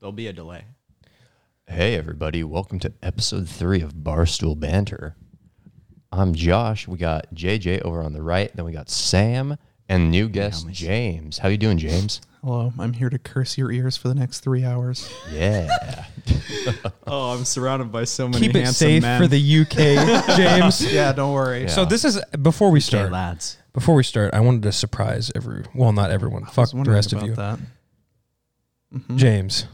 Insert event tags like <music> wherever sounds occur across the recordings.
There'll be a delay. Hey, everybody. Welcome to episode three of Barstool Banter. I'm Josh. We got JJ over on the right. Then we got Sam and new guest James. How you doing, James? Hello, I'm here to curse your ears for the next three hours. Yeah. Oh, I'm surrounded by so many keep it handsome safe men. for the <laughs> UK, James. yeah, don't worry. So this is before we Okay, start. lads. before we start, I wanted to surprise every well, not everyone. Fuck the rest of you, That. James.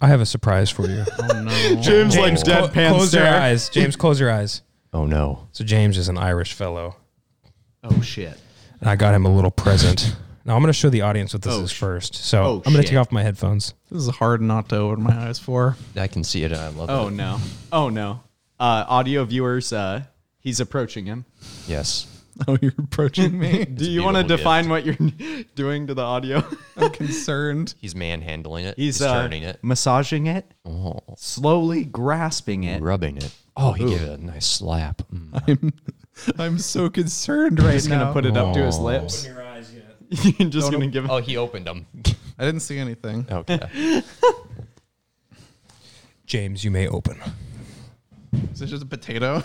I have a surprise for <laughs> you. Oh no, James like James, clo- deadpan close your stare. eyes, James. Close your eyes. Oh, no. So James is an Irish fellow, Oh shit. and I got him a <laughs> little present. Now I'm going to show the audience what this Oh, is sh- first. So oh, I'm going to shit. take off my <laughs> headphones. this is hard not to open my eyes for. <laughs> I can see it and I love Oh it. no. Oh no. Uh, audio viewers, uh, he's approaching him. Yes. Oh, you're approaching <laughs> me. Do you want to beautiful define what you're <laughs> doing to the audio? I'm concerned. He's manhandling it. He's, He's, uh, turning it, massaging it, oh, slowly grasping it. rubbing it. Oh, he gave it a nice slap. Mm. I'm so concerned right He's now. gonna put it up to his Aw. lips. <laughs> You're just gonna give it. Oh, he opened them. I didn't see anything. <laughs> okay. James, you may <laughs> open. Is this just a potato?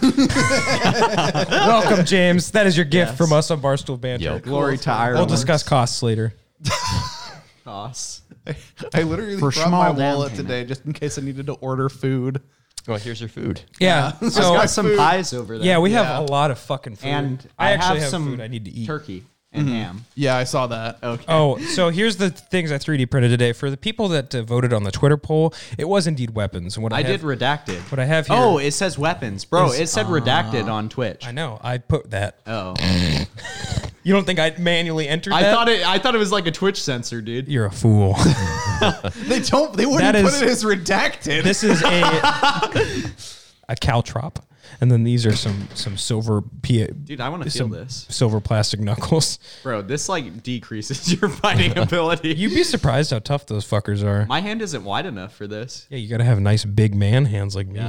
Welcome, James. That is your gift Yes. from us on Barstool Banter. Yo. Glory to Ireland. We'll discuss costs later. costs. I literally For brought my small down wallet payment. today just in case I needed to order food. Well, here's your food. <laughs> Yeah. I've So got some pies over there. yeah, we Yeah. have a lot of fucking food. and I, actually have, some food I need to eat. turkey and ham. Yeah, I saw that. Okay. Oh, so here's the things I 3D printed today. For the people that uh, voted on the Twitter poll, it was indeed weapons. And What I, I have- did redacted. What I have here- Oh, it says weapons, bro. Is- Ah. it said redacted on Twitch. I know. I put that. Oh, You don't think I manually entered I that? thought it. I thought it was like a Twitch censor, dude. You're a fool. <laughs> They don't. They wouldn't That put is- it as redacted. this is a a caltrop, and then these are some some silver p Dude, I want to feel some this, silver plastic knuckles. <laughs> bro. This like decreases <laughs> your fighting ability. You'd be surprised how tough those fuckers are. my hand isn't wide enough for this. yeah, you gotta have nice big man hands like me.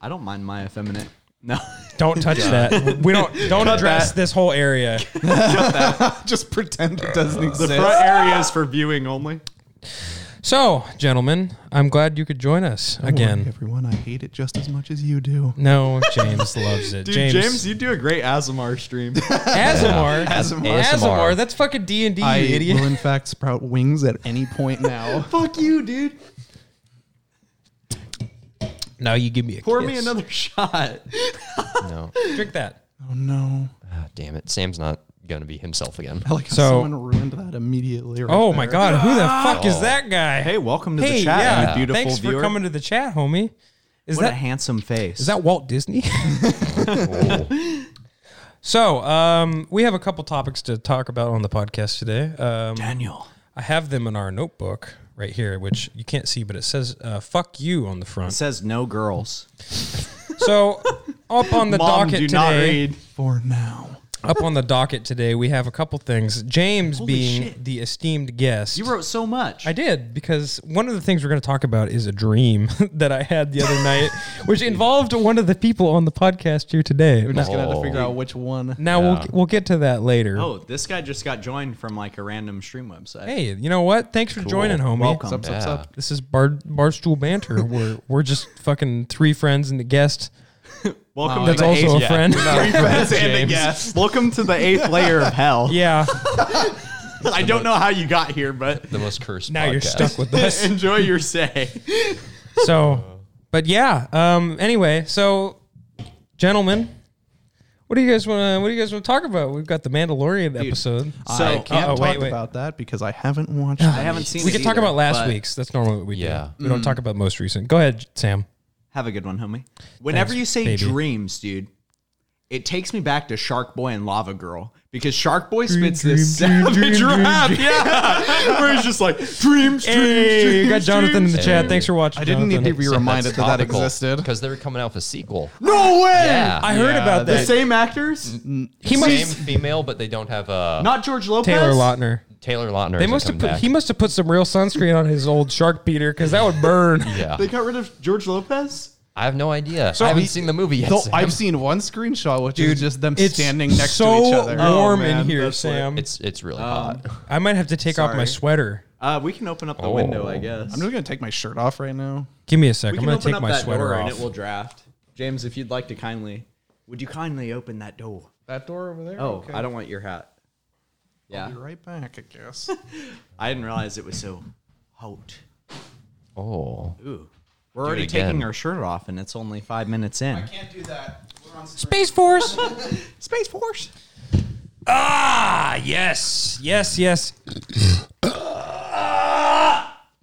I don't mind my effeminate. No, Don't touch that. We <laughs> don't don't address that. this whole <laughs> area. <laughs> just pretend it doesn't the exist. front area is for viewing only. So, gentlemen, I'm glad you could join us Oh, again. everyone, I hate it just as much as you do. No, James loves it. Dude, James, James, you do a great Asmr <laughs> stream. <laughs> Azamar, Azamar. ASMR. Azamar, That's fucking D and D, I idiot. will, in fact, sprout wings at any point now. Fuck you, dude. Now you give me a Pour kiss. me another <laughs> shot. No. Drink that. oh no! Ah, damn it. Sam's not going to be himself again. Oh, I <laughs> like how So- someone ruined that immediately. right Oh my there. god, who the fuck is that guy? Oh. Hey, welcome to Hey, the chat, yeah. you beautiful Thanks viewer. for coming to the chat, homie. Is what a that handsome face. is that Walt Disney? <laughs> so, um, we have a couple topics to talk about on the podcast today. Um, Daniel? I have them in our notebook right here, which you can't see, but it says uh, "fuck you" on the It <laughs> front. says no girls. So, up on the Mom, docket do today. not read. For now, <laughs> up on the docket today, we have a couple things. James Holy being shit. the esteemed guest. You wrote so much. I did because one of the things we're going to talk about is a dream <laughs> that I had the other night, <laughs> which involved one of the people on the podcast here today. we're Now, just gonna have to Oh. figure out which one. now we'll we'll get to that later. oh, this guy just got joined from like a random stream website. Hey, you know what? Thanks for joining, homie. Welcome. Sup, sup, sup. This is bar, barstool banter. we're we're just fucking three friends and a guest Welcome to that's the also a eighth. <laughs> friend. and a guest. Welcome to the eighth layer of hell. <laughs> yeah. <laughs> I don't know how you got here, but The most cursed Now you're podcast. stuck with <laughs> us. enjoy your say. So, but yeah. Um. Anyway, so, gentlemen, what do you guys want to? What do you guys want to talk about? We've got the Mandalorian episode. So uh, I can't uh-oh, talk wait, wait. about that because I haven't watched. I haven't seen. we it could talk either, about last but week's. That's normally what we do. Yeah. We Mm. don't talk about most recent. Go ahead, Sam. Have a good one, homie. Whenever Thanks, you say baby. dreams, dude, it takes me back to Shark Boy and Lava Girl because Shark Boy spits this savage rap, yeah, <laughs> where he's just like dreams, dreams, Hey, dreams. we got Jonathan in the chat. Thanks for watching. I didn't need to Jonathan. be reminded that that existed. because they were coming out with a sequel. No way. Yeah, I heard Yeah, about The that. same actors? He same must female, but they don't have uh, Not George Lopez. Taylor Lautner. Taylor Lautner. They isn't must have coming put. back. He must have put some real sunscreen on his old shark beater because that would burn. Yeah, They got rid of George Lopez. I have no idea. I haven't seen the movie yet. Though Sam. I've seen one screenshot, which is just them It's standing next so to each other. warm Oh, man, in here, that's like- Sam. it's it's really hot. I might have to take off my Sorry. sweater. Uh, we can open up the Oh. window, I guess. I'm just gonna take my shirt off right now. Give me a sec. we can I'm gonna open take up my that door sweater and off. it will draft. James, if you'd like to kindly, would you kindly open that door? That door over there. Oh, I don't want your hat. I'll Yeah, be right back. <laughs> I guess. I didn't realize it was so hot. Oh. Ooh, we're already again. taking our shirt off, and it's only five minutes in. Can't do that. We're on <laughs> Space Force. Space Force. ah, yes, yes, yes.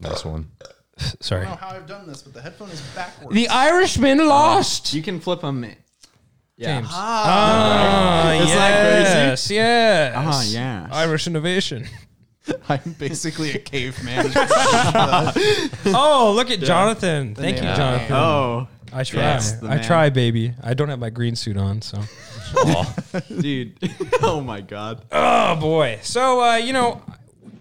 Nice one. Sorry. know how I've done this, but the headphone is backwards. The Irishman lost. You can flip them. Yeah. James. Ah, Isn't that yes, yes. Ah, yes. Irish innovation. <laughs> I'm basically a <laughs> caveman. oh, look at Jonathan. Thank you, name. Jonathan. Oh, I try. Yes, the I man. try, baby. I don't have my green suit on, so. dude. <laughs> oh my God. Oh boy. So uh, you know,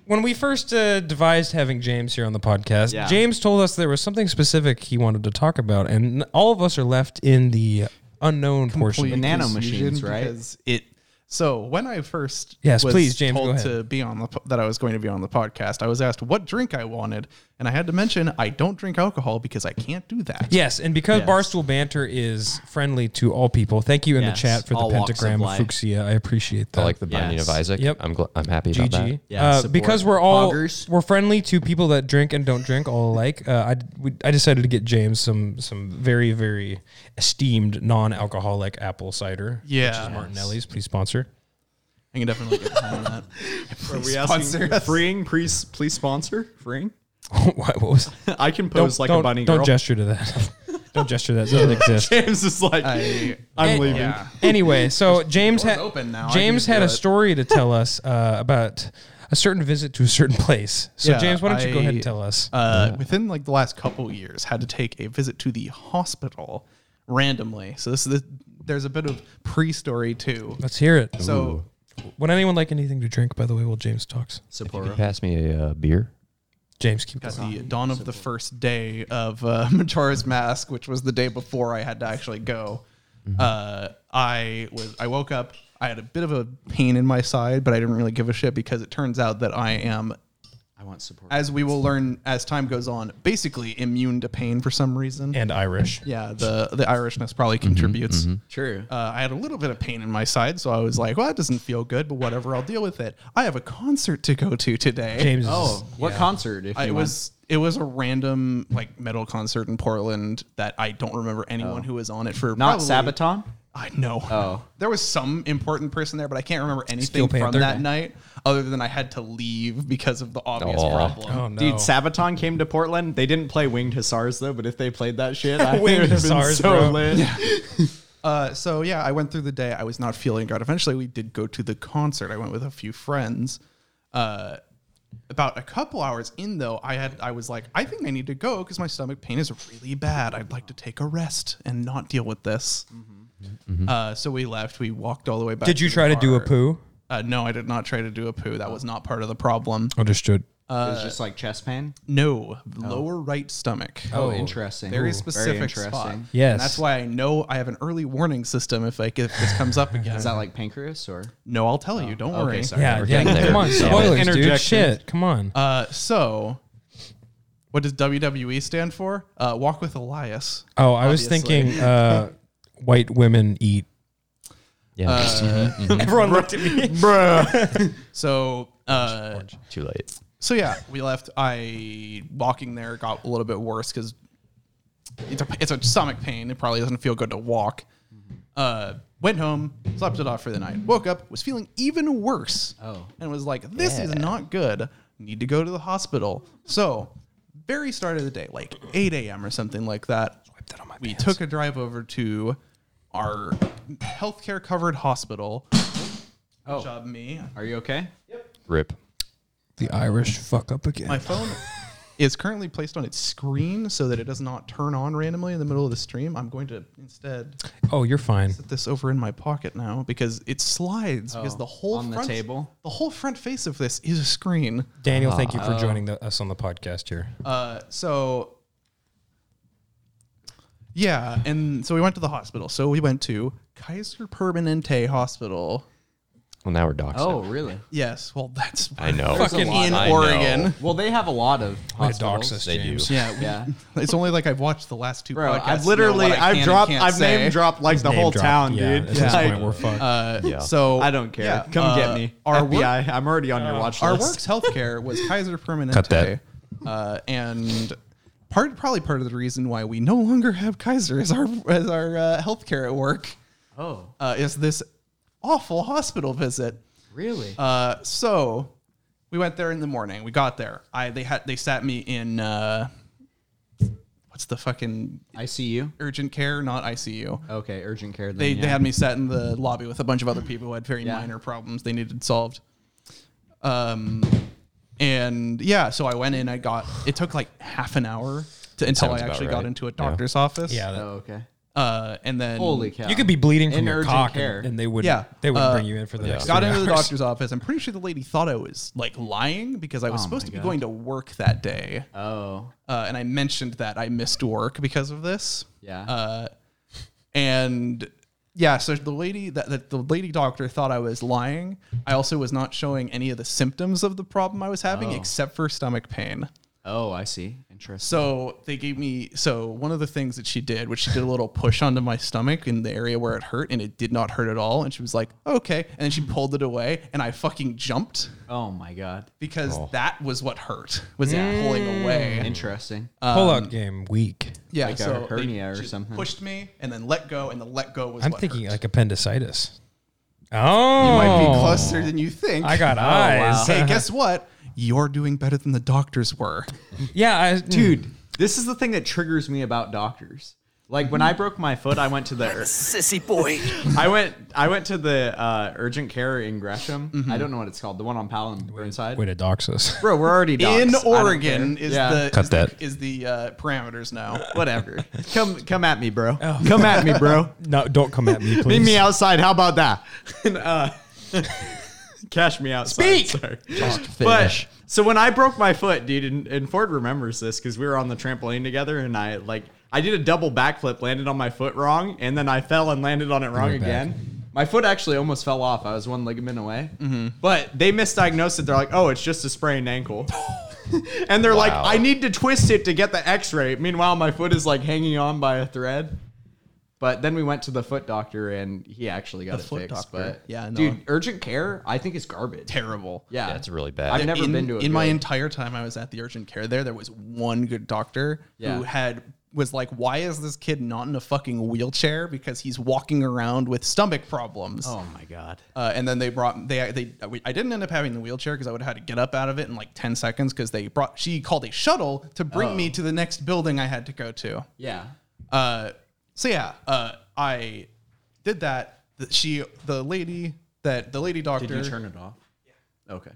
when we first uh, devised having James here on the podcast, Yeah. James told us there was something specific he wanted to talk about, and all of us are left in the unknown portion. The complete nano confusion machines, right? because It. So when I first Yes, was please, James, go told ahead. to be on the po- that I was going to be on the podcast, I was asked what drink I wanted, and I had to mention I don't drink alcohol because I can't do that. Yes, and because Yes. Barstool Banter is friendly to all people, thank you in Yes, the chat for the all walks of pentagram of life. fuchsia. I appreciate that. I like the binding Yes. of Isaac. Yep. I'm gl- I'm happy about GG. that. Yeah, Uh, support. because we're all Poggers. we're friendly to people that drink and don't drink all alike. Uh, I d- we, I decided to get James some some very very esteemed non-alcoholic apple cider. Yeah. which is Martinelli's. Please sponsor. <laughs> I can definitely get behind that. Are we Sponsor asking us. freeing? Please, please sponsor freeing. <laughs> what was? I can pose like don't, a bunny don't girl. <laughs> gesture to that. <laughs> don't gesture to that. It doesn't exist. James is like, I- <laughs> I'm And- leaving. yeah. anyway, so James door's had open now. I James can do had a it. story to tell us uh, about a certain visit to a certain place. So Yeah, James, why don't you go ahead I- and tell us? <laughs> Uh, Within like the last couple years, had to take a visit to the hospital randomly. So this is the, there's a bit of pre-story too. Let's hear it. So Would anyone like anything to drink? By the way, while James talks, Can you Sapporo. pass me a uh, beer? James, keep at going. the dawn of the first day of uh, <laughs> Majora's Mask, which was the day before I had to actually go, uh, I was I woke up. I had a bit of a pain in my side, but I didn't really give a shit because it turns out that I am, I want support. as we will learn as time goes on, basically immune to pain for some reason. and Irish. yeah, the the Irishness probably Mm-hmm, contributes. True. Uh, I had a little bit of pain in my side, so I was like, "Well, that doesn't feel good, but whatever, I'll deal with it." I have a concert to go to today. James is oh, what concert? If I- you it was it was a random like metal concert in Portland that I don't remember Oh. anyone who was on it for. want. not probably- Sabaton. I know. Oh. <laughs> there was some important person there, but I can't remember Steel anything from Panther? that night other than I had to leave because of the obvious Aw. problem. Oh no. Dude, Sabaton came to Portland. They didn't play Winged Hussars though, but if they played that shit, I would have Winged been Hussars, so bro. lit. Uh, so yeah, I went through the day. I was not feeling good. Eventually, we did go to the concert. I went with a few friends. Uh, about a couple hours in, though, I had I was like, I think I need to go because my stomach pain is really bad. I'd like to take a rest and not deal with this. Uh, so we left. We walked all the way back. Mm-hmm. Did you try to do a bar. poo? Uh, no, I did not try to do a poo. That was not part of the problem. Understood. it was just like chest pain. No, lower right stomach. Oh, interesting. Very Oh. Ooh, specific spot. interesting. Yes. and that's why I know I have an early warning system if like if this comes <laughs> up again. Is that like pancreas or? No, I'll tell you. Don't worry. sorry. Yeah, we're yeah. getting there. Come on, Damn it. spoilers, dude. Interjection. Shit, come on. Uh, so, what does WWE stand for? Uh, walk with Elias. oh, I was obviously. <laughs> thinking uh, white women eat. Yeah. <laughs> Everyone looked at me. So, uh, <laughs> Too late. so yeah, we left. I walking there got a little bit worse because it's a, it's a stomach pain. It probably doesn't feel good to walk. Uh, went home, slept it off for the night. Woke up, was feeling even worse. Oh. and was like, this is not good. Need to go to the hospital. So, very start of the day, like 8 a.m. or something like that. we took a drive over to our healthcare covered hospital. Oh. Job me. Are you okay? Rip. The Irish fuck up again. My phone is currently placed on its screen so that it does not turn on randomly in the middle of the stream. I'm going to instead oh, <laughs> you're fine. put this over in my pocket now because it slides because Oh, the whole on the front, table? the whole front face of this is a screen. Daniel, thank you for joining the, us on the podcast here. Uh, so yeah, and so we went to the hospital. So we went to Kaiser Permanente Hospital. Well, now we're doxed. Oh, now. really? Yes. Well, that's I know. Fucking I in know. Oregon. Well, they have a lot of Way to dox hospitals. us, They James. do. Yeah. we- Yeah. It's only like I've watched the last two Bro, podcasts. I've to know Literally, what I can I've and dropped, can't I've say. name dropped like the Name whole drop. town, yeah, dude. At this Like, point, we're fucked. Uh, Yeah. So I don't care. yeah, Come uh, get me. Our work FBI, I'm already on Uh, your watch Our list. works healthcare was Kaiser Permanente. Cut that. Uh, and part probably part of the reason why we no longer have Kaiser as our as our uh, healthcare at work Oh, uh, is this awful hospital visit. really? Uh, so we went there in the morning. We got there. I they had they sat me in uh, what's the fucking I see you. urgent care, not ICU. Okay, urgent care. Then, They, yeah. they had me sat in the lobby with a bunch of other people who had very Yeah. minor problems they needed solved. Um, and yeah, so I went in. I got it took like half an hour to, until Sounds I about actually right. got into a Yeah. doctor's office. Yeah, Oh, that, okay. Uh, and then Holy cow! you could be bleeding from In your urgent cock, care. and, and they wouldn't. Yeah, they wouldn't uh, bring you in for the next. got three into the hours. doctor's office. I'm pretty sure the lady thought I was like lying because I was supposed to be going to work that day. Oh, Uh, and I mentioned that I missed work because of this. yeah. Uh, and yeah, so the lady that, that the lady doctor thought I was lying. I also was not showing any of the symptoms of the problem I was having except for stomach pain. oh, I see. Interesting. So they gave me so one of the things that she did was she did a little push onto my stomach in the area where it hurt and it did not hurt at all and she was like, "Okay." And then she pulled it away and I fucking jumped Oh my god. because Oh. that was what hurt. Was Mm. it pulling away. Interesting. Um, pull out game week. yeah, like a so they- hernia or she something. Pushed me and then let go and the let go was I'm what thinking hurt. like appendicitis. Oh, might be closer than you think. I Oh, got eyes. <laughs> Hey, guess what? You're doing better than the doctors were. Yeah, I, mm. Dude, this is the thing that triggers me about doctors. Like Mm-hmm. when I broke my foot, I went to the Sissy <laughs> boy. I went I went to the uh, urgent care in Gresham. Mm-hmm. I don't know what it's called. The one on Powell and Burnside. Way to dox us. Bro, we're already doxed. In I don't Oregon care. is Yeah. <laughs> the Cut is that. the, is the uh, parameters now. whatever. Come come at me, bro. Come at me, <laughs> bro. No, don't come at <laughs> me, please. Meet me outside. How about that? <laughs> and, uh, cash me outside. Speak! Sorry. Finish. But so when I broke my foot, dude, and, and Ford remembers this because we were on the trampoline together, and I like I did a double backflip, landed on my foot wrong, and then I fell and landed on it wrong Right back. again. My foot actually almost fell off. I was one ligament away, but they misdiagnosed it. They're like, "Oh, it's just a sprained ankle," <laughs> and they're like, Wow. "I need to twist it to get the X-ray." Meanwhile, my foot is like hanging on by a thread. But then we went to the foot doctor, and he actually got The it foot fixed. doctor. But Yeah, I know. dude, urgent care I think is garbage. Terrible. Yeah, Yeah, it's really bad. I've never in, been to a in my good- entire time I was at the urgent care there, there was one good doctor Yeah. who had was like, why is this kid not in a fucking wheelchair? Because he's walking around with stomach problems. Oh my god. Uh, and then they brought they they I didn't end up having the wheelchair because I would have had to get up out of it in like ten seconds because they brought she called a shuttle to bring me to the next building I had to go to. Yeah. Uh, so yeah, uh, I did that. The- She, the lady that the lady doctor, it off? Yeah. Okay.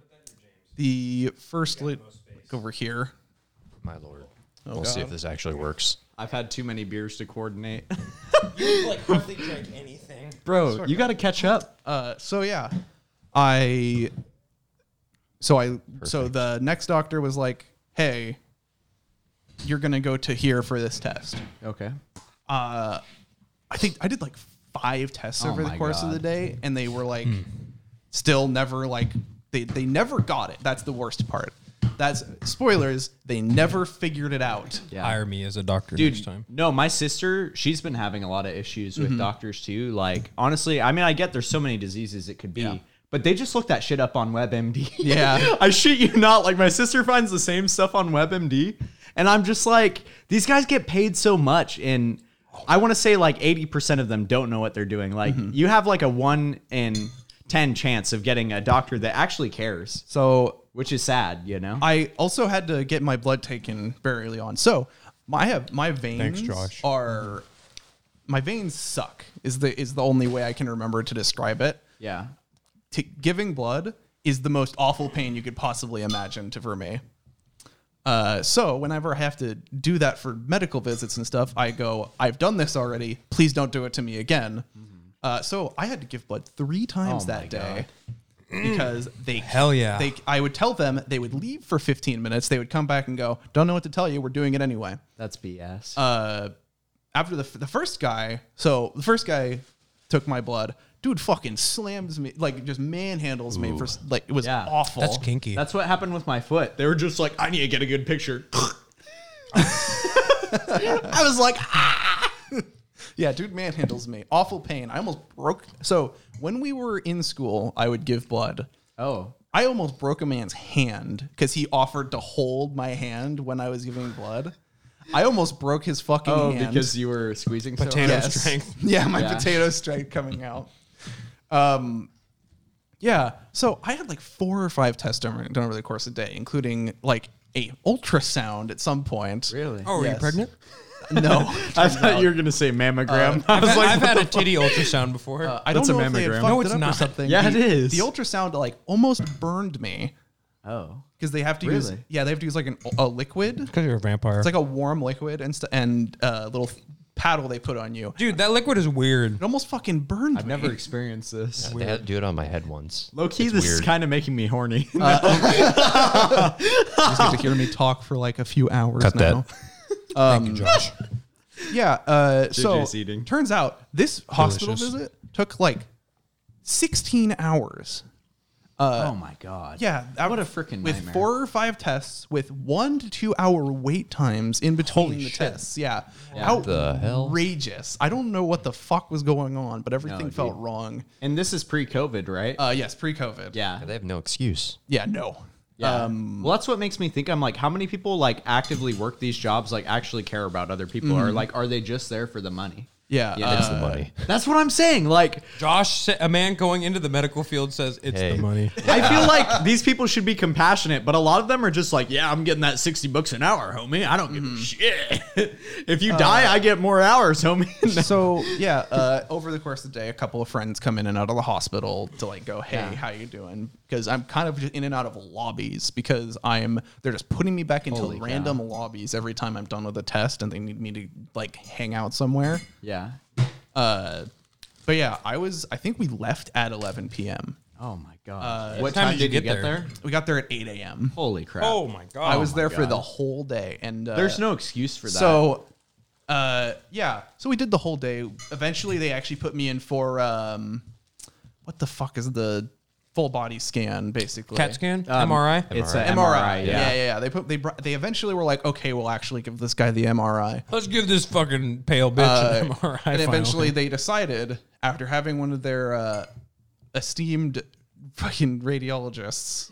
the first lady over here. My lord. we'll see if this actually works. I've had too many beers to coordinate. like hardly drank anything. <laughs> Bro, you got to catch up. Uh, so yeah, I, so I, so the next doctor was like, "Hey, you're gonna go to here for this test." Okay. I think I did like five tests Oh over the my course of God. the day, and they were like, still never like they they never got it. That's the worst part. That's spoilers. They never figured it out. Yeah. Hire me as a doctor Dude, next time. no, my sister, she's been having a lot of issues Mm-hmm. with doctors too. Like, honestly, I mean, I get there's so many diseases it could be, but they just look that shit up on WebMD. Yeah. <laughs> I shit you not. Like, my sister finds the same stuff on WebMD, and I'm just like, these guys get paid so much, and I want to say like 80% of them don't know what they're doing. Like, Mm-hmm. you have like a one in 10 chance of getting a doctor that actually cares, So which is sad, you know? I also had to get my blood taken very early on. So my I have my veins Josh. are my veins suck is the is the only way I can remember to describe it. yeah. T- giving blood is the most awful pain you could possibly imagine to for me. Uh, so whenever I have to do that for medical visits and stuff, I go, I've done this already. Please don't do it to me again. Uh, so I had to give blood three times Oh my that day <clears throat> because they Hell yeah. they I would tell them they would leave for 15 minutes. They would come back and go, don't know what to tell you. We're doing it anyway That's BS. Uh, after the, the first guy, so the first guy took my blood. Dude fucking slams me, like just manhandles me for s- like it was Yeah. awful. That's kinky. That's what happened with my foot. They were just like, I need to get a good <laughs> picture. I was like, ah. yeah, dude manhandles me. Awful pain. I almost broke. So when we were in school, I would give blood. Oh, I almost broke a man's hand because he offered to hold my hand when I was giving blood. I almost broke his fucking oh, hand. because you were squeezing so Potato hard? Yes. strength. <laughs> Yeah, my Yeah. potato strength coming out. Um, yeah. So I had like four or five tests done done over the course of the day, including like a ultrasound at some point. Really? Oh, are you Yes. pregnant? No. I thought you were gonna say mammogram. Uh, I <laughs> <laughs> I've, was had, like, I've what had the a <laughs> Uh, titty ultrasound before. I don't That's a know if they had mammogram. fucked No, it it's up or not. something. Yeah, the, it is. The ultrasound like almost burned me f- oh, because they have to use Really? yeah they have to use like an, a liquid. Because you're a vampire. It's like a warm liquid and st- and uh, little paddle they put on you. Dude, that liquid is weird. It almost fucking burned I've me. never experienced this. They had to do it on my head once. Low key, this is kind of making me horny. <laughs> You just get to hear <laughs> me talk for like a few hours Cut now. that. Thank you, Josh. Yeah. <laughs> Uh, so JJ's eating. turns out this hospital Delicious. visit took like 16 hours. oh my god. Yeah, that What would a have frickin' with nightmare. four or five tests with one to two hour wait times in between Holy the shit. tests. Yeah, What the hell? outrageous. I don't know what the fuck was going on, but everything dude. felt wrong. And this is pre-COVID, right? Uh, yes, pre-COVID. yeah. They have no excuse. yeah, no. Yeah. Um, well, that's what makes me think. I'm like, how many people like actively work these jobs? Like, actually care about other people, or like, are they just there for the money? yeah, Yeah, It's uh, the money. That's what I'm saying. Like, <laughs> Josh, sa- a man going into the medical field says it's Hey. the money. I feel like these people should be compassionate, but a lot of them are just like, yeah, I'm getting that 60 bucks an hour, homie. I don't give Mm-hmm. a shit. <laughs> if Uh, you die, I get more hours, homie. <laughs> so yeah, uh, over the course of the day, a couple of friends come in and out of the hospital to like go, hey, how you doing? Because I'm kind of just in and out of lobbies because I'm they're just putting me back into Holy cow. random lobbies every time I'm done with a test and they need me to like hang out somewhere. yeah. Uh, but yeah, I was I think we left at 11 p.m. Oh my god. What Uh, time did you get there? We got there at 8 a.m. Holy crap. Oh my god. I was there for God. the whole day and uh, There's no excuse for that. So, uh, yeah. So we did the whole day. Eventually, they actually put me in for um, what the fuck is the full body scan, basically. CAT scan, Um, MRI. It's an MRI. yeah. yeah, yeah, They put they br- they eventually were like, okay, we'll actually give this guy the <laughs> MRI. Let's give this fucking pale bitch an MRI. and finally. eventually, they decided after having one of their uh, esteemed fucking radiologists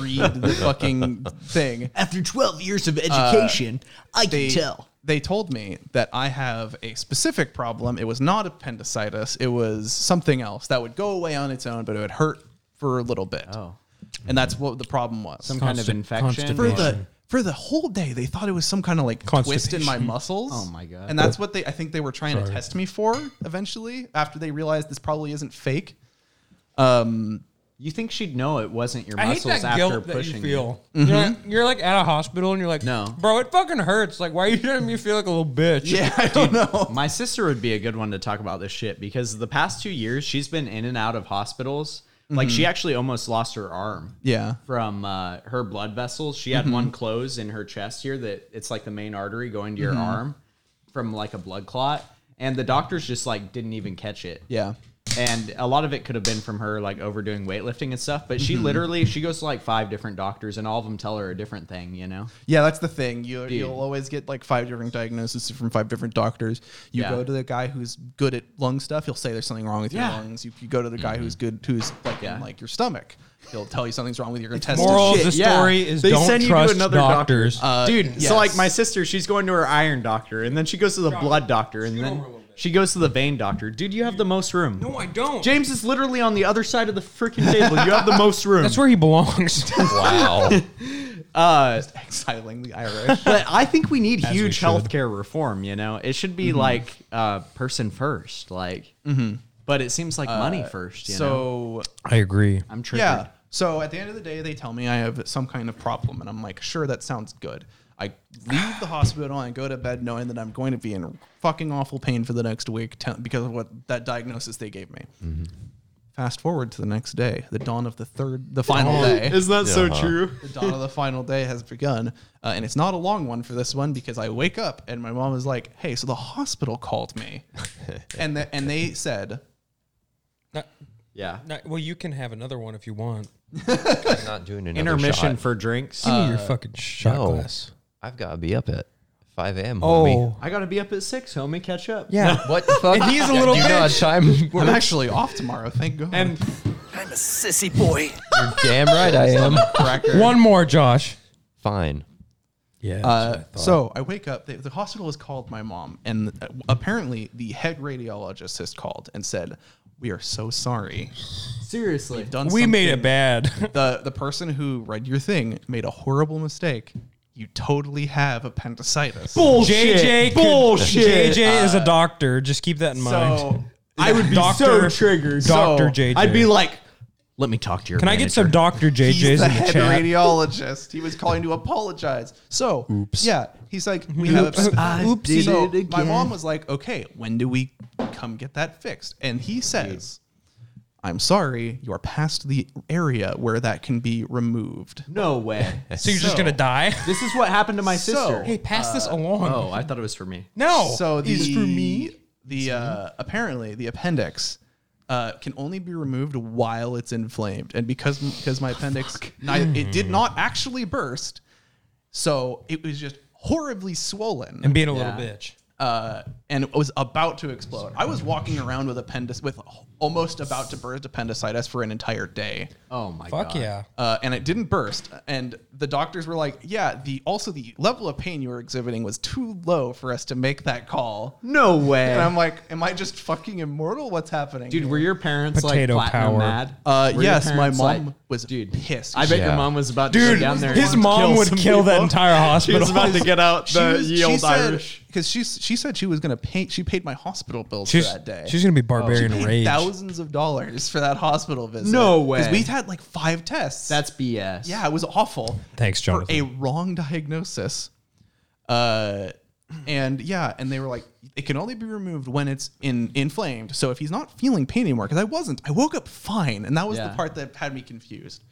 read the <laughs> fucking thing. After 12 years of education, I can they they told me that I have a specific problem. It was not appendicitis. It was something else that would go away on its own, but it would hurt for a little bit. Oh. and that's what the problem was. Some kind of Consti- infection. for constipation. the for the whole day, they thought it was some kind of like twist in my Constipation. muscles. Oh my God. And that's what they I think they were trying to test me for. Eventually, after they realized this probably isn't fake. Um, You think she'd know it wasn't your I hate muscles that after guilt that pushing you feel. You're, like, you're like at a hospital and you're like, No. bro, it fucking hurts. Like, why are you making me feel like a little bitch? yeah, <laughs> I don't know. My sister would be a good one to talk about this shit because the past two years she's been in and out of hospitals. Like she actually almost lost her arm. Mm-hmm. Yeah. Mm-hmm. From uh, her blood vessels, she had one close in her chest here that it's like the main artery going to your Mm-hmm. arm from like a blood clot, and the doctors just like didn't even catch it. Yeah. And a lot of it could have been from her like overdoing weightlifting and stuff, but Mm-hmm. she literally she goes to like five different doctors and all of them tell her a different thing, you know. Yeah, that's the thing. You you'll always get like five different diagnoses from five different doctors. You Yeah. go to the guy who's good at lung stuff, he'll say there's something wrong with Yeah. Mm-hmm. your lungs. You, you go to the guy who's good who's like in like your stomach, he'll tell you something's wrong with your intestines. <laughs> Moral of the Shit, yeah. story is They don't send you to trust another doctor. Uh, doctors. Dude, yes. so like my sister, she's going to her iron doctor, and then she goes to the blood doctor, and over then a little bit. she goes to the vein doctor. Dude, you have the most room. no, I don't. James is literally on the other side of the freaking table. You have the <laughs> most room. That's where he belongs. Wow. Exiling the Irish. but I think we need huge should. Mm-hmm. healthcare reform. You know, it should be like uh, person first, like. But it seems like money first. <laughs> You know? so <laughs> I agree. I'm triggered. yeah. So at the end of the day, they tell me I have some kind of problem, and I'm like, sure, that sounds good. I leave the hospital and go to bed knowing that I'm going to be in fucking awful pain for the next week te- because of what that diagnosis they gave me. Fast forward to the next day, the dawn of the third, the final day. Isn't that so true? The dawn of the final day has begun, uh, and it's not a long one for this one because I wake up and my mom is like, "Hey, so the hospital called me, and the, and they said Not- Yeah. not- well, you can have another one if you want. I'm not doing another Intermission shot. for drinks. Give me your fucking shot no. glass. I've got to be up at 5 a.m. homie. Oh, I gotta be up at six, homie. Catch up. yeah. <laughs> What the fuck? And he's a little Do you know how bitch. <laughs> time I'm actually off tomorrow. Thank God. And I'm a sissy boy. You're damn right I <laughs> am. cracker. One more, Josh. Fine. Yeah. Uh, so I wake up. The, the hospital has called my mom, and uh, apparently the head radiologist has called and said, "We are so sorry. seriously, Done we made it something- bad. <laughs> The the person who read your thing made a horrible mistake. You totally have appendicitis. bullshit. JJ, could- bullshit. JJ is a doctor. Just keep that in mind. So I would be Doctor- so triggered. Doctor So, JJ. I'd be like, let me talk to your. Can I get some Doctor He's JJ's the in the head chat? radiologist. He was calling to apologize. So, yeah, he's like, we have. I Oopsie. did So it my again. mom was like, okay, when do we come get that fixed? And he says, I'm sorry, you're past the area where that can be removed. No way. So you're just gonna die? this is what happened to my So- sister. Hey, pass this along. oh, I thought it was for me. No. so the It's for me. the uh, apparently the appendix uh, can only be removed while it's inflamed, and because because my appendix neither, it Hmm. did not actually burst, so it was just horribly swollen And being a little Yeah. bitch. uh, and it was about to explode. I was walking around with appendix with almost about to burst appendicitis for an entire day, Oh my Fuck god. yeah. uh, and it didn't burst. And the doctors were like, "Yeah, the also the level of pain you were exhibiting was too low for us to make that call." No way. And I'm like, am I just fucking immortal? What's happening? Dude, were your parents Potato like platinum power. mad? Uh, Were your yes, my parents, mom like- was dude pissed. I bet Yeah. your mom was about to Dude, go down there. his and mom kill would some kill that people. <laughs> entire She was hospital. about to get out the ye old Irish. because she she said she was gonna pay. She paid my hospital bills <laughs> She's, for that day. she's gonna be barbarian paid rage. thousands of dollars for that hospital visit. No way. Because we had like five tests. That's BS. yeah, it was awful. Thanks, for Jonathan. a wrong diagnosis. Uh, and yeah, and they were like, it can only be removed when it's in inflamed. So if he's not feeling pain anymore, because I wasn't, I woke up fine, and that was the Yeah. part that had me confused.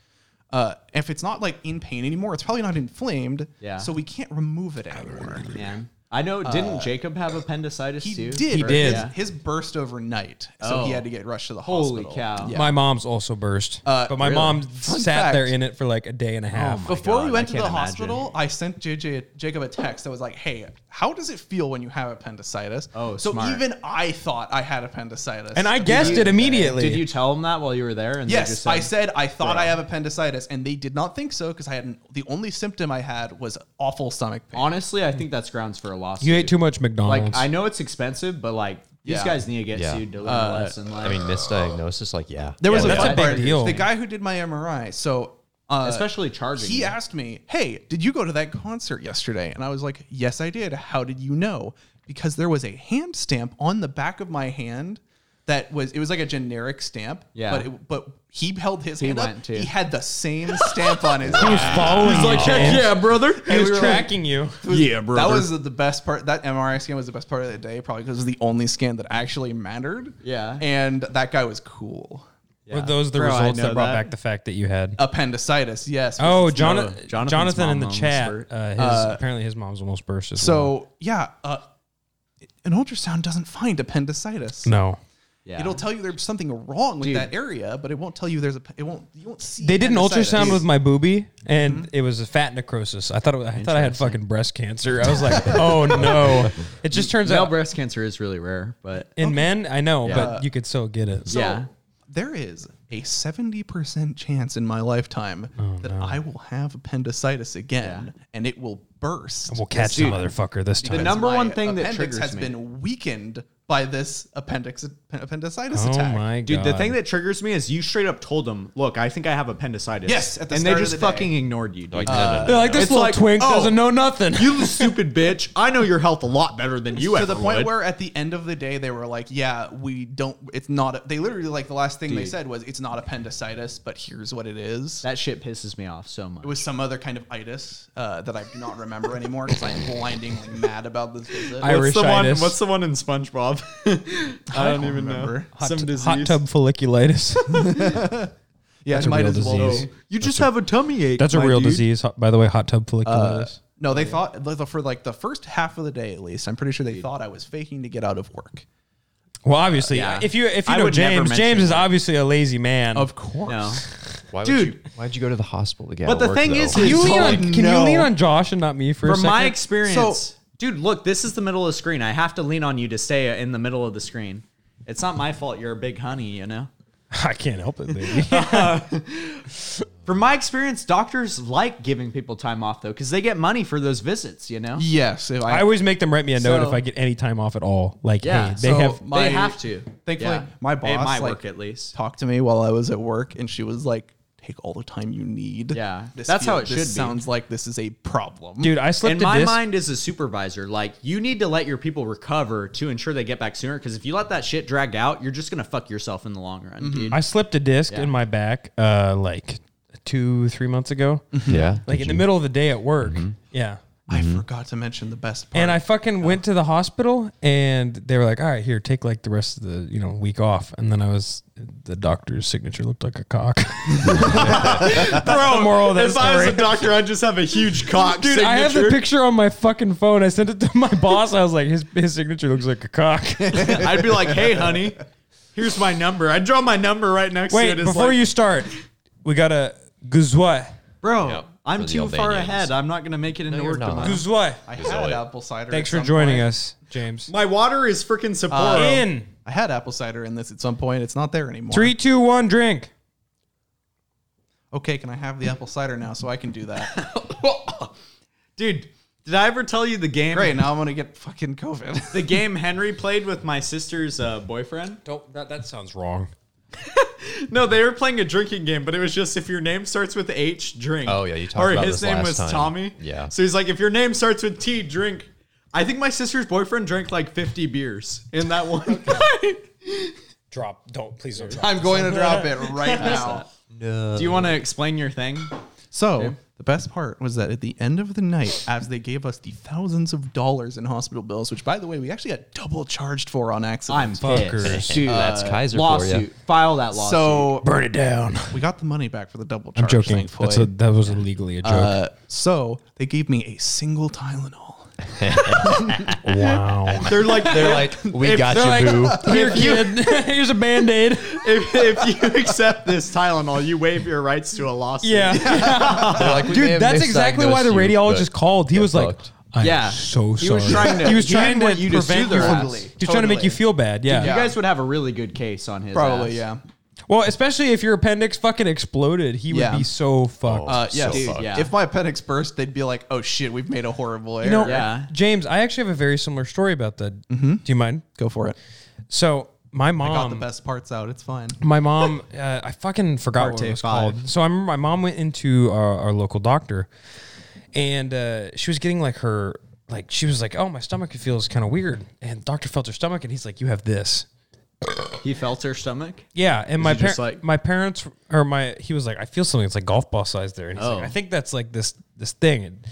Uh, if it's not like in pain anymore, it's probably not inflamed. Yeah. So we can't remove it anymore. man. I know. Didn't Jacob have appendicitis He too? did. He did. His, his burst overnight, so he Oh. had to get rushed to the Holy hospital. cow. Yeah. My mom's also burst, Uh, but my really? mom Fun sat there fact. in it for like a day and Oh a half. Before God, we I went to the can't imagine. hospital, I sent JJ a- Jacob a text that was like, "Hey, how does it feel when you have appendicitis?" Oh, so smart. even I thought I had appendicitis, and I guessed you- it immediately. Did you tell him that while you were there? And they yes, just I said I thought I have appendicitis, and they did not think so because I had an, the only symptom I had was awful stomach pain. Honestly, I think that's grounds for a lawsuit. You ate too much McDonald's. Like I know it's expensive, but like these Yeah. guys need to get Yeah. sued to learn a lesson. Like, I mean, misdiagnosis, like, yeah. There was Yeah, a that's a fun big part. deal. The guy who did my MRI, so uh, especially charging. he you. asked me, "Hey, did you go to that concert yesterday?" And I was like, "Yes, I did." How did you know? Because there was a hand stamp on the back of my hand that was it was like a generic stamp. Yeah. But it, but he held his hand went up. too. He had the same stamp on <laughs> his. hand. following you. James. brother. He was tracking you. yeah, That was the best part. That MRI scan was the best part of the day, probably because it was the only scan that actually mattered. Yeah. And that guy was cool. Were those the Bro, I results know that brought that. Uh, back the fact that you had? Appendicitis, yes. because oh, it's Jon- not- Jonathan's Jonathan mom in the almost chat. burst. Uh, his, apparently, his mom's almost burst as well. So yeah, uh, an ultrasound doesn't find appendicitis. no, Yeah. It'll tell you there's something wrong with Dude. that area, but it won't tell you there's a. It won't. You won't see. they did an appendicitis. ultrasound with my boobie, and Mm-hmm. it was a fat necrosis. I thought it, I thought I had fucking breast cancer. I was like, oh no! It just turns Male out breast cancer is really rare, but in men, I know, but you could still get it. yeah. There is a seventy percent chance in my lifetime Oh, that I will have appendicitis again, and it will burst. We'll catch the Dude, motherfucker this Because time. number my one thing that appendix triggers has me- been weakened by this appendix appendicitis oh attack. my god, Dude, the thing that triggers me is you straight up told them, "Look, I think I have appendicitis." Yes, at the and start they of just the day. fucking ignored you, dude. Like, no, no, no, they're like this It's little like, twink oh. doesn't know nothing. you stupid bitch! I know your health a lot better than you to ever the point would. where at the end of the day they were like yeah we don't it's not a, they literally like the last thing they Dude. said was it's not appendicitis but here's what it is that shit pisses me off so much. it was some other kind of itis uh, that i do not remember anymore because i'm blindingly mad about this visit I- Irish what's the one? itis. What's the one in SpongeBob? <laughs> I don't even remember. know. Some disease. <laughs> hot tub <laughs> folliculitis. yeah it a might real as well disease. be. You just have a tummy ache. That's a my real dude. disease, hot- by the way. Hot tub folliculitis. no they thought for like the first half of the day at least i'm pretty sure they thought i was faking to get out of work Well, obviously, Yeah. if you if you I know would never James, mention James is it. obviously a lazy man. Of course. No. Why Dude. Would you, why'd you go to the hospital to get But out the of work, thing though? is- can you It's lean on, like, can no. you lean on Josh and not me for a From second? my experience, So- dude, look, this is the middle of the screen. I have to lean on you to stay in the middle of the screen. It's not my fault. You're a big honey, you know. <laughs> I can't help it, <laughs> baby. From my experience, doctors like giving people time off though, because they get money for those visits. You know. Yes. If I always make them write me a note So- if I get any time off at all. Like, Yeah, hey, they so have. my- they have to. Thankfully, my boss, it might like- work at least. talked to me while I was at work, and she was like, "Take all the time you need." Yeah. That's how it this should be. Sounds like this is a problem, Dude, I slipped In a my disc. mind, as a supervisor, like you need to let your people recover to ensure they get back sooner. Because if you let that shit drag out, you're just gonna fuck yourself in the long run, dude. I slipped a disc in my back, uh, like two, three months ago, Mm-hmm. yeah, <laughs> like in the middle of the day at work. Yeah. I forgot to mention the best part. Mm-hmm. And I fucking went to the hospital, and they were like, "All right, here, take like the rest of the you know week off." And then I was, the doctor's signature looked like a cock. <laughs> Bro, moral of that story. doctor, I'd just have a huge <laughs> cock. Oh, Dude, I have the picture on my fucking phone. I sent it to my <laughs> boss. I was like, his, his signature looks like a <laughs> cock. I'd be like, hey, honey, here's my number. I'd draw my number right next Wait, before you start, we got a guzwa. bro, Yep. I'm For the too far Albanians. ahead. I'm not gonna make it into you're work not. tomorrow. Guzwa. I had apple cider. at Thanks for some joining point. us, James. My water is freaking Sapporo. In I had apple cider in this at some point. It's not there anymore. three, two, one, drink. Okay, can I have the apple cider now so I can do <laughs> that? Dude, did I ever tell you the game? Great. Now I'm gonna get fucking COVID. The game Henry played with my sister's uh, boyfriend. Don't that, that sounds wrong. No, they were playing a drinking game, but it was just if your name starts with H, drink. Oh, yeah, you talked or about his this name last was time. Tommy. Yeah. So he's like, if your name starts with T, drink. I think my sister's boyfriend drank like 50 beers in that one. <laughs> Drop. Don't please don't. <laughs> Drop. I'm going to drop <laughs> it right now. Do you want to explain your thing? So the best part was that at the end of the night, as they gave us the thousands of dollars in hospital bills, which by the way, we actually got double charged for on accident. Fuckers. dude, that's Kaiser for you. Lawsuit. File that lawsuit. so Burn it down. we got the money back for the double charge. I'm joking. thankfully. That's a, that was illegally a joke. Uh, so they gave me a single Tylenol. wow. they're <laughs> like, They're like, we got you, They're boo. like, <laughs> here, <laughs> kid. <laughs> Here's a band aid. if, if you accept this Tylenol, you waive your rights to a lawsuit. Yeah. <laughs> They're like, <laughs> we may Dude, have that's exactly why the misdiagnosed you, radiologist but called. He get was like, fucked. I'm Yeah. so He sorry. was trying to- he was he trying didn't to want you to sue prevent you their from. ass. He was trying to make you feel bad. Yeah. You guys would have a really good case on his Probably, ass. yeah. Well, especially if your appendix fucking exploded, he would Yeah. be Oh. so fucked. Uh, yeah, So dude, fucked. yeah. If my appendix burst, they'd be like, "Oh shit, we've made a horrible error." you know, Yeah. Mm-hmm. James, I actually have a very similar story about that. Do you mind? Go for it. So my mom, Got the best parts out. It's fine. my mom, uh, I fucking forgot what Parte it was five. called. So I remember my mom went into uh, our, our local doctor, and uh, she was getting like her like she was like, oh, my stomach feels kind of weird, and the doctor felt her stomach, and he's like, you have this. He felt her stomach. Yeah, and my he just par- like- my parents or my he was like, I feel something. It's like golf ball size there, and he's Oh. like, I think that's like this this thing. And,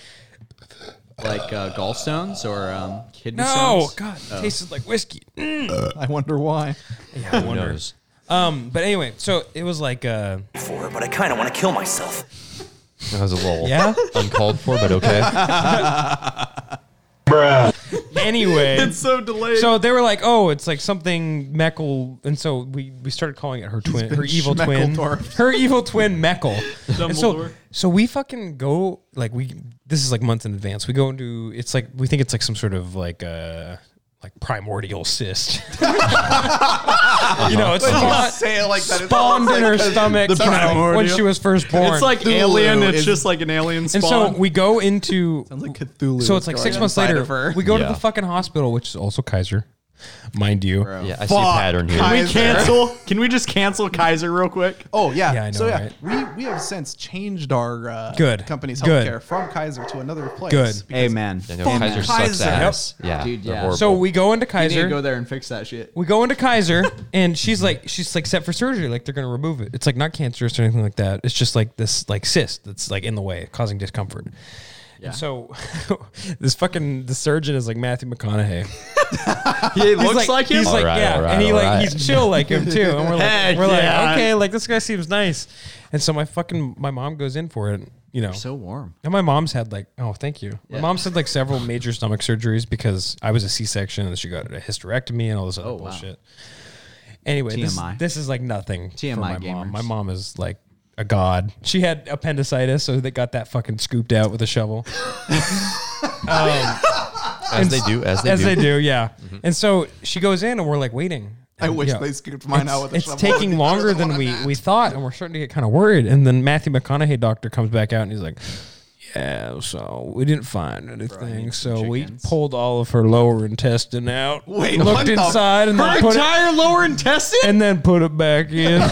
Like uh, gallstones or um, kidney no, stones? God, it tasted like whiskey. <laughs> I wonder why. Yeah, I Who wonder. knows? Um, but anyway, so it was like, uh, for her, but I kind of want to kill myself. That was a little <laughs> yeah. <laughs> uncalled for, but <laughs> okay. anyway, It's so delayed. so they were like, oh, it's like something Meckle, and so we we started calling it her twin, her evil twin, schmeckledorfed. her evil twin Meckle. And so Dumbledore. so we fucking go like we this is like months in advance. We go into it's like we think it's like some sort of like uh like primordial cyst. <laughs> You know, it's not. Say it like that. It's Spawned in her stomach you know, when primordial. she was first born. It's like Cthulhu alien. It's is- just like an alien spawn. And so we go into. Sounds like Cthulhu. so it's is like going six months inside later. of her. We go to Yeah. the fucking hospital, which is also Kaiser, mind you. Yeah, I see a pattern here. Can we Kaiser. cancel? Can we just cancel Kaiser real quick? Oh yeah. Yeah, I So know, yeah, we, we have since changed our uh, Good. company's healthcare Good. from Kaiser to another place. Good. because Amen. I know Fuck Kaiser sucks Kaiser. ass. Yeah, Dude, they're yeah. horrible. So we go into You need to go Kaiser. there and fix that shit. <laughs> We go into Kaiser, and she's like, she's like set for surgery. Like they're gonna remove it. It's like not cancerous or anything like that. It's just like this like cyst that's like in the way, causing discomfort. And so <laughs> this fucking the surgeon is like Matthew McConaughey. He looks he's like, him. He's like, Alright, yeah, alright, and he like alright. he's chill like him <laughs> too. And we're like, Heck we're yeah. like, okay, like this guy seems nice. And so my fucking my mom goes in for it. you know. So warm. and my mom's had like, oh, thank you. My mom's had like several major stomach surgeries because I was a C-section and she got a hysterectomy and all this other wow. bullshit. Anyway, this, TMI. this is like nothing for TMI my mom. gamers. My mom is like a god. She had appendicitis, so they got that fucking scooped out with a shovel. Um, As they do, as they As do. they do, yeah. And so she goes in and we're like waiting. I And, wish yeah. they scooped mine out with a it's shovel. taking longer than we, we thought, and we're starting to get kind of worried. And then Matthew McConaughey doctor comes back out and he's like, "Yeah, so we didn't find anything. So we pulled all of her lower intestine out, Wait, what looked the- inside, and Her then put it, entire lower intestine? and then put it <laughs> back in,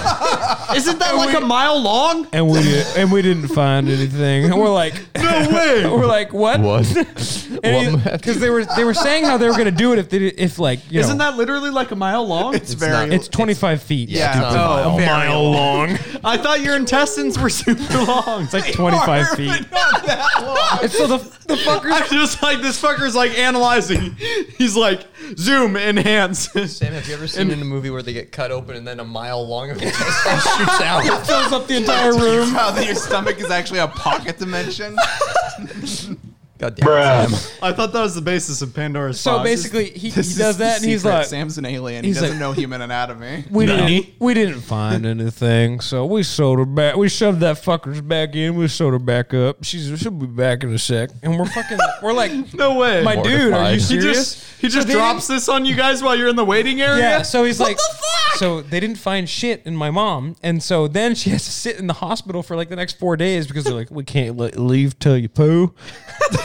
Isn't that like a mile long? and we did, and we didn't find anything. And <laughs> we're like, No way. <laughs> we're like, what? <laughs> What? What, Because they were they were saying how they were going to do it if they did, if like you Isn't know, that literally like a mile long? It's <laughs> very. it's twenty five feet. yeah, it's a mile. very long. I thought your intestines were super <laughs> long. It's like 25 feet. Not that long. And <laughs> so the, the <laughs> <laughs> fuckers, I'm just like this fucker's like analyzing. He's like zoom enhance. <laughs> Sam, have you ever seen in a movie where they get cut open and then a mile long of intestine shoots out? fills up the entire room. Wow, that your stomach is actually a pocket dimension. God damn. <laughs> I thought that was the basis of Pandora's. So box. basically, he, <laughs> he This is does the that and he's secret. like, Sam's an alien. He he's doesn't like- know human <laughs> anatomy. we, didn't, we <laughs> didn't find anything, so we sewed her back. We shoved that fuckers back in. We sewed her back up. She's she'll be back in a sec. And we're fucking, we're <laughs> like, no way. my dude, are you Mortified. he serious? just he just they drops this on you guys while you're in the waiting area. Yeah, so he's like, the fuck? so they didn't find shit in my mom, and so then she has to sit in the hospital for like the next four days because they're like, we can't le- leave till you poo,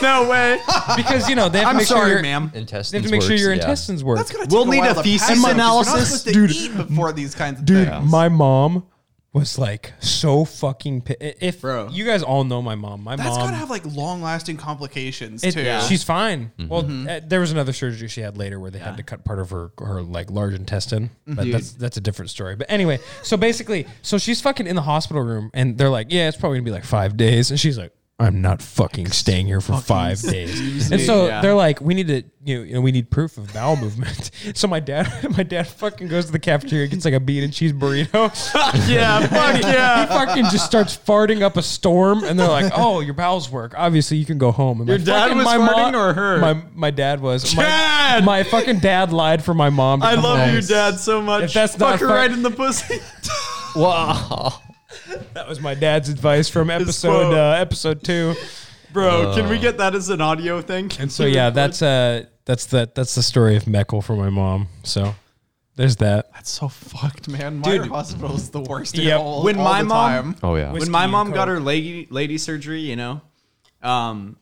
no <laughs> way. because you know they have to I'm make sure sorry, you're- ma'am. Intestines They have to make sure works, your yeah. intestines work. That's gonna We'll take need while a to feces pass out. We're not analysis. supposed to Dude. eat before these kinds of Dude, things. my mom was like so fucking. Pi- if Bro. you guys all know my mom, my That's mom, gotta have like long-lasting complications it- too. she's fine. Well, uh, there was another surgery she had later where they had to cut part of her her like large intestine, but that's that's a different story. But anyway, so basically, so she's fucking in the hospital room, and they're like, yeah, it's probably gonna be like five days, and she's like. I'm not fucking staying here for five days, and so they're like, "We need to, you know, you know, we need proof of bowel <laughs> movement." So my dad, <laughs> my dad fucking goes to the cafeteria, gets like a bean and cheese burrito, <laughs> yeah, fuck he yeah. fucking just starts farting up a storm, and they're like, "Oh, your bowels work. Obviously, you can go home." And my Your dad fucking- was my mo- farting or her? My my dad was. My, Dad! my fucking dad lied for my mom. to I come love home. you, Dad, so much. If that's fuck not her fu- right in the pussy. <laughs> Wow. That was my dad's advice from episode quote. uh, episode two. Bro, can we get that as an audio thing? <laughs> And so yeah, that's uh that's the that's the story of Meckel for my mom. So there's that. That's so fucked, man. My Dude. hospital is the worst. in Yep. all, When all my the mom- time. Oh yeah. when my Whiskey mom and got Coke. her lady lady surgery, you know, um,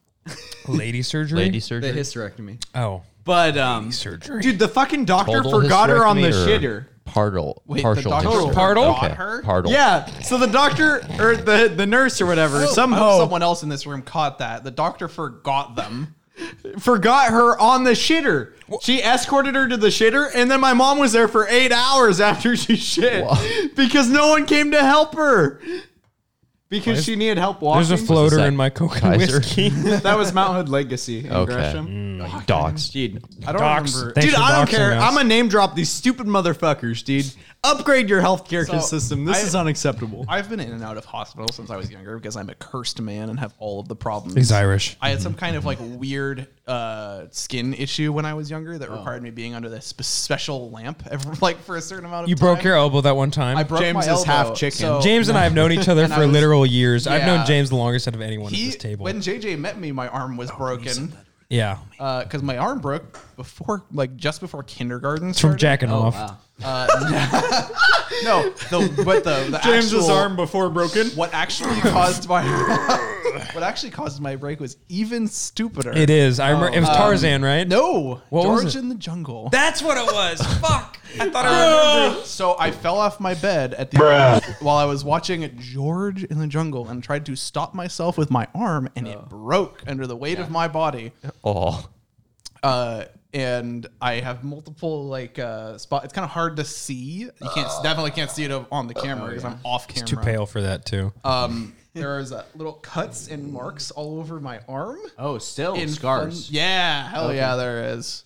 Lady surgery. Lady the surgery. hysterectomy. oh, But um, surgery. dude, the fucking doctor Total forgot her on the hysterectomy shitter. or Partal. Wait, the partial. doctor hysterectomy? Partal? Okay. got her? Partal. Yeah, so the doctor or the the nurse or whatever somehow Oh, someone else in this room caught that. The doctor forgot them. forgot her on the shitter. She escorted her to the shitter, and then my mom was there for eight hours after <laughs> she shit because no one came to help her because she needed help there's walking. a floater that in my Coke and Kaiser? <laughs> whiskey. that was Mount Hood Legacy in Okay. Mm, Gresham. Docs. Dude, I don't Docs. remember. Mm. Thanks Dude, for I don't doxing care. us. I'm gonna name drop these stupid motherfuckers, dude. Upgrade your healthcare So, system. This I- is unacceptable. I've been in and out of hospital since I was younger because I'm a cursed man and have all of the problems. He's Irish. I had some kind of like weird uh, skin issue when I was younger Oh. that required me being under this spe- special lamp every, <laughs> like for a certain amount of You time. broke your elbow that one time. I broke James my is elbow, half chicken. so- James and I have known each other Oh, And I for was- literal years. I've known Yeah. James the longest out of anyone He- at this table. When JJ met me, my arm Oh, was broken yeah. because my arm broke before, like just before kindergarten. It's from started. jacking off. No, the but the, <laughs> the James's actual- arm before broken. What actually caused my <laughs> what actually caused my break was even stupider. It is. I remember it was Tarzan, right? No, What was George it? in the jungle. That's what it <laughs> was. Fuck. I thought Oh. I remembered. so I fell off my bed at the while I was watching George in the jungle and tried to stop myself with my arm, and Oh. it broke under the weight of my body. Oh. Uh, and I have multiple like uh, spot. It's kind of hard to see. You can't definitely can't see it on the camera because I'm off camera. Too pale for that too. Um, there is uh, little cuts and marks all over my arm. Oh, still in fun- yeah, hell yeah, there is.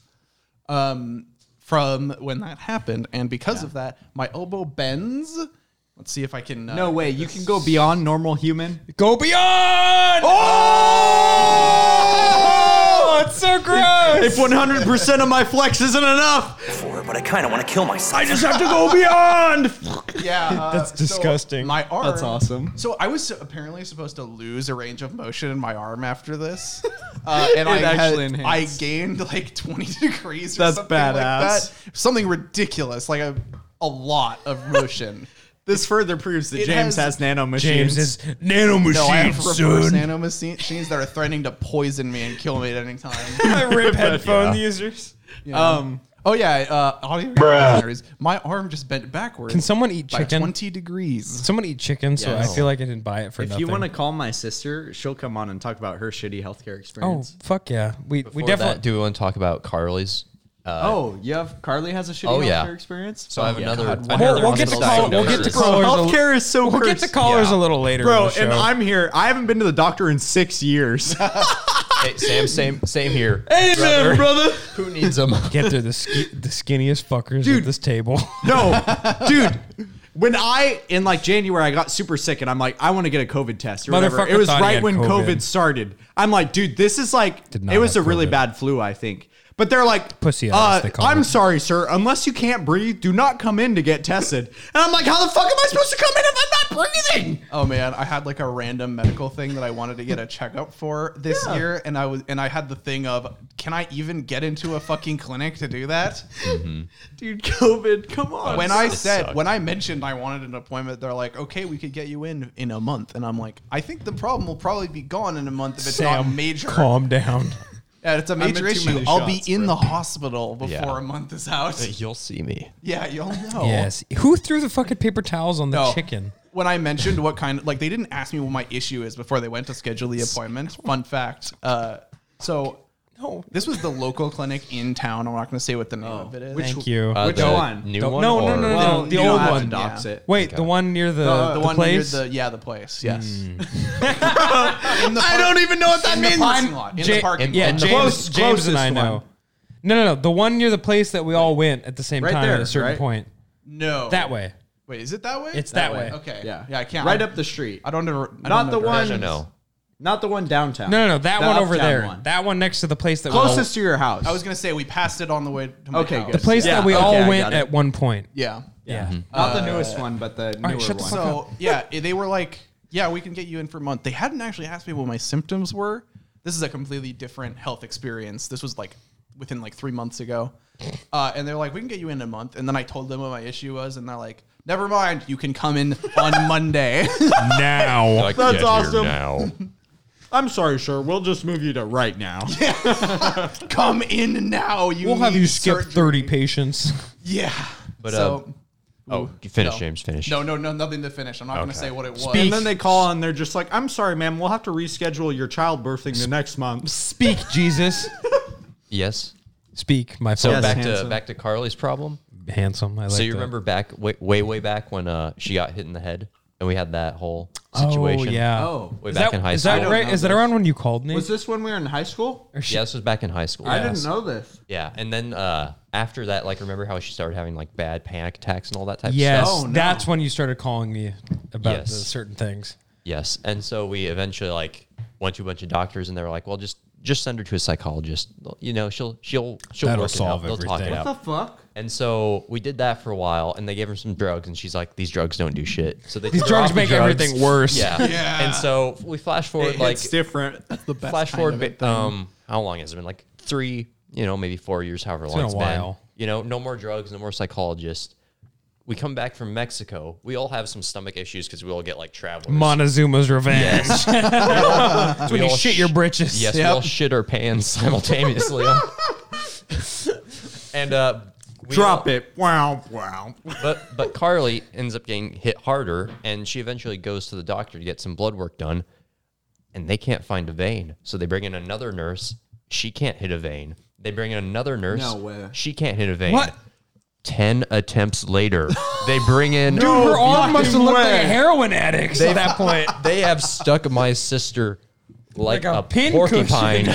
Um, from when that happened, and because of that, my elbow bends, Let's see if I can. Uh, No way. You can go beyond normal human. Go beyond. Oh, it's so gross. If 100% of my flex isn't enough, For, but I kind of want to kill myself. I just have to go beyond. <laughs> Yeah, <laughs> uh, That's so disgusting. my arm. That's awesome. So I was apparently supposed to lose a range of motion in my arm after this, uh, and I It actually actually I enhanced. gained like twenty <laughs> degrees. Or That's something badass. like that. Something ridiculous, like a a lot of motion. <laughs> This further proves that It James has- has, nano machines. <laughs> James is nano no, I have machine, reverse son. nano machine- machines that are threatening to poison me and kill me at any time. <laughs> Rip headphone users. um Oh yeah, uh, audio listeners, my arm just bent backwards. Can someone eat by chicken? Twenty degrees. Someone eat chicken, so I Yes. feel like I didn't buy it for if nothing. you want to call my sister, she'll come on and talk about her shitty healthcare Oh experience. fuck yeah! We we Before definitely that, do we want to talk about Carly's? Uh, Oh, you have Carly has a shitty Oh, healthcare yeah. experience. Oh, So I have yeah. another. God, another We'll, we'll get to on call, side we'll get note. to Bro, callers. a li- healthcare is so We'll get to cursed. callers Yeah. a little later, Bro, in the and show. I'm here. I haven't been to the doctor in six years. <laughs> Hey, Sam, same, same here. Amen, brother. Who needs <laughs> them? Get they're the ski- the skinniest fuckers Dude. at this table. <laughs> No, dude. When I in like January, I got super sick, and I'm like, I want to get a COVID test or whatever. Motherfucker It was thought he right had when COVID. COVID. started. I'm like, dude, this is like, Did not it was a have really COVID. bad flu, I think. But they're like, Pussy ass, uh, they call I'm it. sorry, sir. Unless you can't breathe, do not come in to get tested. And I'm like, how the fuck am I supposed to come in if I'm not breathing? Oh man, I had like a random medical thing that I wanted to get a checkup for this year, and I was and I had the thing of can I even get into a fucking clinic to do that? Dude, COVID, come on. When I This said sucks. when I mentioned I wanted an appointment, they're like, okay, we could get you in in a month, and I'm like, I think the problem will probably be gone in a month if it's not Sam, major. calm down. Yeah, it's a meant major too issue. many I'll be shots, in bro. the hospital before Yeah. a month is <laughs> out. You'll see me. Yeah, you'll know. Yes. Who threw the fucking paper towels on the Oh. No. chicken? When I mentioned what kind of like they didn't ask me what my issue is before they went to schedule the appointment. Fun fact. Uh, so No. this was the local clinic in town. I'm not going to say what the name of it is. Which- Thank you. Uh, Which the one? New No, one? no, no, or- no, no. Well, Oh, the Oh. you don't old have to one. dox it. Wait, the one near the, Uh, the, the one place. Hmm. near the yeah the place yes. <laughs> In the I don't even know what that in the means. parking lot. In Ja- the parking yeah, lot. James, Close- James closest and I know. one. No, no, no. The one near the place that we all went at the same Right time at there, a certain right? point. No, That way. Wait, is it that way? It's that, way. Okay. Yeah, Yeah, I can't. Right I- up the street. I don't know. I Not don't the know one- No, directions. no. Not the one downtown. No, no, no. That The one over uptown there. one. That one next to the place that Closest we to your house. I was going to say we passed it on the way. To my Okay, house. good. all, place Yeah, that we okay, I all got went it. Mm-hmm. at one point. Yeah. Yeah. Not the newest one, but the newer shut the one. fuck up. So yeah, i- they were like, "Yeah, we can get you in for a month." They hadn't actually asked me what my symptoms were. This is a completely different health experience. This was like within like three months ago, uh, and they're like, "We can get you in a month." And then I told them what my issue was, and they're like, "Never mind, you can come in on <laughs> Monday." Now. Like, That's get here awesome. Now. I'm sorry, sir. We'll just move you to right now. <laughs> come in now. You We'll have need you skip surgery." 30 patients. Yeah, But, so. Oh, finish, no. James. Finish. no, no, no, nothing to finish. I'm not going to Okay. say what it was. And then they call and they're just like, I'm sorry, ma'am. We'll have to reschedule your childbirthing the next month. Speak, Jesus. Yes. Speak, my So so back handsome. to back to Carly's problem. handsome. I like so you that. remember back way, way way back when uh she got hit in the head and we had that whole Oh, situation. yeah. Oh. Way Is back that, in high is school. that right? know Is that this. around when you called me? Was this when we were in high school? Yeah, this was back in high school. I yeah. didn't know this. Yeah, and then uh after that, like remember how she started having like bad panic attacks and all that type of Yes, stuff? Oh, no. that's when you started calling me about Yes. the certain things. Yes. And so we eventually like went to a bunch of doctors and they were like, Well just just send her to a psychologist. You know, she'll she'll she'll That'll work solve it out. They'll talk it everything. out. What the fuck? And so we did that for a while, and they gave her some drugs, and she's like, "These drugs don't do shit." So they These took her drugs off the make everything worse. Yeah. Yeah. And so we flash forward like it's different. the best flash kind forward. of ba- it, though. um, how long has it been? Like three, you know, maybe four years, however long been a it's while. been. You know, no more drugs, no more psychologists. We come back from Mexico. We all have some stomach issues because we all get like travelers. Montezuma's revenge. <laughs> that's when We you all shit sh- your britches. Yes, Yep. we all shit our pants <laughs> <laughs> simultaneously. and uh, <laughs> we Drop all- it. Wow, wow. but but Carly ends up getting hit harder, and she eventually goes to the doctor to get some blood work done, and they can't find a vein, so they bring in another nurse. She can't hit a vein. They bring in another nurse. No way. She can't hit a vein. What? Ten <laughs> attempts later, they bring in. Dude, her arm fucking must have looked like way. a heroin addict at that point. They have stuck my sister like, Like a a, <laughs> pin <laughs> porcupine.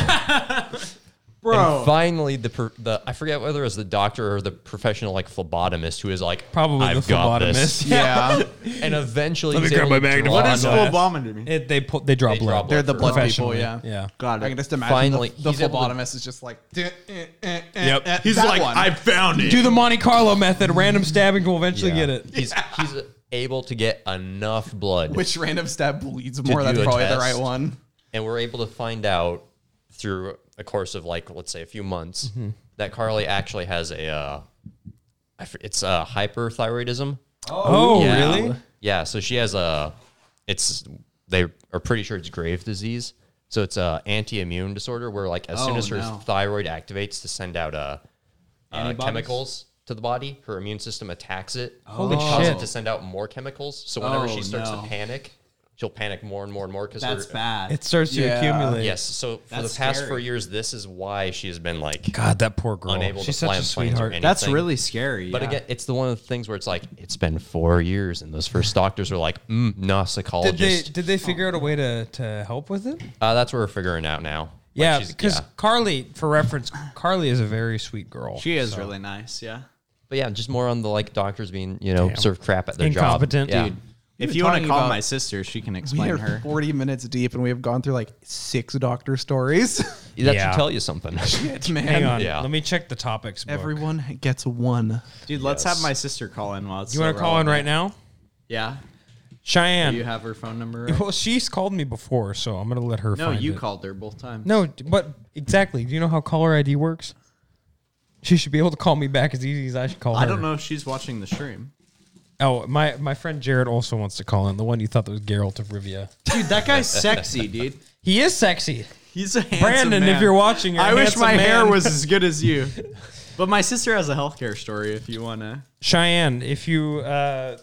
Bro. And finally, the per, the I forget whether it was the doctor or the professional like phlebotomist who is like Probably I've the got this." phlebotomist. Yeah. And eventually, Let me he's grab able my to bag to draw put What on is that. full bombing to me? It, they pull, they draw They blood. draw <laughs> They're the for- blood people, Professionally, yeah. yeah. Got I it. can just imagine Finally, the, the he's able to- phlebotomist is just like, "Duh, eh, eh, eh, Yep. eh, He's that like, one." I found it. Do the Monte Carlo method. Random stabbing will eventually Yeah. get it. He's he's able to get enough blood, <laughs> Which random stab bleeds more? do That's a probably the test. right one. and we're able to find out through a course of like let's say a few months that Carly actually has a uh, I f- it's uh, hyperthyroidism. Oh, Yeah. really? Yeah. So she has a, it's they are pretty sure it's Grave disease. So it's a anti-immune disorder where like as soon Oh, as her no. thyroid activates to send out uh, uh Antibodies? chemicals to the body, her immune system attacks it, Holy and causes shit. it to send out more chemicals. So whenever Oh, she starts no. to panic, she'll panic more and more and more because That's bad. It starts to Yeah. accumulate. Yes. So for That's the past scary. four years, this is why she has been like God, that poor girl. unable She's to fly on such a planes or sweetheart. anything. That's really scary. But yeah. again, it's the one of the things where it's like it's been four years, and those first doctors were like, mm, "No, Did they psychologist." did they figure out a way to to help with it? uh, that's what we're figuring out now. Like, yeah, she's- because yeah. Carly, for reference, Carly is a very sweet girl. she is really nice. Yeah. but yeah, just more on the like doctors being you know sort of crap at their Incompetent. job. Yeah. Dude. If were you want to talking call about- my sister, she can We explain are her. 40 minutes deep, and we have gone through like six doctor <laughs> stories. that Yeah. should tell you <laughs> something. <laughs> Man, Hang on, Yeah. let me check the topics. Book. everyone gets one. Dude, let's have my sister call in while it's. you want to call in right now, Yeah. Cheyenne? Do you have her phone number? Well, she's called me before, so I'm gonna let her. no, find you it. called her both times. No, d- but exactly. Do you know how caller ID works? She should be able to call me back as easy as I should call I her. don't know if she's watching the stream. Oh, my my friend Jared also wants to call in. The one you thought that was Geralt of Rivia. Dude, that <laughs> guy's sexy, dude. He is sexy. He's a handsome Brandon, if man. you're watching, you're a I wish handsome my hair man. was as good as you. <laughs> But my sister has a healthcare story. If you wanna, Cheyenne, if you, uh,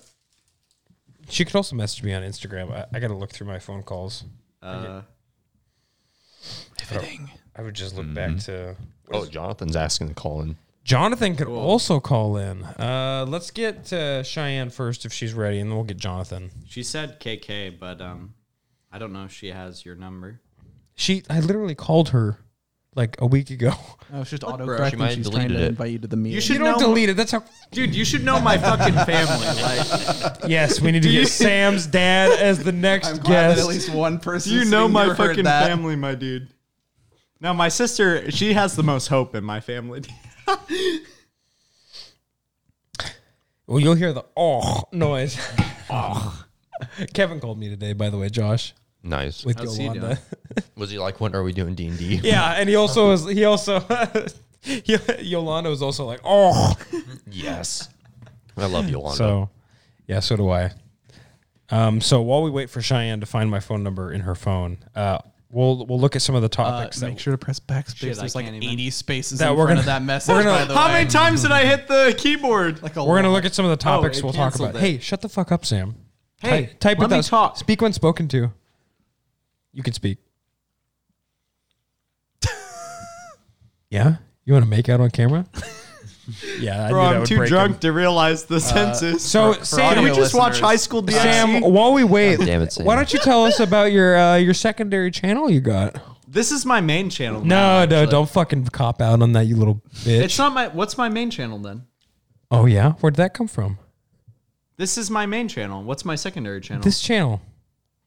she could also message me on Instagram. I, I got to look through my phone calls. uh, Pivoting. I would just look back Mm-hmm. to. oh, Jonathan's asking to call in. Jonathan could also call in. Uh, let's get uh, Cheyenne first if she's ready, and then we'll get Jonathan. she said KK, but um, I don't know if she has your number. She, I literally called her like a week ago. <laughs> Oh, it's just auto bro, she correct. might She's have trying deleted to it. invite you to the meeting. You You should don't know, delete it. <laughs> That's how. dude. You should know my fucking <laughs> family. Like, Yes, we need to get Sam's dad <laughs> as the next I'm glad that guest. at least one person. you know sitting my here heard fucking that. family, my dude. Now my sister, she has the most hope in my family. <laughs> Well, you'll hear the oh noise. <laughs> oh. <laughs> Kevin called me today, by the way, Josh, Nice. with How's he Yolanda. Was he like, "When are we doing D and D?" <laughs> Yeah, and he also was. He also <laughs> he, Yolanda was also like oh. Yes. I love Yolanda. So yeah, so do I. Um, so while we wait for Cheyenne to find my phone number in her phone, uh, we'll we'll look at some of the Uh, topics. that- make sure to press backspace. Shit, I There's like can't even. 80 spaces That in we're front of gonna- that message. <laughs> we're gonna- by the How way. many times did I hit the keyboard? Like <laughs> a we're gonna lot. look at some of the oh, topics it we'll talk canceled about. it. Hey, shut the fuck up, Sam. Hey, Ty- type let me without- talk. Speak when spoken to. You <laughs> can speak. yeah, you want to make out <laughs> on camera? yeah, I Bro, knew that I'm would too break drunk him. to realize the census. So Sam, Did we audio just watch listeners. High School E? DxD? Sam, while we <laughs> wait, damn it, why Sam. don't you tell us about your uh, your secondary channel you got? this is my main channel. now, No, no, actually. don't fucking cop out on that, you little bitch. It's not my. What's my main channel then? oh yeah, where'd that come from? This is my main channel. What's my secondary channel? This, This channel,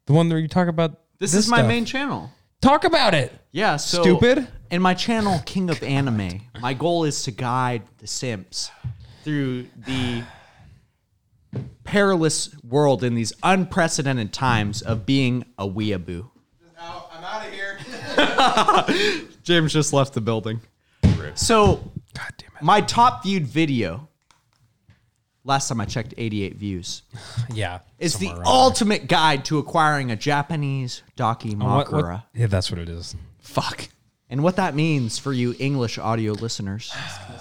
the one where you talk about is my stuff. main channel. Talk about it. Yeah, so Stupid. And my channel, King of Anime. My goal is to guide the Simps through the perilous world in these unprecedented times of being a weeaboo. I'm out of here. <laughs> James just left the building. So God damn it. my top viewed video. Last time I checked, 88 views. Yeah, Is somewhere the around ultimate guide to acquiring a Japanese there. dakimakura. What- what- Yeah, that's what it is. Fuck. And what that means for you English audio listeners.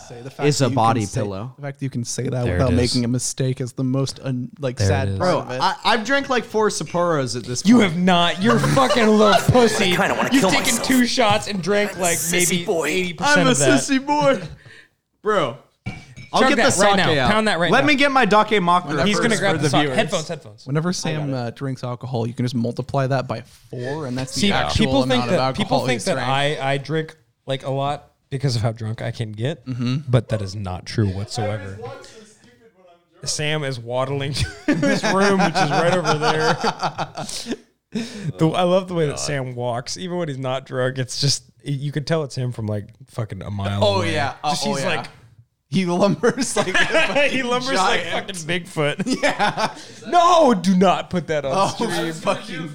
Say, the fact Is a that you can body say- pillow. the fact that you can say that There it without is. making a mistake is the most un, like it sad is. part Bro, of it. I, I've drank like four Sapporos at this point. You have not. You're fucking a little pussy. kinda wanna You've kill taken myself. two shots and drank Um, I'm a like sissy maybe boy. eighty percent I'm a of that. sissy boy. Bro. I'll Chug get the that sake right now. out. Pound that right Let now. me get my Dake Makura. He's gonna first grab for the, sock. viewers. headphones. Headphones. Whenever Sam uh, drinks alcohol, you can just multiply that by four, and that's See, the actual people think amount of that alcohol people think he's that drank. I I drink like a lot, because of how drunk I can get, Mm-hmm. but that is not true whatsoever. Sam is waddling <laughs> to his room, which is right over there. <laughs> The- I love the way that Sam walks, even when he's not drunk. It's just you can tell it's him from like fucking a mile. Oh away. yeah. Oh, Just oh, he's yeah. like <laughs> he lumbers like <laughs> he lumbers like giant. <laughs> fucking Bigfoot. Yeah. No, do not put that on oh, <laughs> stream. fucking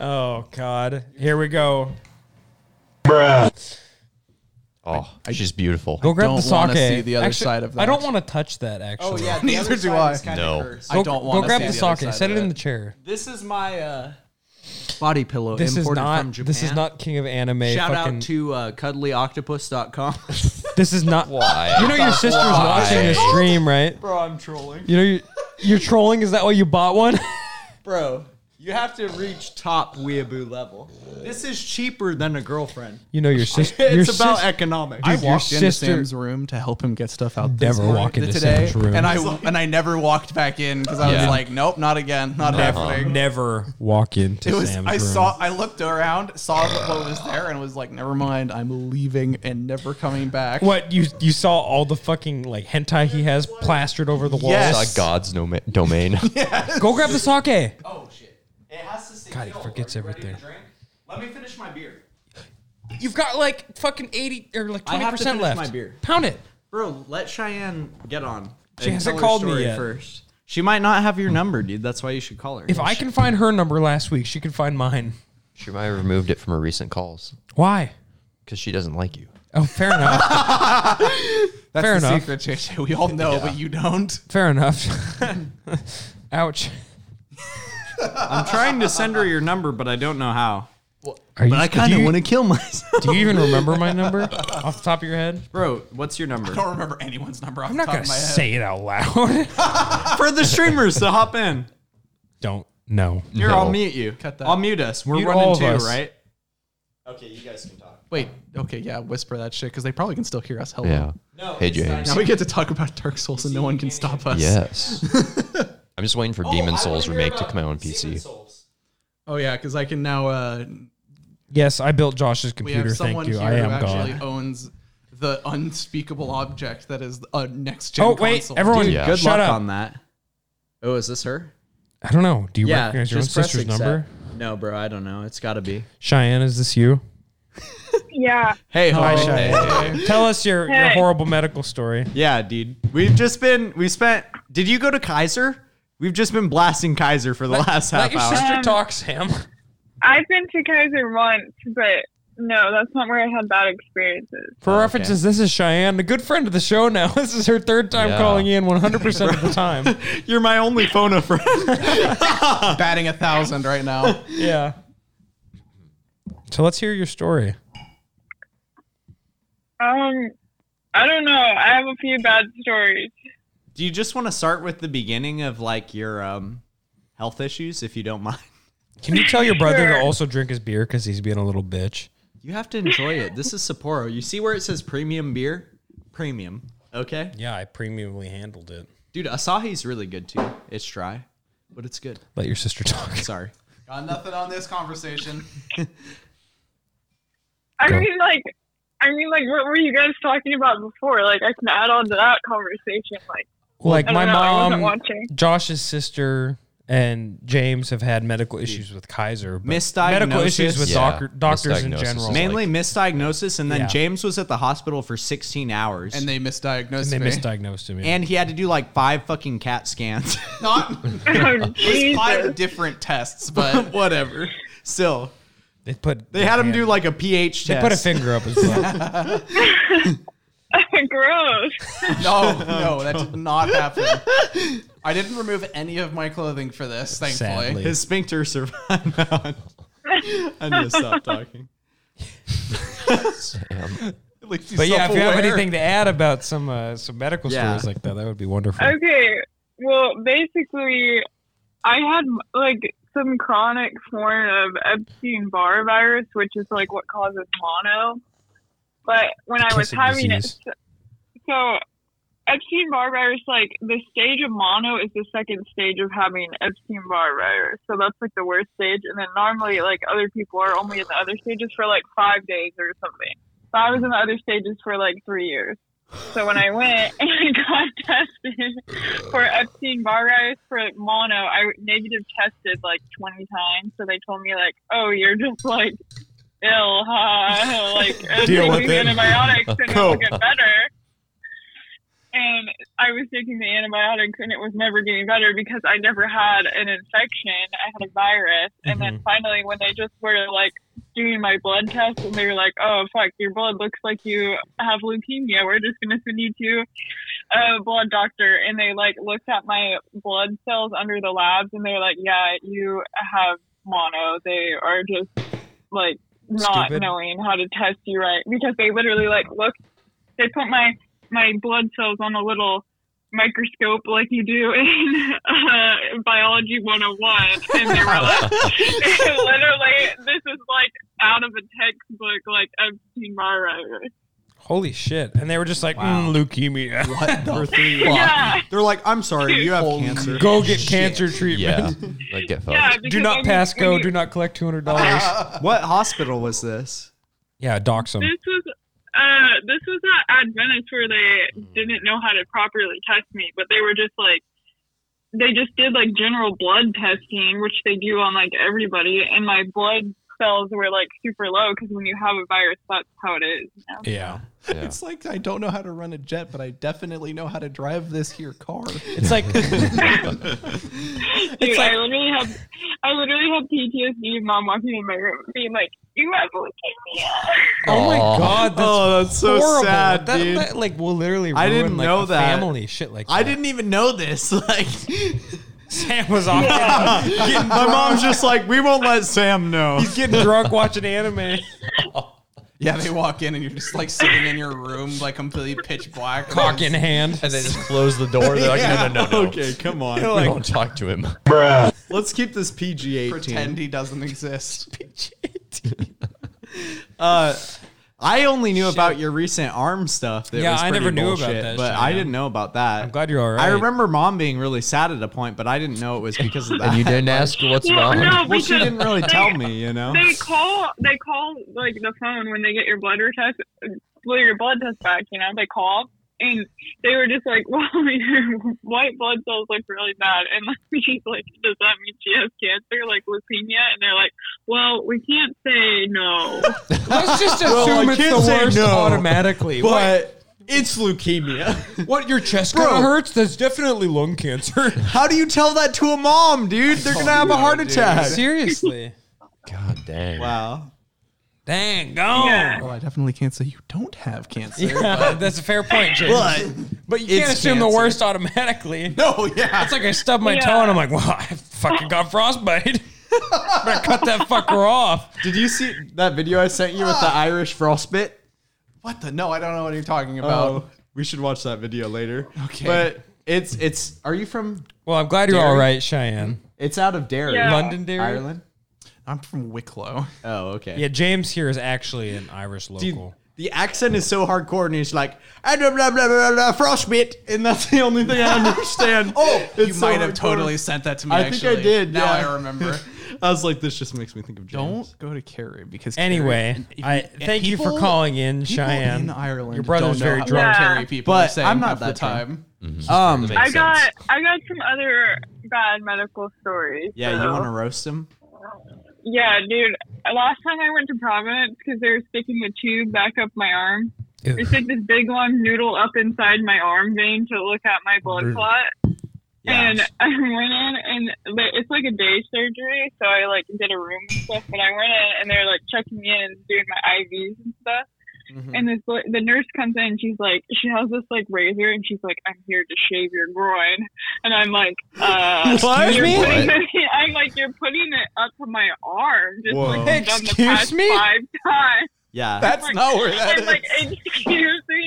Oh God. Here we go. Oh, she's beautiful. Go grab don't the wanna sake. see the other Actually, side of I don't that. want to touch that. Actually. Neither do I. No. Go, I don't go wanna grab see the the other sake. side Set of it in it. the chair. This is my uh, Body pillow This is imported not. from Japan. This is not King of Anime. Shout fucking, out to uh, cuddlyoctopus.com. This is not. Why? You know your sister's watching this stream, right? bro. I'm trolling, You know you're, you're trolling. Is that why you bought one? <laughs> bro. <laughs> You have to reach top weeaboo level. This is cheaper than a girlfriend. You know your sister. It's about economics. I Dude, your walked into sister- Sam's room to help him get stuff out. Never this morning- walk into today, Sam's room. and I and I never walked back in because I was Yeah. like, nope, not again, not happening. never walk into It was. Sam's I room. saw. I looked around, saw what was there, and was like, never mind. I'm leaving and never coming back. What you you saw all the fucking like hentai he has plastered over the wall. Yes. It's like God's doma- <laughs> domain. Go grab the sake. Oh shit! It has to stay God, he chilled. forgets Are you ready to everything. drink? Let me finish my beer, You've got like fucking eighty or like I twenty have to percent finish left. my beer. Pound it. bro. Let Cheyenne get on. She and tell hasn't her called me story yet. First, she might not have your number, dude. That's why you should call her. If I can find her number last week, she can find mine. she might have removed it from her recent calls Why? because she doesn't like you. Oh, fair <laughs> enough. That's Fair the enough. secret, JJ. We all know, but you don't. fair enough. <laughs> Ouch. I'm trying to send her your number, but I don't know how. Are you, do you- to kill myself, Do you even remember <laughs> my number off the top of your head? bro. What's your number I don't remember anyone's number off I'm the not top gonna of my head. say it out loud. <laughs> <laughs> for the streamers to hop in? Don't know. Here, I'll No. mute you. Cut that. I'll mute us. We're Mute all running of two, us. right? Okay, you guys can talk. Wait, okay, yeah, whisper that shit because they probably can still hear us. Hello. Yeah. No, hey it's James. Now we get to talk about Dark Souls and no one can stop us. Yes. <laughs> I'm just waiting for Demon Oh, I Souls wanna hear remake to about come out on Demon PC. Souls. Oh yeah, because I can now. Uh, Yes, I built Josh's we computer. have Thank someone you. here I who am actually God. owns the unspeakable object that is a next gen. Oh wait, console. everyone, Dude, Yeah. Good shut luck up. on that. Oh, is this her? I don't know. Do you Yeah, recognize your own just press sister's accept. number? No, bro, I don't know. It's got to be. Cheyenne, is <laughs> this you? Yeah. Hey, Hi, hello. Cheyenne. Tell us your, your Hey. horrible medical story. Yeah, dude. We've just been. We spent. Did you go to Kaiser? We've just been blasting Kaiser for the last half hour. sister talk, Sam. I've been to Kaiser once, but no, that's not where I had bad experiences. For references, this is Cheyenne, a good friend of the show now. <laughs> This is her third time Yeah. calling in 100% <laughs> of the time. <laughs> You're my only phone a friend. <laughs> <laughs> batting a thousand right now. Yeah. <laughs> So let's hear your story. Um, I don't know. I have a few bad stories. Do you just want to start with the beginning of like your um health issues, if you don't mind? <laughs> Can you tell your brother to Sure. also drink his beer because he's being a little bitch? You have to enjoy it. This is Sapporo. You see where it says premium beer? Premium. Okay. Yeah, I premiumly handled it. Dude, Asahi's really good too. It's dry, but it's good. Let your sister talk. Sorry. Got nothing on this conversation. I mean, like, I mean, like, what were you guys talking about before? Like, I can add on to that conversation. Like, <laughs> <laughs> Like I don't my know. I wasn't mom, watching. Josh's sister, and James have had medical issues with Kaiser. but Medical Misdiagnosis. issues with Yeah, doctor, doctors in misdiagnosis general. is And like- Mainly misdiagnosis, and then Yeah. James was at the hospital for 16 hours. And, And they misdiagnosed they me. misdiagnosed him. yeah. he had to do like five fucking CAT scans. <laughs> <laughs> Not <laughs> Oh, five Jesus. different tests, <laughs> but Whatever. Still, they put they had him do like a pH they test. put a finger <laughs> up his butt. <laughs> Gross. no, no, that did not happen. I didn't remove any of my clothing for this, thankfully. Sadly. His sphincter survived. <laughs> I need to stop talking. <laughs> but yeah, if you have anything to add about some uh, some medical Yeah. stories like that, that would be wonderful. Okay. Well, basically, I had like some chronic form of Epstein Barr virus, which is like what causes mono. But when I was Kissing having disease. it, so Epstein Barr virus, like the stage of mono is the second stage of having Epstein Barr virus. So that's like the worst stage. And then normally, like other people are only in the other stages for like five days or something. But I was in the other stages for like three years. So when I went <laughs> and I got tested for Epstein Barr virus for mono, I negative tested like 20 times. So they told me like, "Oh, you're just like ill, huh? like Deal taking with it. antibiotics and it'll Cope. get better." And I was taking the antibiotics and it was never getting better because I never had an infection. I had a virus. And then finally, when they just were like doing my blood test and they were like, oh, fuck, your blood looks like you have leukemia. We're just going to send you to a blood doctor. And they like looked at my blood cells under the labs and they were like, yeah, you have mono. They are just like not Stupid. knowing how to test you right because they literally like looked they put my my blood cells on a little microscope like you do in <laughs> uh, biology 101 and they <laughs> were like <laughs> literally this is like out of a textbook like Epstein Barr virus. Holy shit! And they were just like mm, leukemia. <laughs> What the fuck? yeah They're like, I'm sorry, you have cancer. Go get <laughs> cancer treatment. Yeah. <laughs> like, get fucked. yeah <laughs> Do because when not you- pass when go. you- Do not collect two hundred <laughs> dollars. What hospital was this? yeah, dox them. this was uh this was at Adventist where they didn't know how to properly test me, but they were just like they just did like general blood testing, which they do on like everybody, and my blood cells were like super low because when you have a virus, that's how it is. you know? Yeah, Yeah. It's like I don't know how to run a jet, but I definitely know how to drive this here car. <laughs> it's like <laughs> Dude, I literally had I literally had PTSD. of Mom walking in my room, being like, "You have leukemia." oh my god, that's Oh, that's so horrible. sad, that, dude. that, like will literally. Ruin, I didn't like, know a that. family shit like. I that. didn't even know this. <laughs> Like, Sam was off <laughs> my mom's just like, we won't let Sam know. getting drunk watching anime. yeah, they walk in and you're just like sitting in your room, like completely pitch black, Cock in hand. And they just close the door. They're like, no, no, no, no. Okay, come on. We won't talk to him. Let's keep this PG pretend 18. he doesn't exist. <laughs> Uh, I only knew about your recent arm stuff. That Yeah, was I pretty never knew about bullshit, that but shit, I yeah. didn't know about that. I'm glad you're all right. I remember mom being really sad at a point, but I didn't know it was because of that. And <laughs> you didn't ask what's Yeah, wrong. no, well, she because didn't really <laughs> they- tell me, you know. They call. They call like the phone when they get your blood test, your blood test back. You know, they call and they were just like, <laughs> "Well, your <laughs> white blood cells look really bad," and like, <laughs> she's like, "Does that mean she has cancer, like leukemia?" And they're like, "Well, we can't say <laughs> no." Let's just assume I it's can't the say worst no, automatically. But it's leukemia. <laughs> what, what, your chest kind Bro. of hurts? That's definitely lung cancer. How do you tell that to a mom, Oh, dude? They're gonna have a heart attack. Seriously. God dang. Wow. Dang, gone. Yeah. Well, I definitely can't say you don't have cancer. <laughs> that's a fair point, <laughs> James. But but you can't it's assume the cancer. worst automatically. <laughs> No, yeah. It's like I stub my Yeah. toe and I'm like, well, I fucking got frostbite. <laughs> Better cut that fucker off. did you see that video I sent you with the Irish frostbite? <laughs> What the? No, I don't know what you're talking Oh. about. we should watch that video later. Okay. But it's it's. Are you from? Well, I'm glad you're all right, Cheyenne. It's out of Derry, Yeah. Londonderry? Ireland. I'm from <laughs> Wicklow. Oh, okay. Yeah, James here is actually an Irish Dude, local. the accent is so hardcore, and he's like, "Ah, blah, blah, blah, blah, blah, frostbite, and that's the only thing <laughs> I understand. oh, you might have totally sent that to me. I think I actually. did, Now yeah. I remember. <laughs> I was like, this just makes me think of James. don't go to Kerry because Anyway, Kerry- I if- thank you for people- calling in, people Cheyenne. in Ireland. Your don't brother's know very how drunk. Yeah. Kerry people But are saying I'm not half the that drunk. time. Um, That I makes got sense. I got some other bad medical stories. yeah, so- you want to roast him? Yeah, dude. Last time I went to Providence because they were sticking the tube back up my arm. Ew. They stick this big long noodle up inside my arm vein to look at my blood clot. And <laughs> I went in, and they- it's like a day surgery, so I like did a room and stuff. But I went in, and they're like checking me in and doing my IVs and stuff. And this li- the nurse comes in, and she's like, she has this like razor, and she's like, "I'm here to shave your groin," and I'm like, uh, Excuse you're me? putting it- <laughs> I'm like, "You're putting it up to my arm." Just Whoa. like you've done the Excuse past me? five <laughs> times. Yeah. That's Like, not where that <laughs> I'm is. like, excuse me.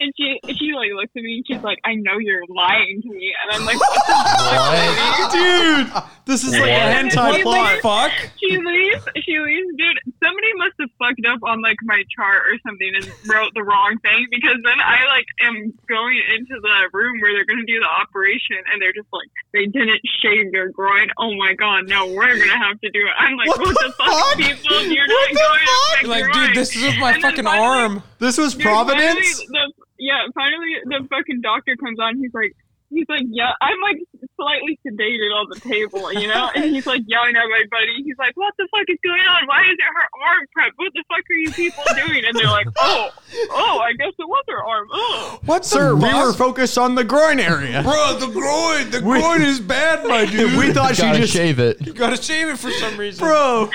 And she she like looks at me and she's like, I know you're lying to me. And I'm like, what the fuck? lady? Dude, this is like an anti plot. Fuck. She leaves. She leaves, dude. Somebody must have fucked up on like my chart or something and wrote the wrong thing because then I like am going into the room where they're gonna do the operation and they're just like, they didn't shave their groin. Oh my god, no, we're gonna have to do it. I'm like, what, the, fuck, people? You're not going to check Like, your dude, groin. this is with my And then fucking finally- arm. This was Dude, Providence. finally the- yeah, finally the fucking doctor comes on. He's like, he's like, yeah, I'm like slightly sedated on the table, you know. And he's like yelling at my buddy. He's like, what the fuck is going on? Why is it her arm prep? What the fuck are you people doing? And they're like, oh, oh, I guess it was her arm. Oh, What, sir? We were focused on the groin area. Bro, the groin, the We- groin is bad, my dude. we thought she Gotta just shave it. You gotta shave it for some reason. bro.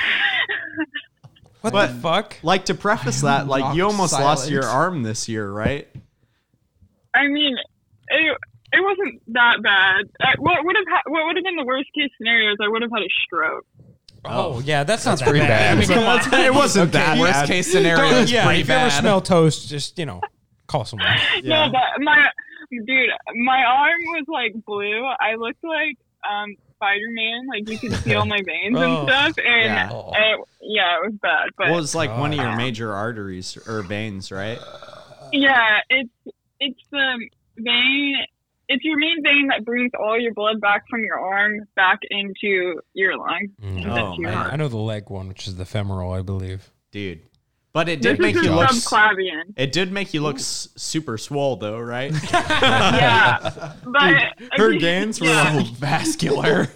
what, the fuck? Like to preface <laughs> that, like you not almost lost silent. your arm this year, right? I mean, it it wasn't that bad. Uh, what would have ha- what would have been the worst case scenario is I would have had a stroke. Oh, yeah, that's not that pretty bad. I mean, come on. it wasn't that Worst bad. <laughs> case scenario Don't- is yeah, pretty if you ever bad. smell toast, just you know, call someone. Yeah. No, but my dude, my arm was like blue. I looked like um Spider Man. Like you could see all my veins Oh, and stuff. And yeah. yeah. It, yeah, it was bad. But Well, it's like one of your major arteries or veins, right? yeah, it's it's the vein. It's your main vein that brings all your blood back from your arm back into your lungs. Oh your man, I know the leg one, which is the femoral, I believe. dude. But it <laughs> This did make is you the look. subclavian. <laughs> It did make you look s- super swole, though, right? <laughs> yeah, but Her gains were <laughs> yeah, like vascular.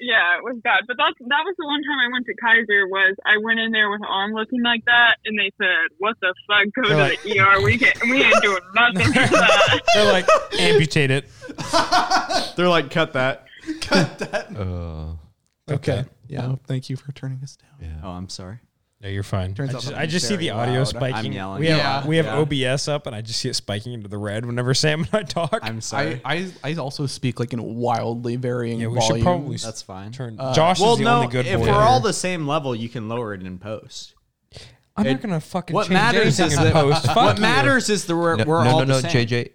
yeah, it was bad. But that's that was the one time I went to Kaiser was I went in there with an arm looking like that, and they said, "What the fuck? Go to the ER. We can't, we ain't doing nothing." for that." They're like amputate it. They're like, cut that. Uh, Okay. Yeah. Well, Oh, thank you for turning us down. Oh, I'm sorry. No, you're fine. Turns I out just, that I just see one's the very audio loud. spiking. I'm yelling. We have Yeah, we have yeah. OBS up, and I just see it spiking into the red whenever Sam and I talk. I'm I, sorry. I I also speak like in wildly varying yeah, we volumes. should probably s- That's fine. <laughs> turn. Josh well, is the no, only good if boy. we're all here. the same level, you can lower it in post. I'm not gonna fucking What change matters is anything in that. post. <laughs> Fuck what you. matters is that we're, no, we're no, all no, the no, same. JJ.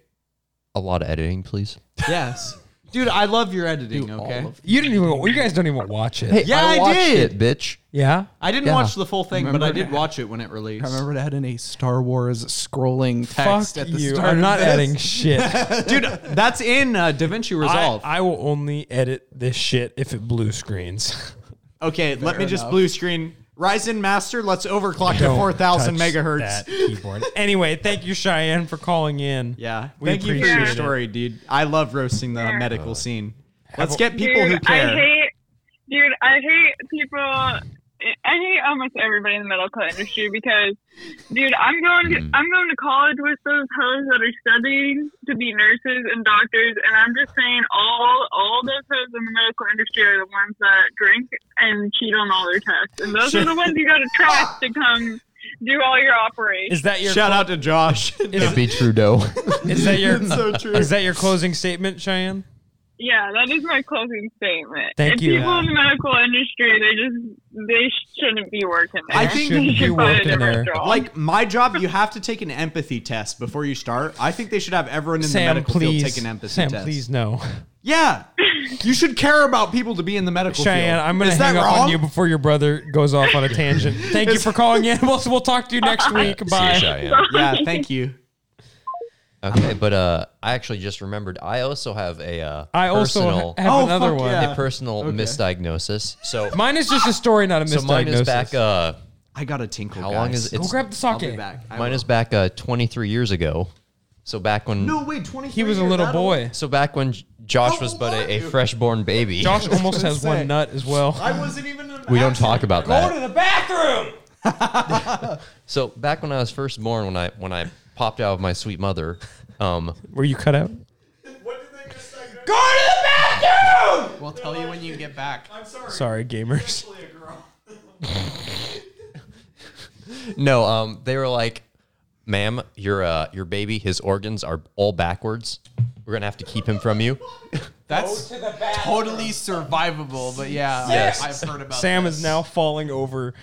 A lot of editing, please. Yes, dude, I love your editing. Do all okay, of- You didn't even. You guys don't even watch it. Yeah, I watched did. <laughs> it, bitch. Yeah. I didn't Yeah. watch the full thing, but I Remember did that. watch it when it released. I remember to add in a Star Wars scrolling text Fuck at the you. start. I'm not of this. adding <laughs> shit. dude. That's in uh, DaVinci I, Resolve. I will only edit this shit if it blue <laughs> screens. okay, let me just blue screen. Ryzen Master, let's overclock to Don't four thousand touch megahertz. that keyboard. anyway, thank you, Cheyenne, for calling in. Yeah, We thank you for your appreciate it. story, dude. I love roasting the medical scene. Let's get people dude, who care. I hate, dude, I hate people. I hate almost everybody in the medical industry because, dude, I'm going Hmm. to I'm going to college with those hoes that are studying to be nurses and doctors, and I'm just saying all all those hoes in the medical industry are the ones that drink and cheat on all their tests, and those <laughs> are the ones you got to trust to come do all your operations. Is that your Shout out to Josh. is, Be Trudeau. <laughs> is <laughs> that your It's <laughs> so true. is that your closing statement, Cheyenne? Yeah, that is my closing statement. Thank If you. People in the medical industry, they just they shouldn't be working there. I <laughs> think- they Shouldn't be should find a working different there. job. <laughs> Like my job, you have to take an empathy test before you start. I think they should have everyone in the Sam, medical please. field take an empathy Sam, test. please no. Yeah, you should care about people to be in the medical Cheyenne, field. I'm gonna Is hang that up wrong? on you before your brother goes off on a tangent. Thank you for calling in. We'll, we'll talk to <laughs> you next week. See Bye. Cheyenne. <laughs> Yeah, thank you. Okay, but uh, I actually just remembered. I also have a uh, I also personal, ha- have Oh, another fuck one. yeah. a personal misdiagnosis. So Mine is just a story, not a misdiagnosis. so mine is back. Uh, I got a tinkle. how long is it? it's, Go grab the I'll be socket. back. I Mine will. is back uh, 23 years ago. So back when no wait. Twenty. He was a little boy. <laughs> so back when J- Josh was but a, a freshborn baby. Josh almost has one nut as well. I wasn't even. An we don't talk about that. the bathroom. <laughs> So back when I was first born, when I when I popped out of my sweet mother, um, Were you cut out? Go to the bathroom. We'll tell you when you get back. Sorry, gamers. <laughs> no, um, they were like, "Ma'am, your uh, your baby, his organs are all backwards. We're gonna have to keep him from you." That's totally survivable, but yeah, Yes. I've heard about Sam this. is now falling over.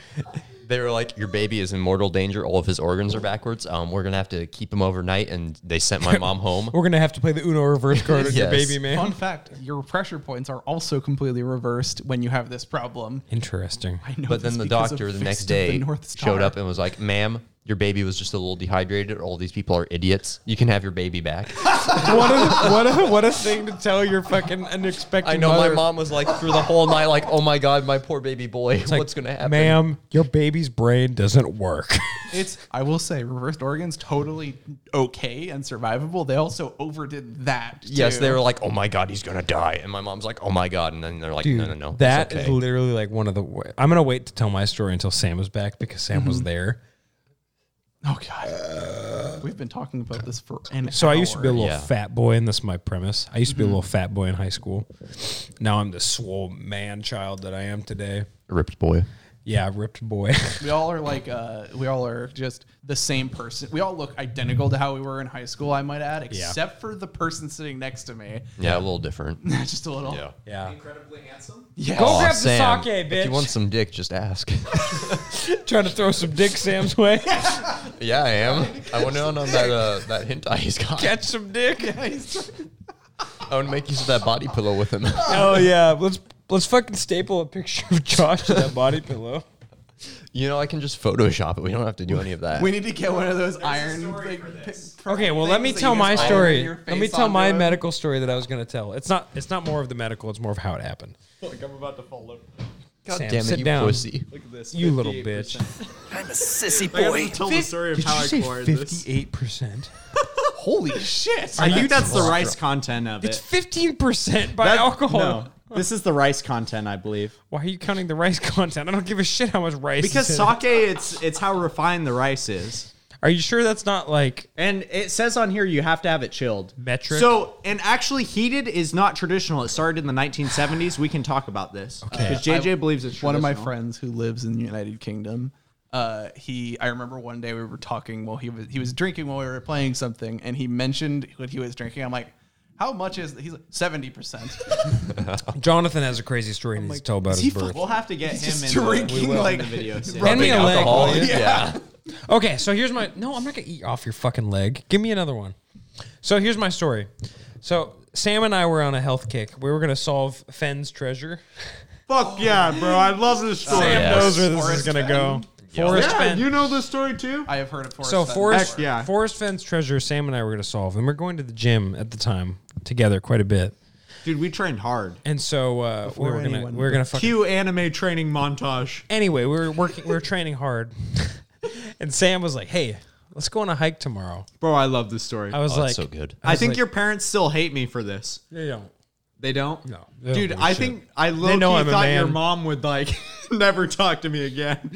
They were like, "Your baby is in mortal danger. All of his organs are backwards. Um, we're gonna have to keep him overnight." And they sent my mom home. We're gonna have to play the Uno reverse card with your Yes. baby man. Fun fact: Your pressure points are also completely reversed when you have this problem. Interesting. I know But then the this because of doctor the Fist next of day the North Star. showed up and was like, "Ma'am, your baby was just a little dehydrated, or all these people are idiots. You can have your baby back. what a what a what a thing to tell your fucking unexpected. <laughs> I know my mother. mom was like through the whole night, like, "Oh my god, my poor baby boy, It's like, what's gonna happen?" ma'am? Your baby's brain doesn't work. <laughs> It's I will say reversed organs totally okay and survivable. They also overdid that. Yes, too. they were like, "Oh my god, he's gonna die," and my mom's like, "Oh my god," and then they're like, "No, no, no, it's That is okay." literally like one of the. wa- I'm gonna wait to tell my story until Sam was back because Sam was Mm-hmm. there. Oh god, we've been talking about this for an So I used to be a hour. little Yeah. Mm-hmm. fat boy, and this is my premise. I used to be a little fat boy in high school. Now I'm the swole man child that I am today. ripped boy. Yeah, ripped boy. <laughs> We all are like, uh, we all are just the same person. We all look identical to how we were in high school. I might add, except for the person sitting next to me, Yeah, a little <laughs> different. just a little. Yeah. yeah. Yes. Go grab the Sam, sake, If you bitch. want some dick, just ask. Trying to throw some dick <laughs> Sam's way. <laughs> yeah, I am. I went on on that uh, that hentai he's got. Catch some dick. I would make use of that body pillow with him. <laughs> Oh yeah. Let's let's fucking staple a picture of Josh to that <laughs> body pillow. you know, I can just Photoshop it. We don't have to do any of that. We need to get one of those iron. Big, <laughs> pi- Okay, well, let me things that tell you my just iron story. your Let me face tell my onto. medical story that I was going to tell. It's not. It's not more of the medical. It's more of how it happened. God Sam, damn it, sit you down. pussy. You little bitch. I'm a sissy boy. Tell the story of how I acquired this. Fifty-eight percent. Holy shit! I think that's the rice content of It's it. fifteen percent by That- alcohol. no. this is the rice content, I believe. Why are you counting the rice <laughs> content? I don't give a shit how much rice. Because is in it. sake, it's it's how refined the rice is. Are you sure that's not like? And it says on here you have to have it chilled. Metric? So, and actually, heated is not traditional. It started in the 1970s. We can talk about this. Okay. Because JJ believes it's one of my traditional. friends who lives in the United Kingdom. Uh, he, I remember one day we were talking while he was he was drinking while we were playing something, and he mentioned what he was drinking. I'm like, how much is? He's like seventy percent. Jonathan has a crazy story he needs to tell about his birth. We'll have to get him just in the- drinking, we will in like, the <laughs> video. soon. Hand me a leg. <laughs> will you? yeah. Okay, so here's my no. I'm not gonna eat off your fucking leg. Give me another one. So here's my story. So Sam and I were on a health kick. We were gonna solve Fenn's treasure. Fuck yeah, bro! Oh, I love this story. Sam yes. knows where this is Forrest gonna Fenn. go. Forrest Yeah, Fenn. you know this story too. I have heard of Forrest. so Fenn. Forrest, Heck yeah. Forrest Fenn's treasure. Sam and I were gonna solve, and we're going to the gym at the time together quite a bit. Dude, we trained hard. And so uh, we were gonna anyone we <laughs> were gonna fucking Cue anime training montage. anyway, we were working, we were training hard, <laughs> and Sam was like, "Hey, let's go on a hike tomorrow." Bro, I love this story. I I, was Oh, like, that's so good. was think like- your parents still hate me for this. "They don't." They don't. No, they don't dude. give a I shit. think I They low know key I'm a thought your man. mom would like <laughs> never talk to me again.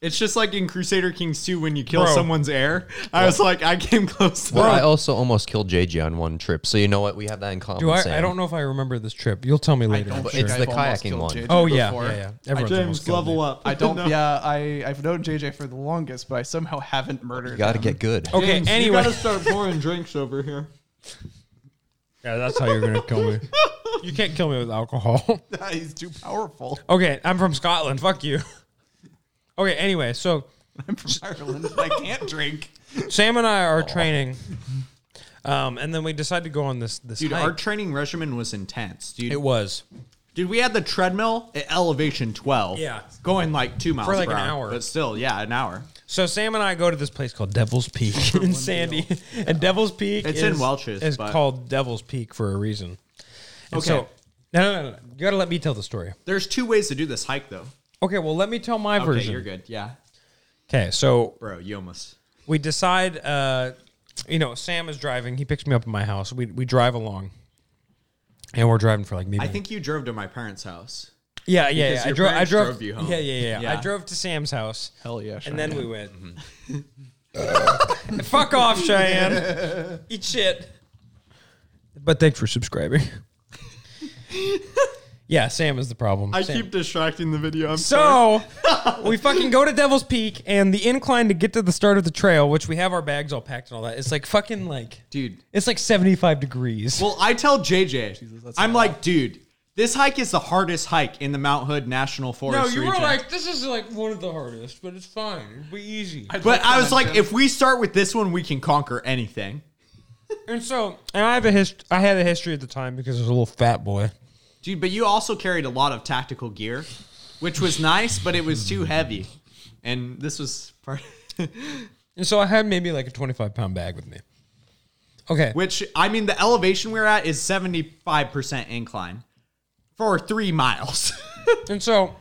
It's just like in Crusader Kings 2 when you kill Bro. someone's heir. I was like, I came close to Well, I that. also almost killed JJ on one trip, so you know what? We have that in common. Do I? Sam. I don't know if I remember this trip. You'll tell me later. I I'm don't sure. think It's I've the almost kayaking killed one. JJ Oh yeah, before. yeah, yeah. Everyone's almost James, killed level me. up. <laughs> I <laughs> don't. No. Yeah, I I've known JJ for the longest, but I somehow haven't murdered. You gotta him. get good. <laughs> Okay, James, anyway. You gotta start pouring drinks over here. Yeah, that's how you're gonna <laughs> kill me. You can't kill me with alcohol. <laughs> <laughs> He's too powerful. <laughs> okay, I'm from Scotland. Fuck you. Okay, anyway, so I'm from Ireland. and I can't drink. Sam and I are training, um, and then we decide to go on this this Dude, hike. our training regimen was intense, dude. it was dude, we had the treadmill at elevation 12. Yeah. Going like two miles like per an hour. But still, yeah, an hour. So Sam and I go to this place called Devil's Peak in Sandy, <laughs> and Devil's Peak It's is, in Welch's, It's but- called Devil's Peak for a reason. And So, no, no, no, no. You got to let me tell the story. There's two ways to do this hike, though. Okay, well, let me tell my Okay, version. you're good. Yeah. Okay, so Bro, you almost. we decide. Uh, you know, Sam is driving. He picks me up at my house. We we drive along, and we're driving for like maybe. I think you drove to my parents' house. yeah, yeah. yeah. because I your drove. I parents drove, drove you home. Yeah, yeah, yeah, I Yeah. drove to Sam's house, Hell yeah! and then we went. <laughs> Fuck off, Cheyenne. Eat shit. But thanks for subscribing. <laughs> yeah, Sam is the problem. Sam. distracting the video. I'm so we fucking go to Devil's Peak and the incline to get to the start of the trail, which we have our bags all packed and all that. It's like fucking like Dude. It's like seventy five degrees. Well, I tell JJ, I'm like, dude, this hike is the hardest hike in the Mount Hood National Forest. region." this is like one of the hardest, but it's fine. It'll be easy. But I was like, if we start with this one, we can conquer anything. and so, and I have a hist- I had a history at the time because I was a little fat boy. Dude, but you also carried a lot of tactical gear, which was nice, but it was too heavy. And this was part. <laughs> And so I had maybe like a 25 pound bag with me. Okay. Which I mean, the elevation we're at is seventy five percent incline for three miles. <laughs> And so,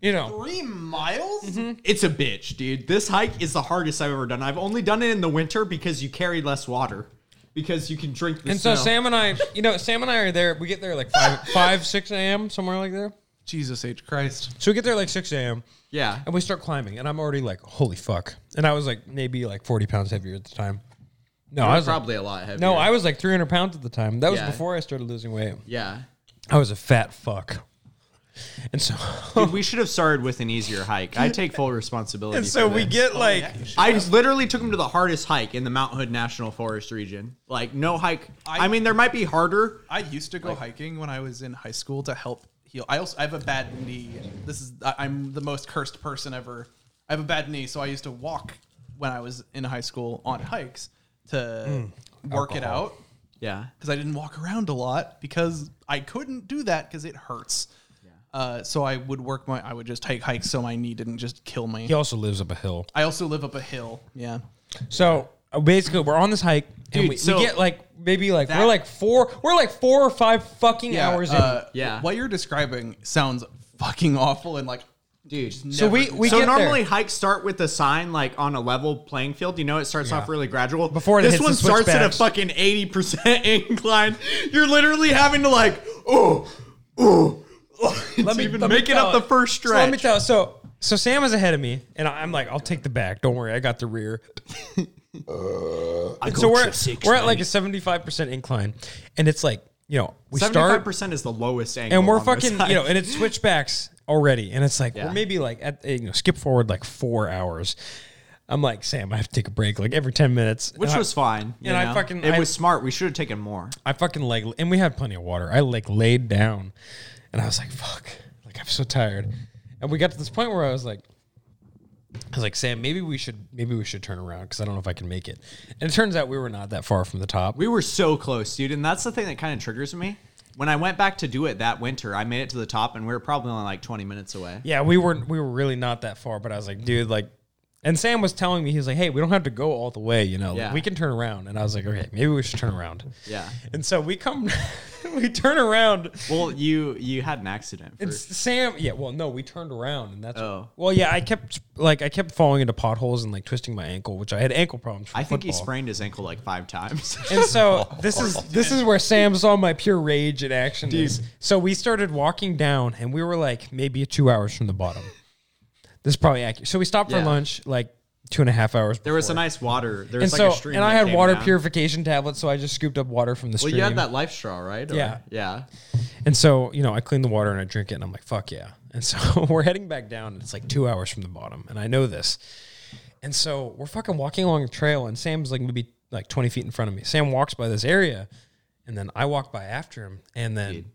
you know, three miles? Mm-hmm. It's a bitch, dude. This hike is the hardest I've ever done. I've only done it in the winter because you carry less water because you can drink the and so snow. Sam and I, you know, Sam and I are there. We get there like 5, 5 6 a.m., somewhere like there. Jesus H. Christ. So we get there like 6 a.m. yeah, and we start climbing. And I'm already like, holy fuck. And I was like, maybe like 40 pounds heavier at the time. No, I was like- probably a lot heavier. no, I was like 300 pounds at the time. That was Yeah. before I started losing weight. <laughs> yeah. I was a fat fuck. And so, Dude, we should have started with an easier hike. I take full responsibility. and so for we this. get like, I just literally took him to the hardest hike in the Mount Hood National Forest region. Like no hike. I, I- mean, there might be harder. I used to go hiking when I was in high school to help heal. I also I have a bad knee. This is I- I'm the most cursed person ever. I have a bad knee, so I used to walk when I was in high school on hikes to Hmm. work it out Yeah. because I didn't walk around a lot because I couldn't do that because it hurts. Uh, so I would work my I would just hike hikes so my knee didn't just kill me. he also lives up a hill. I also live up a hill. Yeah. So uh, basically, we're on this hike, and Dude, we, so- we get like maybe like we're like four, we're like four or five fucking hours uh, in. Yeah. What you're describing sounds fucking awful and like Dude. So we we so get there. normally hikes start with a sign like on a level playing field. You know, it starts off really gradual. Before it this hits one the starts at a switchbacks. fucking eighty percent <laughs> incline. You're literally having to like, oh, oh, <laughs> let me even make it tell up it. the first So let me stretch. tell. So so Sam is ahead of me, and I- I'm like, I'll take the back. Don't worry, I got <laughs> the rear. And so we're we're at like a 75 percent incline, and it's like you know we Seventy-five start percent is the lowest angle, and we're on this fucking hike. you know, and it's switchbacks already, and it's like Yeah. we're maybe like at you know skip forward like four hours. I'm like Sam, I have to take a break like every 10 minutes, <laughs> which And I- was fine. You and I know? fucking- it I- was smart. We should have taken more. I fucking like, and we had plenty of water. I like laid down, and I was like, "Fuck!" Like I'm so tired. And we got to this point where I was like, "I was like, Sam, maybe we should, maybe we should turn around because I don't know if I can make it." And it turns out we were not that far from the top. We were so close, dude, and that's the thing that kind of triggers me. When I went back to do it that winter, I made it to the top, and we were probably only like twenty minutes away. yeah, we were we were really not that far. But I was like, dude, like, and Sam was telling me he was like, "Hey, we don't have to go all the way, you know. Like, Yeah. we can turn around." And I was like, "Okay, maybe we should turn around." <laughs> Yeah. <laughs> And so we come, <laughs> we turn around. Well, you you had an accident. For, And S- Sam, yeah, well, no, we turned around, and that's. Oh. Well, yeah, I kept like I kept falling into potholes and like twisting my ankle, which I had ankle problems. From I think he football. sprained his ankle like five times. <laughs> And so Oh, this is this is where Sam saw my pure rage in action. Is. So we started walking down, and we were like maybe two hours from the bottom. This is probably accurate. So we stopped for Yeah. lunch, like two and a half <laughs> hours. there was a before. nice water. There was and so like a stream. and I that had came water down. purification tablets, so I just scooped up water from the Well, stream. you had that life straw, right? Or- Yeah. yeah. And so, you know, I clean the water and I drink it and I'm like, fuck yeah. And so <laughs> we're heading back down and it's like two hours from the bottom. And I know this. And so we're fucking walking along a trail and Sam's like maybe like 20 feet in front of me. Sam walks by this area and then I walk by after him. And then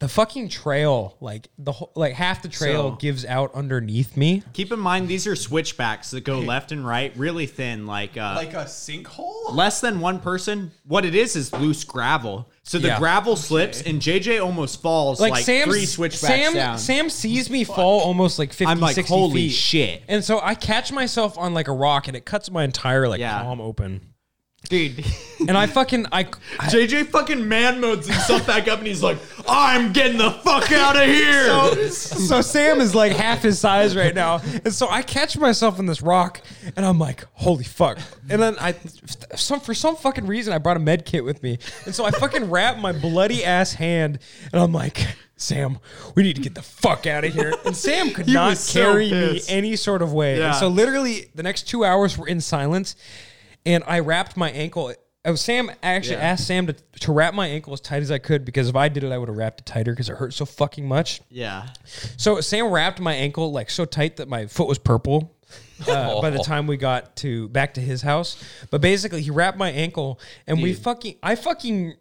the fucking trail, like the whole, like half the trail So- gives out underneath me. Keep in mind these are switchbacks that go left and right, really thin, like uh, like a sinkhole. less than one person. What it is is loose gravel. So the Yeah. gravel slips, and JJ almost falls like, Like, Sam, three switchbacks Sam, down. Sam sees me fall almost like 50, I'm like, 60 holy feet. shit. And so I catch myself on like a rock and it cuts my entire like Yeah. palm open. <laughs> dude. And I fucking I, I JJ fucking man modes himself back up and he's like, I'm getting the fuck <laughs> out of here. so Sam is like half his size right now, and so I catch myself in this rock, and I'm like, "Holy fuck!" And then I, some for some fucking reason, I brought a med kit with me, and so I fucking wrap my bloody ass hand, and I'm like, "Sam, we need to get the fuck out of here." And Sam <laughs> could not was so carry me pissed. any sort of way, Yeah. and so literally the next two hours were in silence, and I wrapped my ankle. Oh, Sam actually asked Sam to, to wrap my ankle as tight as I could because if I did it, I would have wrapped it tighter because it hurt so fucking much. yeah. So Sam wrapped my ankle like so tight that my foot was purple. Uh, <laughs> by the Oh. time we got to back to his house, but basically he wrapped my ankle and we fucking I fucking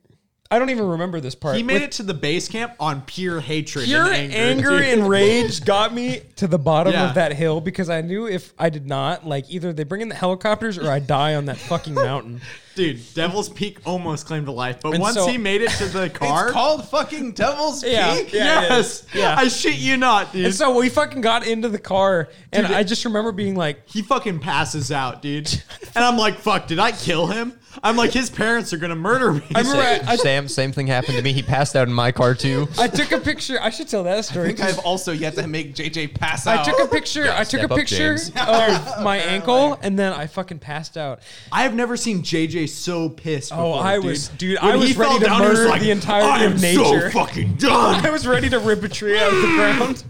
I don't even remember this part. He made With it to the base camp on pure hatred. pure and anger, <laughs> anger, dude. and rage got me to the bottom Yeah. of that hill <laughs> because I knew if I did not, like either they bring in the helicopters or I die on that fucking mountain. Dude, Devil's Peak almost claimed to life, but And once so- he made it to <laughs> the car, <laughs> It's called fucking Devil's Yeah. Peak. Yeah, it yes, is. Yeah. I shit you not, dude. And so we fucking got into the car, and Dude, I just remember being like, he fucking passes out, <laughs> dude. And I'm like, fuck, did I kill him? I'm like, his parents are gonna murder me. I remember I, I, Sam, same thing happened to me. He passed out in my car too. I took a picture. I should tell that I story. think I've also yet to make JJ pass I Oh. out. took a picture. I took step a up, picture James. <laughs> of my ankle, and then I fucking passed out. I have never seen JJ so pissed. Before, Oh, I dude. was- dude, When I was he ready fell to down, he was murder like, the entirety "I am of nature." So fucking done. I <laughs> was ready to rip a tree out of the ground.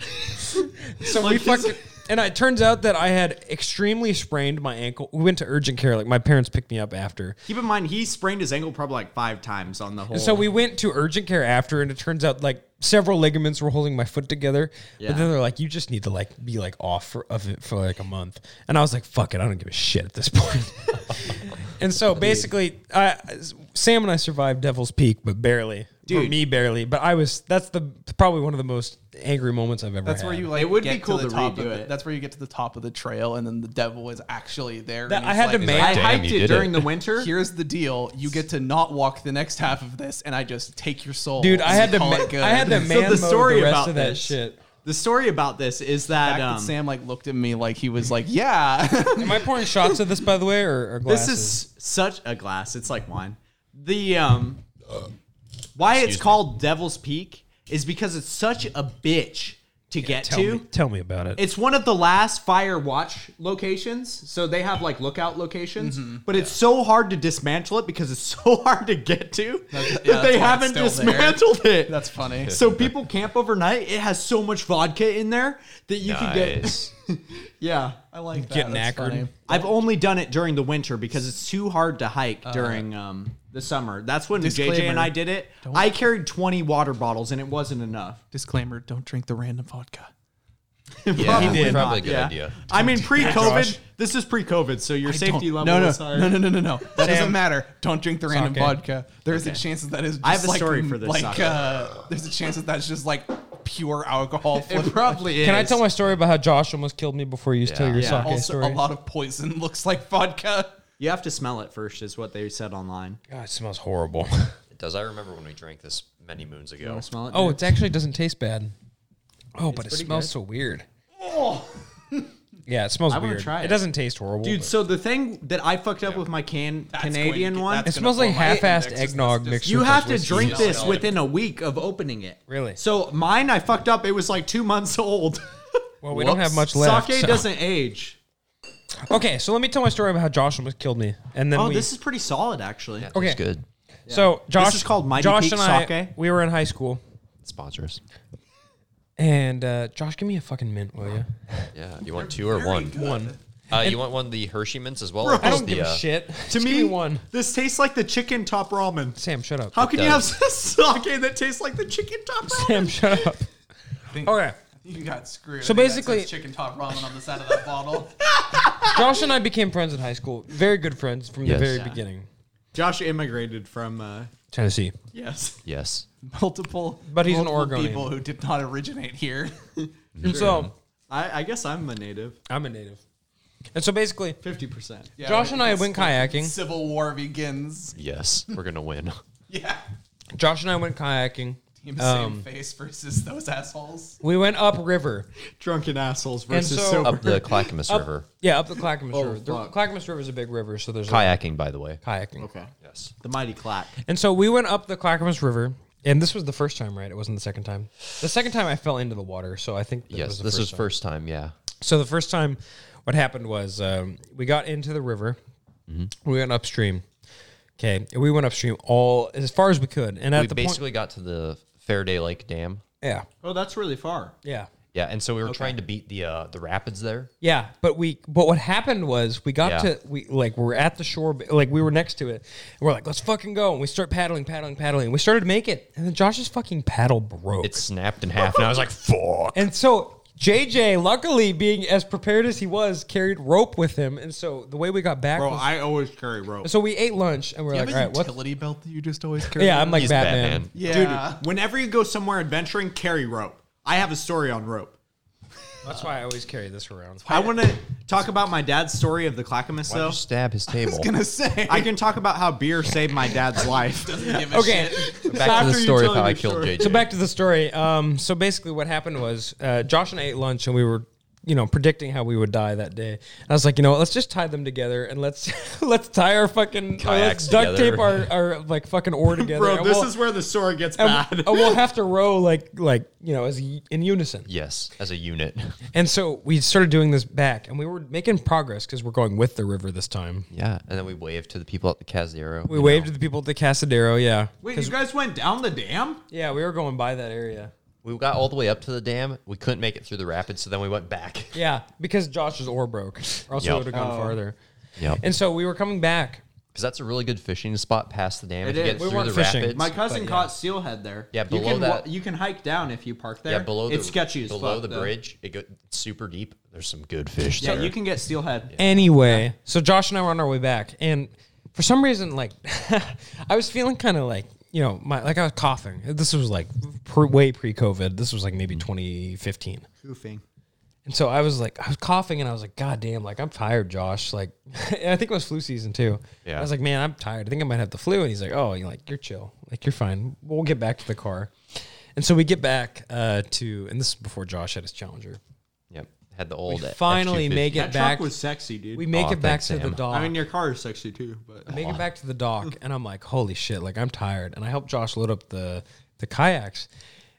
So we Like this- fucking. And it turns out that I had extremely sprained my ankle. We went to urgent care. Like my parents picked me up after. Keep in mind, he sprained his ankle probably like five times on the whole. So we went to urgent care after, and it turns out like several ligaments were holding my foot together. But then they're like, "You just need to like be like off for, of it for like a month." And I was like, "Fuck it, I don't give a shit at this <laughs> point." and so basically, I, Sam and I survived Devil's Peak, but barely. Dude, me barely. But I was that's the probably one of the most angry moments I've ever. That's had. where you like. It would get be cool to, the to top of redo the- it. That's where you get to the top of the trail, and then the devil is actually there. That and I he's had to like- make- I Damn, hiked you it did during it. the winter. Here's the deal: you get to not walk the next half of this, and I just take your soul, dude. I and had to. call Ma- it good. I had to <laughs> So man the the story the rest about of that this- shit. The story about this is The that, fact um, that Sam like looked at me like he was like, "Yeah." <laughs> Am I pouring shots of this by the way, or, or glasses? this is such a glass. It's like wine. The um, why it's called Devil's Peak is because it's such a bitch to get tell to. me, tell me about it. It's one of the last fire watch locations, so they have like lookout locations. But it's so hard to dismantle it because it's <laughs> so hard to get to that yeah, that's why they it's haven't still there. dismantled it. That's <laughs> funny. so people camp overnight. It has so much vodka in there that you can get. Nice. <laughs> Yeah, I like that. Getting That's knackered. funny. I've only done it during the winter because it's too hard to hike during um, the summer. That's when JJ and Disclaimer. I did it. I carried 20 water bottles and it wasn't enough. Disclaimer: Don't drink the random vodka. Yeah, Probably probably, not, a good yeah. idea. I mean, pre-COVID, this is pre-COVID, so your safety level Don't- no, no, is higher. no, no, no, no, no. That Sam. doesn't matter. Don't drink the random Sake. vodka. There's a chance that that is. Just I have a like, story for this, Like, sake. uh, there's a chance that that's just like pure alcohol. flavor. It <laughs> probably is. Can I tell my story about how Josh almost killed me before you tell your Yeah. <laughs> sake Also, story? a lot of poison looks like vodka. You have to smell it first, is what they said online. God, it smells horrible. <laughs> Does I remember when we drank this many moons ago? Smell it. <laughs> Oh, dude? it actually doesn't taste bad. Oh, but it smells so weird. <laughs> yeah, it smells Oh. I wanna weird. try it. it. doesn't taste horrible. dude. but- So the thing that I fucked up with my can going Canadian to get- one, that's it smells like gonna blow my half-assed index. It's- eggnog it's- mixture. you with have to whiskey. drink this Yeah. within a week of opening it. Really? So mine, I fucked up. It was like two months old. Well, we don't have much left. Sake so- doesn't age. <laughs> Okay, so let me tell my story about how Josh almost killed me, and then Oh, we. this is pretty solid actually. okay, It's good. So Josh is called Mighty Josh Peak and I, Sake. We were in high school, Sponsor us. and uh, Josh, give me a fucking mint, will you? Yeah. You want two or one? One. Uh, you want one of the Hershey mints as well? or I just don't the, give a uh, shit. To Just me, give one. This tastes like the chicken top ramen. Sam, shut up. How can you have <laughs> does. sake that tastes like the chicken top <laughs> ramen? Sam, shut up. Okay. You got screwed. So I think that basically- says chicken top ramen on the side of that bottle. Josh and I became friends in high school. Very good friends from Yes. the very Yeah. beginning. <laughs> Josh immigrated from uh, Tennessee. yes. <laughs> Yes. Multiple, But he's an multiple Oregonian. People who did not originate here. And so I, I guess I'm a native. I'm a native. And so basically, Fifty percent. Yeah. Josh and I went kayaking. Civil War begins. Yes. We're gonna win. Yeah. Josh and I went kayaking. Team Um, same face versus those assholes. We went up river. Drunken assholes versus so- sober. <laughs> Up the Clackamas River. Yeah, up the Clackamas Oh, River. The fuck. Clackamas River is a big river, so there's like Kayaking, by the way. kayaking. okay. Yes. The mighty clack. And so we went up the Clackamas River, and this was the first time, right? It wasn't the second time. The second time I fell into the water, so I think that Yes. was the this first was time. first time. Yeah. So the first time, what happened was um, we got into the river. Mm-hmm. We went upstream. Okay, and we went upstream all as far as we could, and at we the basically point, got to the Faraday Lake Dam. yeah, Oh, that's really far. yeah, Yeah, and so we were trying to beat the uh, the rapids there. yeah. But we, but what happened was we got Yeah. to we like we're at the shore, but, like we were next to it. And we're like, let's fucking go, and we start paddling, paddling, paddling. We started to make it, and then Josh's fucking paddle broke. It snapped in <laughs> half, and I was like, "Fuck!" And so JJ, luckily being as prepared as he was, carried rope with him. And so the way we got back, was, always carry rope. so we ate lunch and we're like, all right, what? utility belt that you just always carry? Yeah, I'm like He's Batman. Batman. yeah. Whenever you go somewhere adventuring, carry rope. I have a story on rope. That's why I always carry this around. I want to talk about my dad's story of the Clackamas, Why'd though. you stab <laughs> his table? gonna say. <laughs> I can talk about how beer saved my dad's life. <laughs> Okay, <laughs> Back to the you story of tell your how I killed story. JJ. so back to the story. Um, so basically, what happened was uh, Josh and I ate lunch, and we were, you know, predicting how we would die that day. I was like, you know, what, let's just tie them together, and let's <laughs> let's tie our fucking, or let's Kayaks duct together. <laughs> tape our, our like fucking oar together. Bro, and this we'll- is where the story gets and, uh, bad. <laughs> and we'll have to row like like you know as y- in unison. yes, as a <laughs> unit. And so we started doing this back, and we were making progress because we're going with the river this time. Yeah, and then we waved to the people at the Casero. We waved to the people at the Casadero. Yeah, Wait, you guys went down the dam? yeah, we were going by that area. We got all the way up to the dam. We couldn't make it through the rapids, so then we went back. Yeah, because Josh's oar broke, or else we Yep. would have gone farther. Yep. And so we were coming back. Because that's a really good fishing spot past the dam. It If you is. get We through weren't the fishing. rapids. My cousin caught sealhead there. Yeah, you below can, wa- that- you can hike down if you park there. yeah, below the it's sketchy as below fuck, the though. bridge, it goes super deep. There's some good fish Yeah, there. you can get steelhead. Anyway, so Josh and I were on our way back, and for some reason, like, <laughs> I was feeling kind of like, you know, my like I was coughing. This was like pre, way pre-COVID. This was like maybe 2015. Goofing. And so I was like, I was coughing and I was like, God damn, like I'm tired, Josh. Like, <laughs> I think it was flu season too. Yeah. I was like, man, I'm tired. I think I might have the flu. And he's like, oh, you're like, you're chill. Like, you're fine. We'll get back to the car. And so we get back uh, to, and this is before Josh had his Challenger. Yep. Had the old. We finally F250. make it That back. truck was sexy, dude. we make Aw, it back thanks, to the Sam. dock. I mean, your car is sexy too, <laughs> but make it back to the dock and I'm like, holy shit, like I'm tired. And I help Josh load up the the kayaks.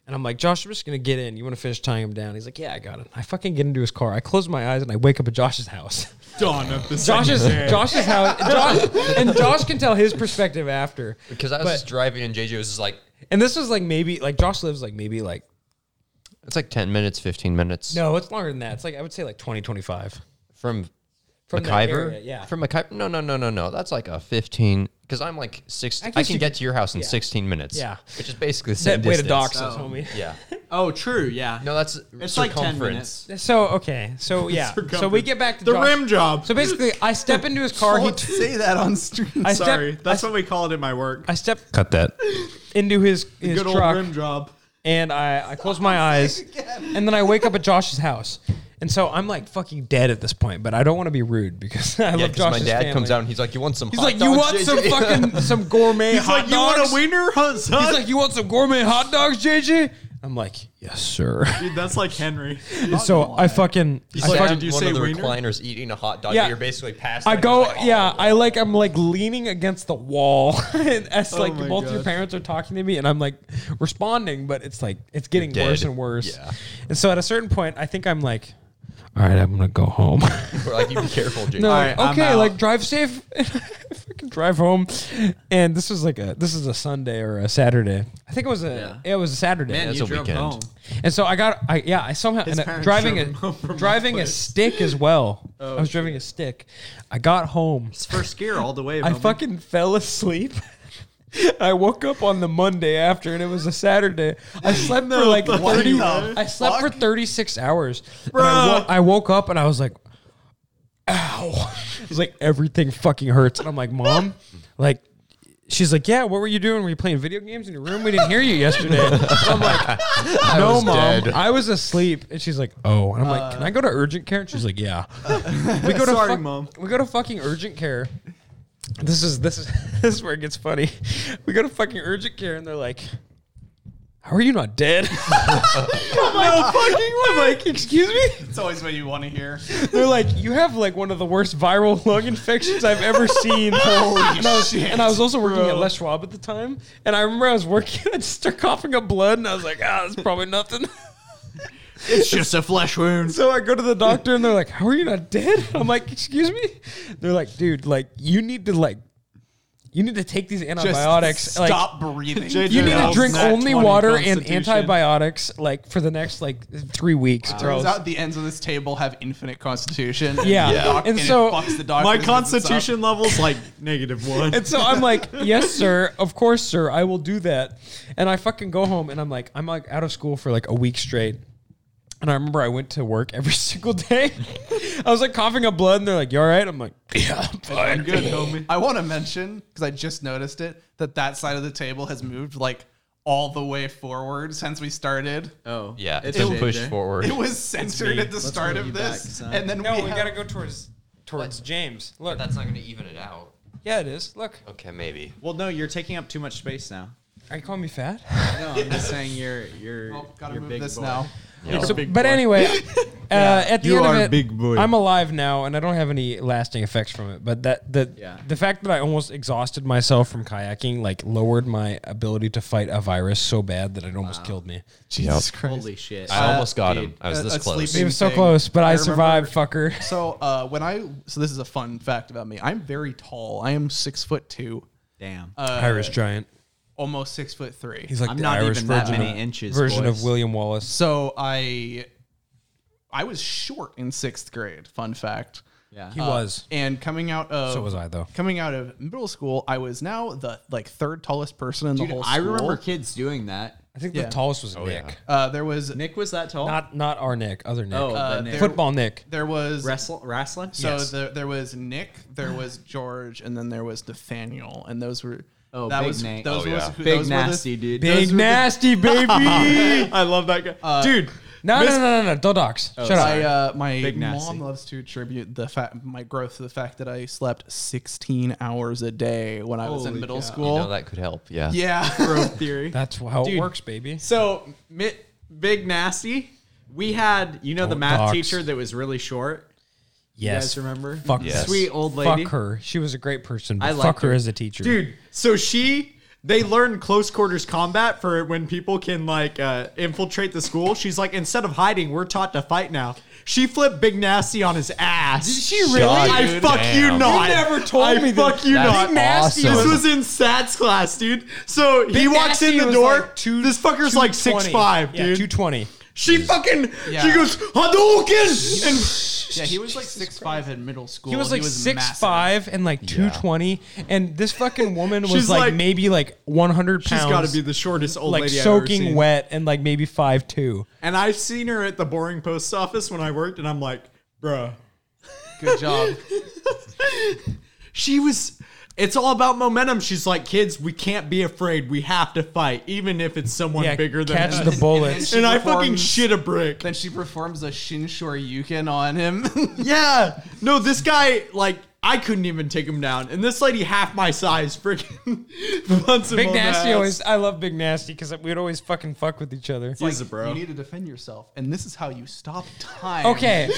And I'm like, Josh, I'm just gonna get in. You wanna finish tying him down? He's like, Yeah, I got it. I fucking get into his car. I close my eyes and I wake up at Josh's house. <laughs> Dawn of the Josh's <laughs> Josh's house Josh, and Josh can tell his perspective after. Because I was just driving and JJ was just like, And this was like maybe like Josh lives like maybe like it's like 10 minutes, 15 minutes. no, it's longer than that. It's like I would say like 20, 25. From, From that McIver? area, yeah. From McIver? No, no, no, no, no. That's like a 15. Because I'm like 16. I I, guess can you get could- to your house in yeah. 16 minutes. Yeah. Which is basically the same That way to distance. dock <laughs> us, homie. Yeah. oh, true, yeah. No, that's it's like circumference. ten minutes. So okay. <laughs> So yeah. so we get back to The Josh- rim job. So basically I step into his car, he Don't say that on stream. I step- Sorry, that's I- what we call it in my work. I step Cut that. into his his Good old truck rim job. and I, I close <laughs> my eyes and then I wake up at Josh's house. And so I'm like fucking dead at this point, but I don't want to be rude because <laughs> I Yeah, love because Josh's my dad family. comes out and he's like, you want some He's hot like, you dogs, <laughs> want some JJ?" fucking some gourmet He's hot like, you dogs? want a wiener, huh, son? He's like, you want some gourmet hot dogs, JJ? I'm like, yes, sir. Dude, that's like Henry. And <laughs> so I fucking, I, He's like, fucking did you one say of the the recliners eating a hot dog? Yeah. You're basically passed. I out. go, Like, oh. yeah, I like, I'm like leaning against the wall, <laughs> and as like my both your God. parents are talking to me, and I'm like responding, but it's like it's getting You're dead. worse and worse. Yeah. And so at a certain point, I think I'm like, all right, I'm gonna go home. <laughs> <laughs> We're like, you be careful, Jake. No, Alright, I'm okay, out. like drive safe. <laughs> And I fucking drive home, and this was like a this is a Sunday or a Saturday. I think it was a it was a Saturday. Man, That's you a drove weekend. home. And so I got, I yeah, I somehow and I- parents driving drove him home a from Oh, driving a Oakland. stick <laughs> as well. I was driving a stick. I got home. It's first gear all the way. I homie. fucking fell asleep. <laughs> I woke up on the Monday after, and it was a Saturday. I slept for like what thirty. the I slept for thirty six hours. And I, wo- I woke up and I was like, "Ow!" <laughs> It's like everything fucking hurts, and I'm like, "Mom, like." She's like, yeah. What were you doing? Were you playing video games in your room? We didn't hear you yesterday. I'm <laughs> like, no, was mom. dead." I was asleep. And she's like, oh. And I'm like, can I go to urgent care? And she's like, yeah. We go to Sorry, fuck- Mom. We go to fucking urgent care. This is this is <laughs> this is where it gets funny. We go to fucking urgent care and they're like, "How are you not dead?" <laughs> I'm like, I'm like, excuse me. That's always what you want to hear. They're like, "You have like one of the worst viral <laughs> lung infections I've ever seen." Holy and I was, shit! And I was also working at Les Schwab at the time, and I remember I was working. <laughs> I just started coughing up blood, and I was like, "Ah, that's probably nothing." <laughs> It's just a flesh wound. So I go to the doctor and they're like, "How are you not dead?" <laughs> I'm like, "Excuse me." They're like, "Dude, like you need to like you need to take these antibiotics. like Stop breathing. you need to Nat drink only 20 water and constitution. antibiotics like for the next like 3 weeks or Turns else- out the ends of this table have infinite constitution. Yeah. The doc- Yeah. And it so- fucks the My doctors' visits up. constitution level's like negative one. And so I'm like, yes, sir. Of course, sir. I will do that. And I fucking go home and I'm like, I'm like out of school for like a week straight. And I remember I went to work every <laughs> single day. I was like coughing up blood and they're like, you all right? I'm like, yeah, I'm <laughs> fine. Good, homie. I want to mention because I just noticed it that that side of the table has moved like all the way forward since we started. Oh. Yeah, it's It's been shaped, pushed eh? forward. It was censored at the start roll of you back, this, son. and then No, we, we, have- gotta go towards towards James. Look, That's not going to even it out. yeah, it is. Look, Okay, maybe. Well, no, you're taking up too much space <laughs> now. are you calling me fat? No, I'm just saying you're you're Oh, gotta you're move big this boy. now. So- <laughs> but anyway, uh, at the You end of are it, big boy. I'm alive now, and I don't have any lasting effects from it. But that the Yeah. the fact that I almost exhausted myself from kayaking like lowered my ability to fight a virus so bad that it almost killed me. Jesus Christ. Holy shit! I almost got him. dude, I was a- this a close. It sleeping- was so thing. close, but I I, remember- survived, fucker. So uh, when I so this is a fun fact about me. I'm very tall. I am six foot two, Damn, Uh, <laughs> Irish giant. almost six foot three. He's like I'm the not Irish even that version, many of, inches. version boys. of William Wallace. so I I was short in sixth grade. Fun fact. Yeah. He was. And coming out of So was I, though. Coming out of middle school, I was now the like third tallest person in Dude, the whole. I remember school. kids doing that. I think Yeah. the tallest was Oh, Nick. Uh, there was Nick was that tall. Not not our Nick, other Nick. oh, the uh, Nick. there- Football Nick. there was wrestle wrestling. So Yes. the, there was Nick, there was George, and then there was Nathaniel, and those were Oh, that big was Nate. those Oh, was yeah. who- big those were the- nasty dude. Big were the- <laughs> <laughs> nasty baby. I love that guy, dude. No, no, no, no, no. Dodox. Oh, Shut I, up. uh, my Big nasty. mom loves to attribute the fact my growth to the fact that I slept 16 hours a day when I was in Holy middle cow. school. You know, that could help. Yeah. yeah, Growth <laughs> theory. That's how it Dude. works, baby. So, mi- Big Nasty, we had, you know, the Don't math dox. teacher that was really short. Yes. You guys remember? Fuck Yes. Sweet old lady. Fuck her. She was a great person. But I fuck liked her her. as a teacher. Dude, so she, they learned close quarters combat for when people can, like, uh, infiltrate the school. She's like, instead of hiding, we're taught to fight now. She flipped Big Nasty on his ass. Did she really? I Dude, fuck you damn. not. You never told I me that. fuck you That's not. Big Nasty This awesome. was in stats class, dude. So he Big walks Nasty in the was door. like two- this fucker's like 220. six five, Yeah, dude. 220. She fucking Yeah. she goes Hadouken and yeah, he was like six five in middle school. He was like six massive. five and like two twenty, and this fucking woman was She's like, like- maybe like one hundred pounds. she's got to be the shortest old like lady I've ever soaking seen. wet and like maybe five two. And I've seen her at the boring post office when I worked, and I'm like, bruh, <laughs> Good job. <laughs> she was. It's all about momentum. She's like, kids, we can't be afraid. We have to fight, even if it's someone Yeah, bigger than catch us. <laughs> the bullets. and I Performs- fucking shit a brick. then she performs a Shinshor Yukin on him. <laughs> yeah, no, this guy like. I couldn't even take him down, and this lady half my size, freaking <laughs> bunts him Big on the Nasty ass. always. I love Big Nasty because we'd always fucking fuck with each other. He's a bro. You need to defend yourself, and this is how you stop time. <laughs> Okay,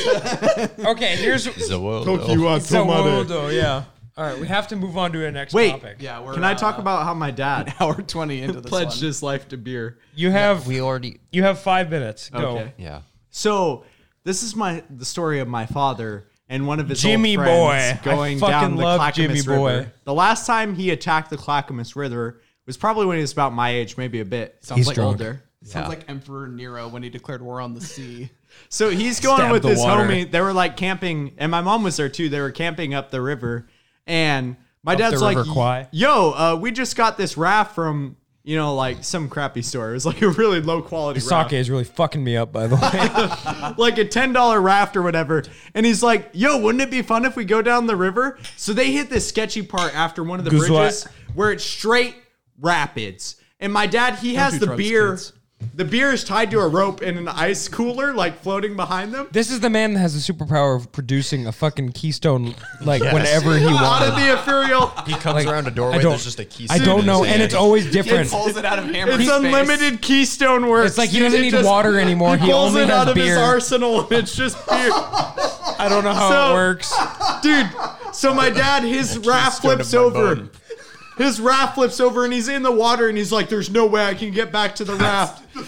okay. Here's It's a world, though. uh, so old though. Yeah. All right, we have to move on to our next Wait, topic. Yeah, we're Can I uh, talk about how my <laughs> dad hour twenty into this pledged one. his life to beer? You have We already. you have five minutes. Go. Okay. Yeah. So this is my the story of my father and one of his Jimmy old friends boy. going I fucking down the love Clackamas Jimmy boy. River. The last time he attacked the Clackamas River was probably when he was about my age, maybe a bit. Sounds He's like drunk. older. Sounds like Emperor Nero when he declared war on the <laughs> sea. So he's going Stabbed with the his water. homie. They were like camping, and my mom was there too. They were camping up the river, and my the dad's like, River Kwai? "Yo, uh, we just got this raft from." You know, like some crappy store. It was like a really low quality raft. Sake is really fucking me up, by the <laughs> way. like a ten dollar raft or whatever. And he's like, "Yo, wouldn't it be fun if we go down the river?" So they hit this sketchy part after one of the Goose bridges what? where it's straight rapids. And my dad, he has you the try this, beer. kids. The beer is tied to a rope in an ice cooler, like floating behind them. this is the man that has the superpower of producing a fucking keystone, like whenever <laughs> he Out of wanted. the Ah. <laughs> ethereal, He comes Like, around a doorway. I don't- There's just a key. I don't know, and it's always It different. pulls it out of hammer. it's space. unlimited Keystone works. It's like he dude. doesn't It need just- water anymore. He, He pulls only it has out of beer. his arsenal, and it's just beer. <laughs> I don't know how it So- works. dude. So my dad, his raft stoned flips up my over. bone. His raft flips over, and he's in the water, and he's like, "There's no way I can get back to the raft." but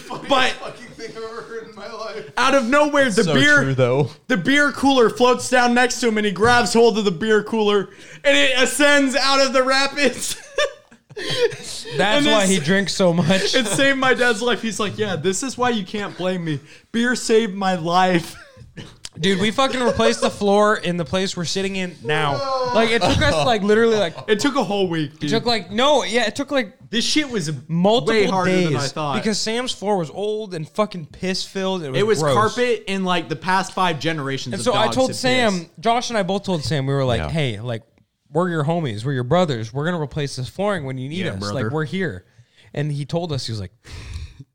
fucking thing I've ever heard in my life. out of nowhere, the so beer, true, though. the beer cooler floats down next to him, and he grabs hold of the beer cooler, and it ascends out of the rapids. <laughs> <laughs> That's And why it's- he drinks so much. it saved my dad's life. He's like, "Yeah, this is why you can't blame me. Beer saved my life." Dude, we fucking replaced the floor in the place we're sitting in now. Like it took us like literally like it It took a whole week, dude. took like no, yeah, it took like this shit was multiple way harder days than I thought because Sam's floor was old and fucking piss filled. It was, It was gross. carpet in like the past five generations. And of so I dogs told have Sam, pissed. Josh and I both told Sam, we were like, Yeah. hey, like, we're your homies, we're your brothers, we're gonna replace this flooring when you need Yeah, us. brother. Like, we're here. And he told us, he was like,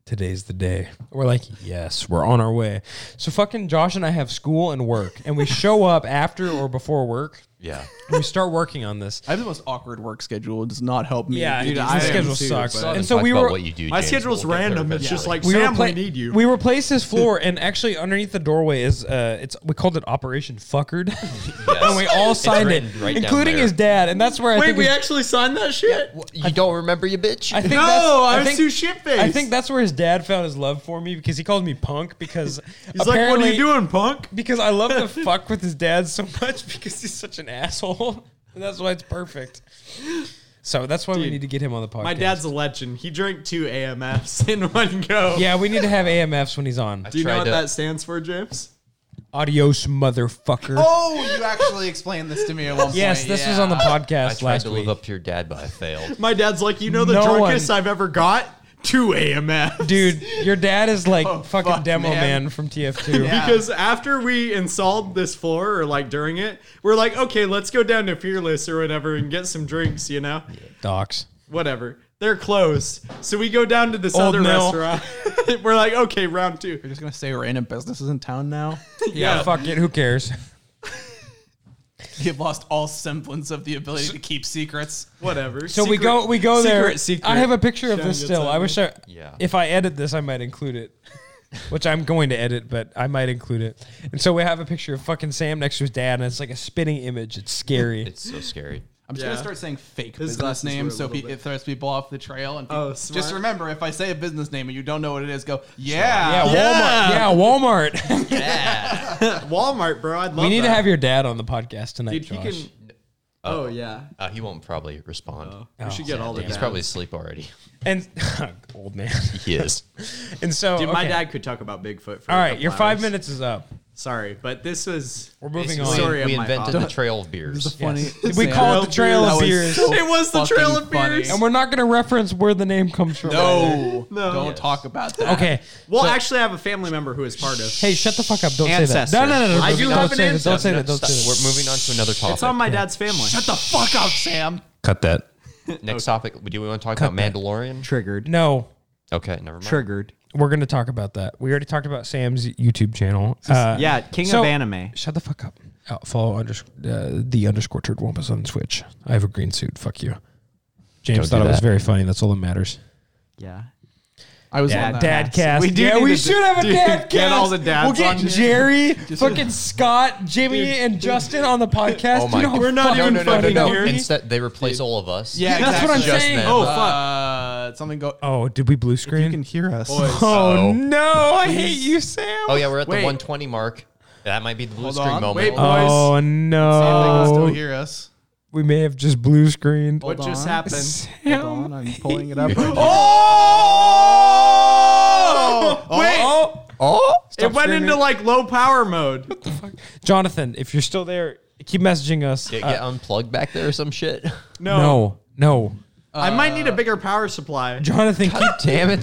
today's the day. We're like, yes, we're on our way. So fucking Josh and I have school and work, and we show up after or before work. Yeah. And we start working on this. I have the most awkward work schedule. It does not help me. Yeah, Dude, the I am schedule too, sucks. but- And so we were what you do. My James. schedule's We'll get there random. It's just eventually. like we Sam, repla- we need you. We replaced his floor, and actually underneath the doorway is uh, it's we called it <laughs> Operation Fuckered, <laughs> and we all signed it, written right down including there. his dad. And that's where I Wait, think we his- actually signed that shit? you don't remember you bitch. I think No, that's- I, was think- too shit faced. I think that's where his dad found his love for me because he called me punk because <laughs> he's like, "What are you apparently- doing, punk?" Because I <laughs> love to fuck with his dad so much because he's such an asshole. <laughs> And that's why it's perfect. So that's why we Dude, need to get him on the podcast. My dad's a legend. He drank two AMFs in one go. Yeah, we need to have AMFs when he's on. Do you know Tried what to- that stands for, James? Adios, motherfucker. Oh, you actually explained this to me at one point. yes, this was yeah. on the I podcast tried last to week. live up to your dad, but <laughs> I failed. My dad's like, you know the No drunkest one- I've ever got? Two AMFs. Dude, your dad is like Oh, fucking fuck, demo man. man. <laughs> from TF2. Yeah. Because after we installed this floor, or like during it, we're like, okay, let's go down to Fearless or whatever and get some drinks, you know? Docs. Whatever. They're closed. So we go down to this Old other Mill. restaurant. <laughs> we're like, okay, round two. We're just gonna say random businesses in town <laughs> now. Yeah, fuck it. Who cares? You've lost all semblance of the ability to keep secrets. Whatever. So we go we go secret, there. Secret. I have a picture of Showing this its still. I ugly. wish I Yeah. if I edit this I might include it. <laughs> Which I'm going to edit, but I might include it. And so we have a picture of fucking Sam next to his dad, and it's like a spinning image. It's scary. It's so scary. I'm just Yeah. gonna start saying fake His business glasses were names, a so little pe- bit- it throws people off the trail. And Oh, people- smart. just remember, if I say a business name and you don't know what it is, go yeah. yeah, Yeah. <laughs> Walmart. Yeah, Walmart. Walmart, bro. I'd love we need to that. have your dad on the podcast tonight, Dude, he Josh. can. Oh, yeah. Uh, he won't probably respond. we should get all the He's dads. probably asleep already. Oh, And <laughs> <laughs> old man. He is. And so Dude, my okay. dad could talk about Bigfoot for All a right, couple your five hours. minutes is up. Sorry, but this was. We're moving Basically, on. Sorry of we my invented father. the trail of beers. funny. We call it the Trail of That was Beers. so It was the Trail fucking of Beers. And we're not going to reference where the name comes from. No, No. don't Yes. talk about that. Okay. Well, actually, I have a family member who is part of. Hey, shut the fuck up. Don't say Ancestor. that. No, no, no. no I don't- do don't have an say that. Don't say No, that. Don't stop. say that. We're moving on to another topic. it's on my dad's family. Shut the fuck up, Sam. Cut that. Next topic. Do we want to talk about Mandalorian? Triggered. No, okay, never mind. Triggered. we're going to talk about that. We already talked about Sam's YouTube channel. Uh, Yeah, king so- of anime. Shut the fuck up. Oh, follow undersc- uh, the underscore turd wampus on Twitch. I have a green suit. Fuck you. James Don't do thought it was that. very funny. That's all that matters. Yeah. I was on Dad, that. dad cast. We do yeah, need we to should have a do- dad cast. get all the dads We'll get on here. Jerry, <laughs> fucking Scott, Jimmy, and Justin on the podcast. Oh my You know how We're not fucking even fucking here. Instead, they replace all of us. Yeah, That's what I'm exactly. saying. them. Oh, fuck. Uh, something go. Oh, did we blue You screen? can hear us. oh Uh-oh. no, I hate you, Sam. Oh yeah, we're at the Wait. 120 mark. That might be the blue Hold screen on. moment. Wait, Oh, Oh Oh. They can still no, hear us. we may have just blue screened. What Hold just on. <laughs> happened? Hold on, I'm pulling <laughs> it up. Oh! Wait! Oh! it went screaming. into like low power mode. Jonathan, if you're still there, keep messaging us. Get, Uh, get unplugged back there or <laughs> some shit. No. no, no, I might need a bigger power supply. Jonathan, keep Damn it,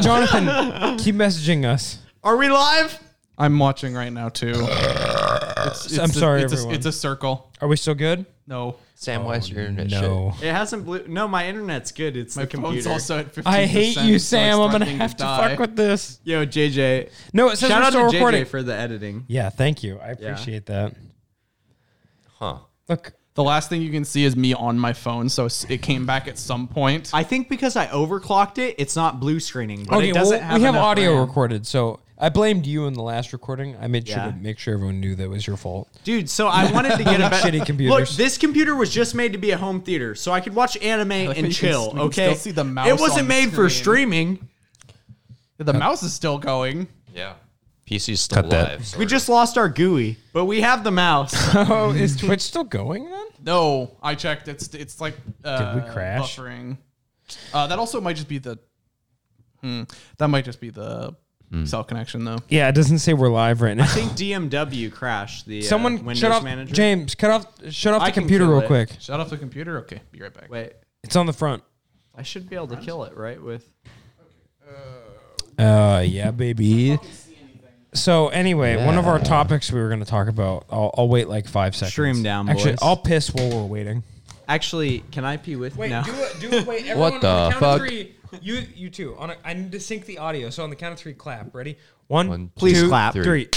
<laughs> Jonathan, keep messaging us. Are we live? I'm watching right now <laughs> too. It's- it's I'm a- sorry, it's a- everyone. it's a circle. Are we still good? No, Sam, why is your internet No. It hasn't blew. Oh, No, my internet's good. It's my the phone's computer. also at 15. I hate you, Sam. I'm gonna have to fuck with this. Yo, JJ. No, it says Shout we're out to still recording. JJ for the editing. yeah, thank you. I appreciate that. shit? Huh. Look, The last thing you can see is me on my phone, so it's- it came back at some point. I think because I overclocked it, it's not blue screening. But okay, it well, doesn't have we have enough audio RAM. recorded, so I blamed you in the last recording. I made sure Yeah. to make sure everyone knew that was your fault. Dude, so I wanted <laughs> to get a better Shitty Look, computers. this computer was just made to be a home theater, so I could watch anime like and how you can chill. s- we can okay, still see the mouse it wasn't on the made for screen. streaming. the mouse is still going. Yeah. PC's still that. live. We just lost our GUI, but we have the mouse. Oh, is Twitch still going then? No, I checked. It's it's like uh, we crash? buffering. Uh, that also might just be the. Hmm, that might just be the Hmm. cell connection though. Yeah, it doesn't say we're live right now. I think <laughs> DMW crashed the uh, Someone Windows shut off manager. James, cut off shut off I the can computer kill real it. quick. Shut off the computer. Okay, be right back. Wait, It's on the front. I should be able to kill it, right? With Uh yeah, baby. So anyway, one of our topics we were going to talk about. I'll, I'll wait like five seconds. Stream down, Actually, boys. I'll piss while we're waiting. actually, can I pee with? no. do it. Do <laughs> wait. What the on the count of fuck? three. You you too. On a, I need to sync the audio. So on the count of three, clap. Ready? One. One, Please two, clap. Three.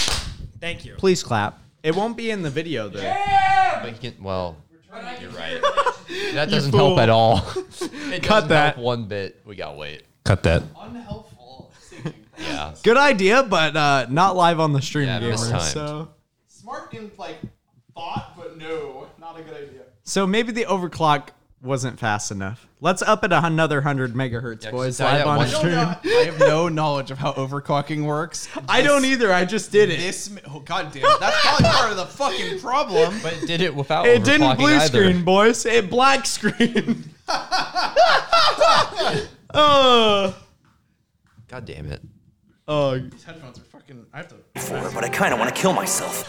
Thank you. Please clap. It won't be in the video though. But you can, well, you're right. That doesn't help at all. It Cut that. one bit. We gotta wait. Cut that. <laughs> Yeah. Good idea, but uh, not live on the stream, Yeah, gamers. mistimed. So, Smart in like thought, but no, not a good idea. so maybe the overclock wasn't fast enough. Let's up it another hundred megahertz, boys. dial Live that on one- stream. <laughs> I have no knowledge of how overclocking works. I don't either. I just did it. This, oh god damn, it, that's probably part of the <laughs> fucking problem. But it did it without It didn't overclocking blue either. screen, boys. It black <laughs> screen. oh, God damn it. oh, These headphones are fucking. I have to. for, but I kind of want to kill myself.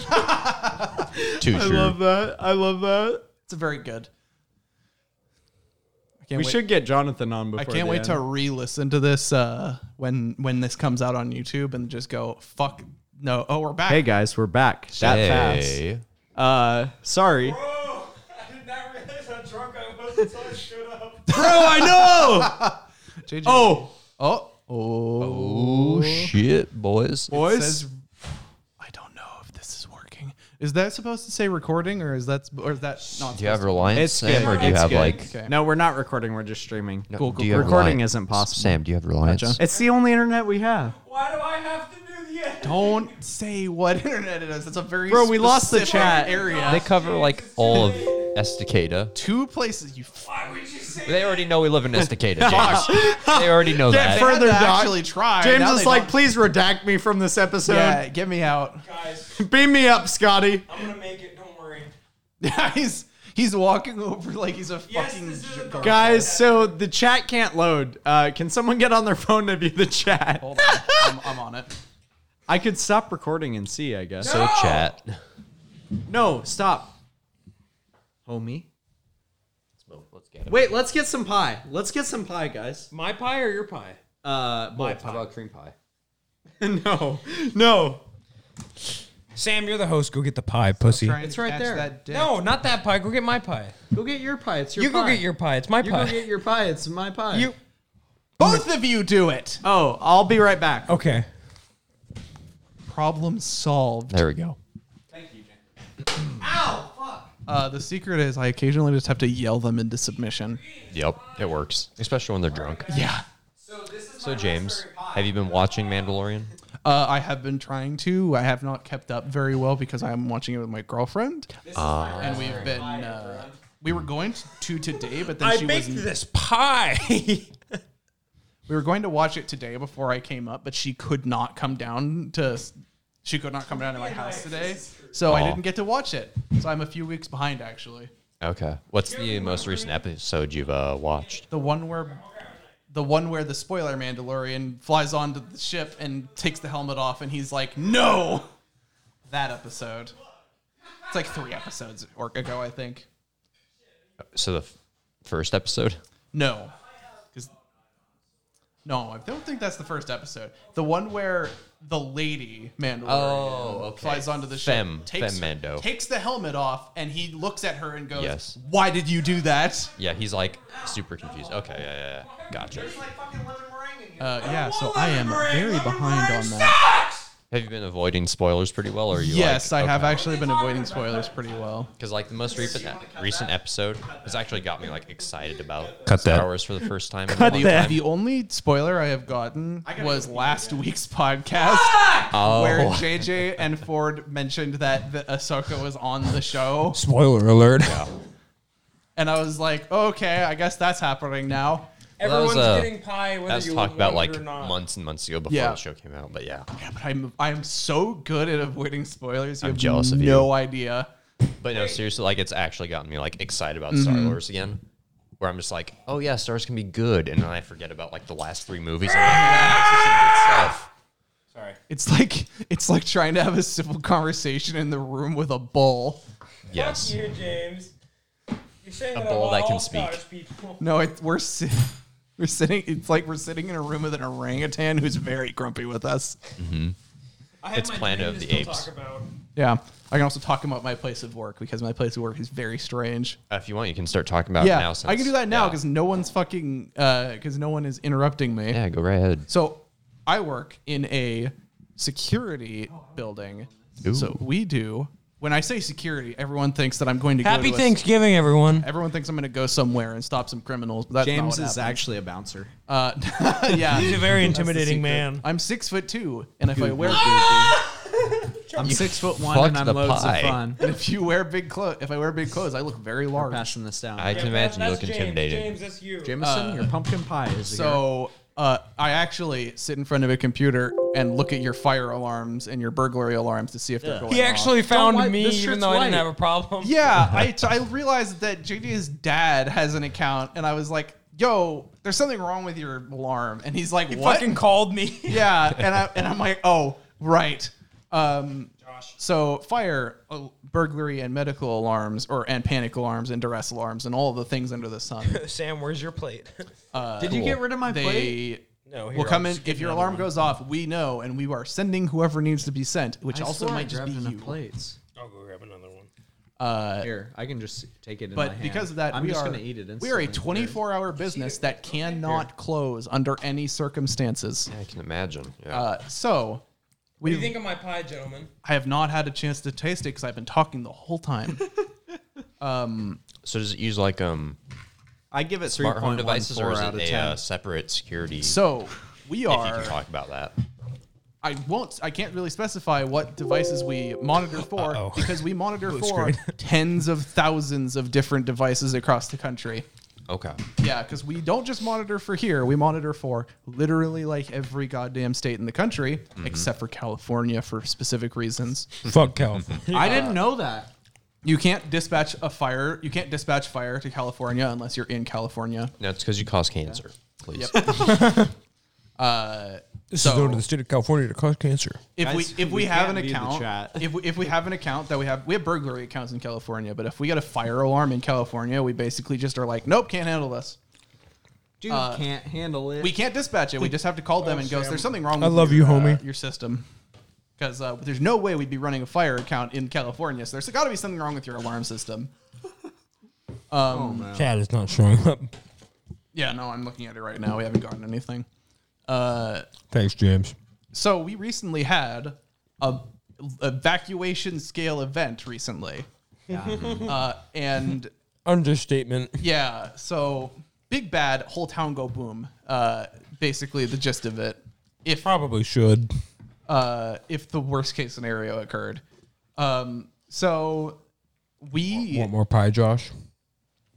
Too I love that. I love that. It's very good. I can't We wait. should get Jonathan on before. I the can't wait end. to re-listen to this uh, when when this comes out on YouTube and just go fuck no. Oh, we're back. Hey guys, we're back. That Hey. fast. Uh, sorry, bro. I know. <laughs> <laughs> JJ. Oh, oh, oh. Oh shit, boys. boys. Says, I don't know if this is working. Is that supposed to say recording or is that or is that not? Do you have supposed Reliance, It's Sam, good. or do you It's have good. like? Okay. No, we're not recording. We're just streaming. No, Cool, cool, do you have Recording Reliance? isn't possible. Sam, do you have Reliance? Gotcha. It's the only internet we have. to? <laughs> Don't say what <laughs> internet it is. That's a very Bro, we lost the specific chat. area. They cover like all of Estacada. two places. You f- They already know we live <laughs> in Estacada, James. they already know that. further- They had to doc. actually try. James Now is they like, don't- please redact me from this episode. yeah, get me out. <laughs> Guys, Beam me up, <laughs> Scotty. I'm gonna make it. Don't worry. he's he's walking over like he's a Yes, fucking. this is jerk. the- Guys, so the chat can't load. Uh, can someone get on their phone to view the chat? Hold on, I'm, I'm on it. I could stop recording and see, I guess. so chat. No, stop. Homie. Wait, let's get some pie. Let's get some pie, guys. My pie or your pie? Uh, My both. pie. cream pie? <laughs> no, no. Sam, you're the host. Go get the pie, pussy. Trying It's to right catch there. That dick. No, not that pie. Go get my pie. Go get your pie. It's your you pie. go get your pie. It's my You pie. go get your pie. It's my pie. you. both of you do it. Oh, I'll be right back. Okay. Problem solved. There we go. Uh, the secret is I occasionally just have to yell them into submission. Yep, it works, especially when they're drunk. Yeah. So James, have you been watching Mandalorian? Uh, I have been trying to. I have not kept up very well because I am watching it with my girlfriend. and we've been. Uh, we were going to today, but then I she baked was. this pie. <laughs> We were going to watch it today before I came up, but she could not come down to. She could not come down to my house today, so I Aw. didn't get to watch it. So I'm a few weeks behind, actually. Okay. What's the most recent episode you've uh, watched? The one where the one where the spoiler Mandalorian flies onto the ship and takes the helmet off and he's like, "No!" That episode. It's like 3 episodes or ago, I think. So the f- first episode. No. Cuz No, I don't think that's the first episode. The one where the lady Mandalorian Oh, okay. flies onto the Femme- ship, takes, Femme Mando. takes the helmet off, and he looks at her and goes, Yes. "Why did you do that?" Yeah, he's like super confused. Okay, yeah, yeah, yeah. Gotcha. Uh, yeah, so I am very behind on that. Have you been avoiding spoilers pretty well, or are you? Yes, like, I have actually been avoiding spoilers pretty well. Because like the most recent recent episode has actually got me like excited about Cut Star that. Wars for the first time. in a Cut long that. time. The only spoiler I have gotten was last week's podcast where Oh, JJ and Ford mentioned that the Ahsoka was on the show, Spoiler alert. and I was like, okay, I guess that's happening now. that was, Everyone's uh, getting pie, whether that was you talked about want it like or not. months and months ago before Yeah. the show came out. But yeah, Yeah, but I'm I'm so good at avoiding spoilers. You I'm have jealous of you. no idea. but no, seriously, like it's actually gotten me like excited about Star Mm-hmm. Wars again. Where I'm just like, oh yeah, Star Wars can be good, and then I forget about like the last three movies. I'm like, <laughs> "Yeah, this is some good stuff." It's like it's like trying to have a civil conversation in the room with a bull. Yes. you, James. You're saying A that ball about that can all speak. Scottish People. No, it, we're si- <laughs> we're sitting. It's like we're sitting in a room with an orangutan who's very grumpy with us. It's Planet of the Apes. Yeah. I can also talk about my place of work because my place of work is very strange. Uh, if you want, you can start talking about it yeah. now. Since, I can do that now yeah. because no one's fucking, because no one is interrupting me. Yeah, go right ahead. So I work in a security building. Ooh. So we do. When I say security, everyone thinks that I'm going to go Happy to a- Thanksgiving, everyone. everyone thinks I'm going to go somewhere and stop some criminals. But that's James not what is happened. actually a bouncer. Uh, <laughs> yeah. He's a very intimidating man. I'm six foot two, and if I wear I'm six foot one fucked and I'm the loads pie. of fun. <laughs> and if you wear big clothes, if I wear big clothes, I look very large. Passing this down. Uh, I can imagine you look intimidated. that's you. Jameson, your pumpkin pie is here. So uh, I actually sit in front of a computer and look at your fire alarms and your burglary alarms to see if they're going. He off. <laughs> actually found wipe- me, this even shirt's though I didn't white. have a problem. Yeah, I, t- I realized that JD's dad has an account, and I was like, "Yo, there's something wrong with your alarm," and he's like, He "What?" <laughs> fucking called me. yeah, and I and I'm like, "Oh, right." Um, so fire, uh, burglary, and medical alarms, or and panic alarms and duress alarms, and all the things under the <laughs> sun. <laughs> Sam, where's your plate? Did you get rid of my they plate? <laughs> No, will come in if your alarm goes off. We know, and we are sending whoever needs to be sent, which also might just be you. plates. I'll go grab another one. Here, I can just take it. In my But hand. because of that, I'm we just are gonna eat it. we are a instantly. 24 hour business that cannot close under any circumstances. I can imagine. Yeah. Uh, so What we do you think of my pie, gentlemen? I have not had a chance to taste it because I've been talking the <laughs> whole time. so does it use like um I give it smart home 3.14 devices or is out it of a 10. uh, separate security? so we if you can are. talk about that. I won't. I can't really specify what devices we monitor for Uh-oh. because we monitor for screen. tens of thousands of different devices across the country. Okay. Yeah, because we don't just monitor for here. We monitor for literally like every goddamn state in the country, except for California for specific reasons. Fuck <laughs> California. I didn't know that. You can't dispatch a fire. You can't dispatch fire to California unless you're in California. No, it's because you cause cancer. Please. This So- is going to the state of California to cause cancer. If Guys, we if we, we have can't an read the account, chat. if we, if we have an account that we have, we have burglary accounts in California. But if we get a fire alarm in California, we basically just are like, nope, can't handle this. Dude can't handle it. Uh, We can't dispatch it. We just have to call them and go. There's something wrong. I with love your, you, homie. uh, your system. Because uh, there's no way we'd be running a fire account in California, so there's got to be something wrong with your alarm system. Chad is not showing up. Yeah, no, I'm looking at it right now. We haven't gotten anything. Thanks, James. So we recently had a evacuation scale event recently, uh, and Understatement. yeah, so big bad, whole town go boom. Uh, basically, the gist of it. If Probably should. uh, if the worst case scenario occurred. Um, so we Want more pie, Josh?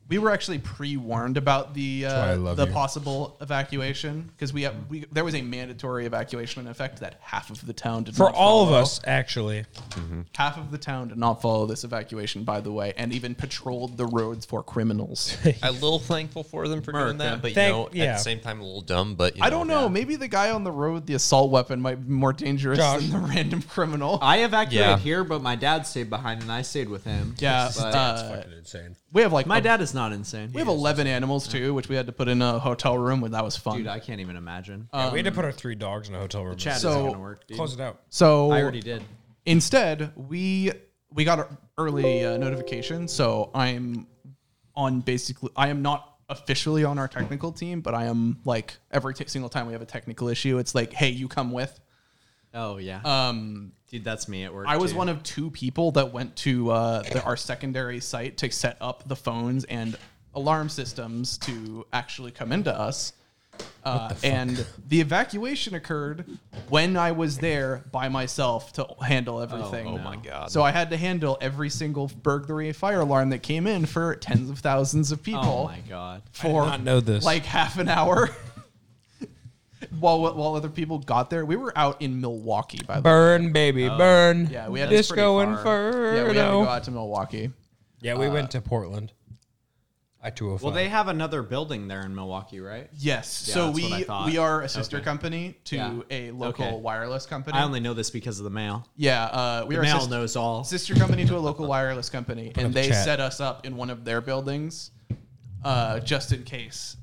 we were actually pre warned about the why I uh, love the you. possible evacuation because we, have- we there was a mandatory evacuation in effect that half of the town did For not all of follow. us, actually. Mm-hmm. half of the town did not follow this evacuation by the way and even patrolled the roads for <laughs> criminals. <laughs> a little thankful for them for doing that, but you Thank- know, at yeah. the same time, a little dumb. But you I don't know. Maybe the guy on the road with the assault weapon might be more dangerous Josh. than the random criminal. I evacuated Yeah. here, but my dad stayed behind and I stayed with him. yeah, But uh, insane. we have like my a- dad is not insane. We have 11 animals too, which we had to put in a hotel room, and that was fun. Dude, I can't even imagine. we had to put our three dogs in a hotel room. Chat Uh, so- isn't gonna work, dude. <laughs> Close it out. so I already did. instead, we we got an early uh, notification, so I'm on basically I am not officially on our technical team, but I am like every t- single time we have a technical issue, it's like, hey, you come with. Oh yeah. Um, dude, that's me at work. I was too. one of two people that went to uh, the, our secondary site to set up the phones and alarm systems to actually come into us. Uh, and the evacuation occurred when I was there by myself to handle everything. Oh, my God. So I had to handle every single burglary fire alarm that came in for tens of thousands of people Oh my god. for not know this. like half an hour. <laughs> while while other people got there, we were out in Milwaukee by the way. Burn, baby, Oh. burn. Yeah, we had this Disco pretty far. Inferno. Yeah, we had to go out to Milwaukee. Yeah, we went to Portland. I two hundred five. Well, they have another building there in Milwaukee, right? Yes. Yeah, so that's what I we thought. we are a sister Okay. company to Yeah. a local Okay. wireless company. I only know this because of the mail. yeah, uh, we The are a mail sister, knows all. sister company to a local wireless company, up and the they chat. set us up in one of their buildings, uh, just in case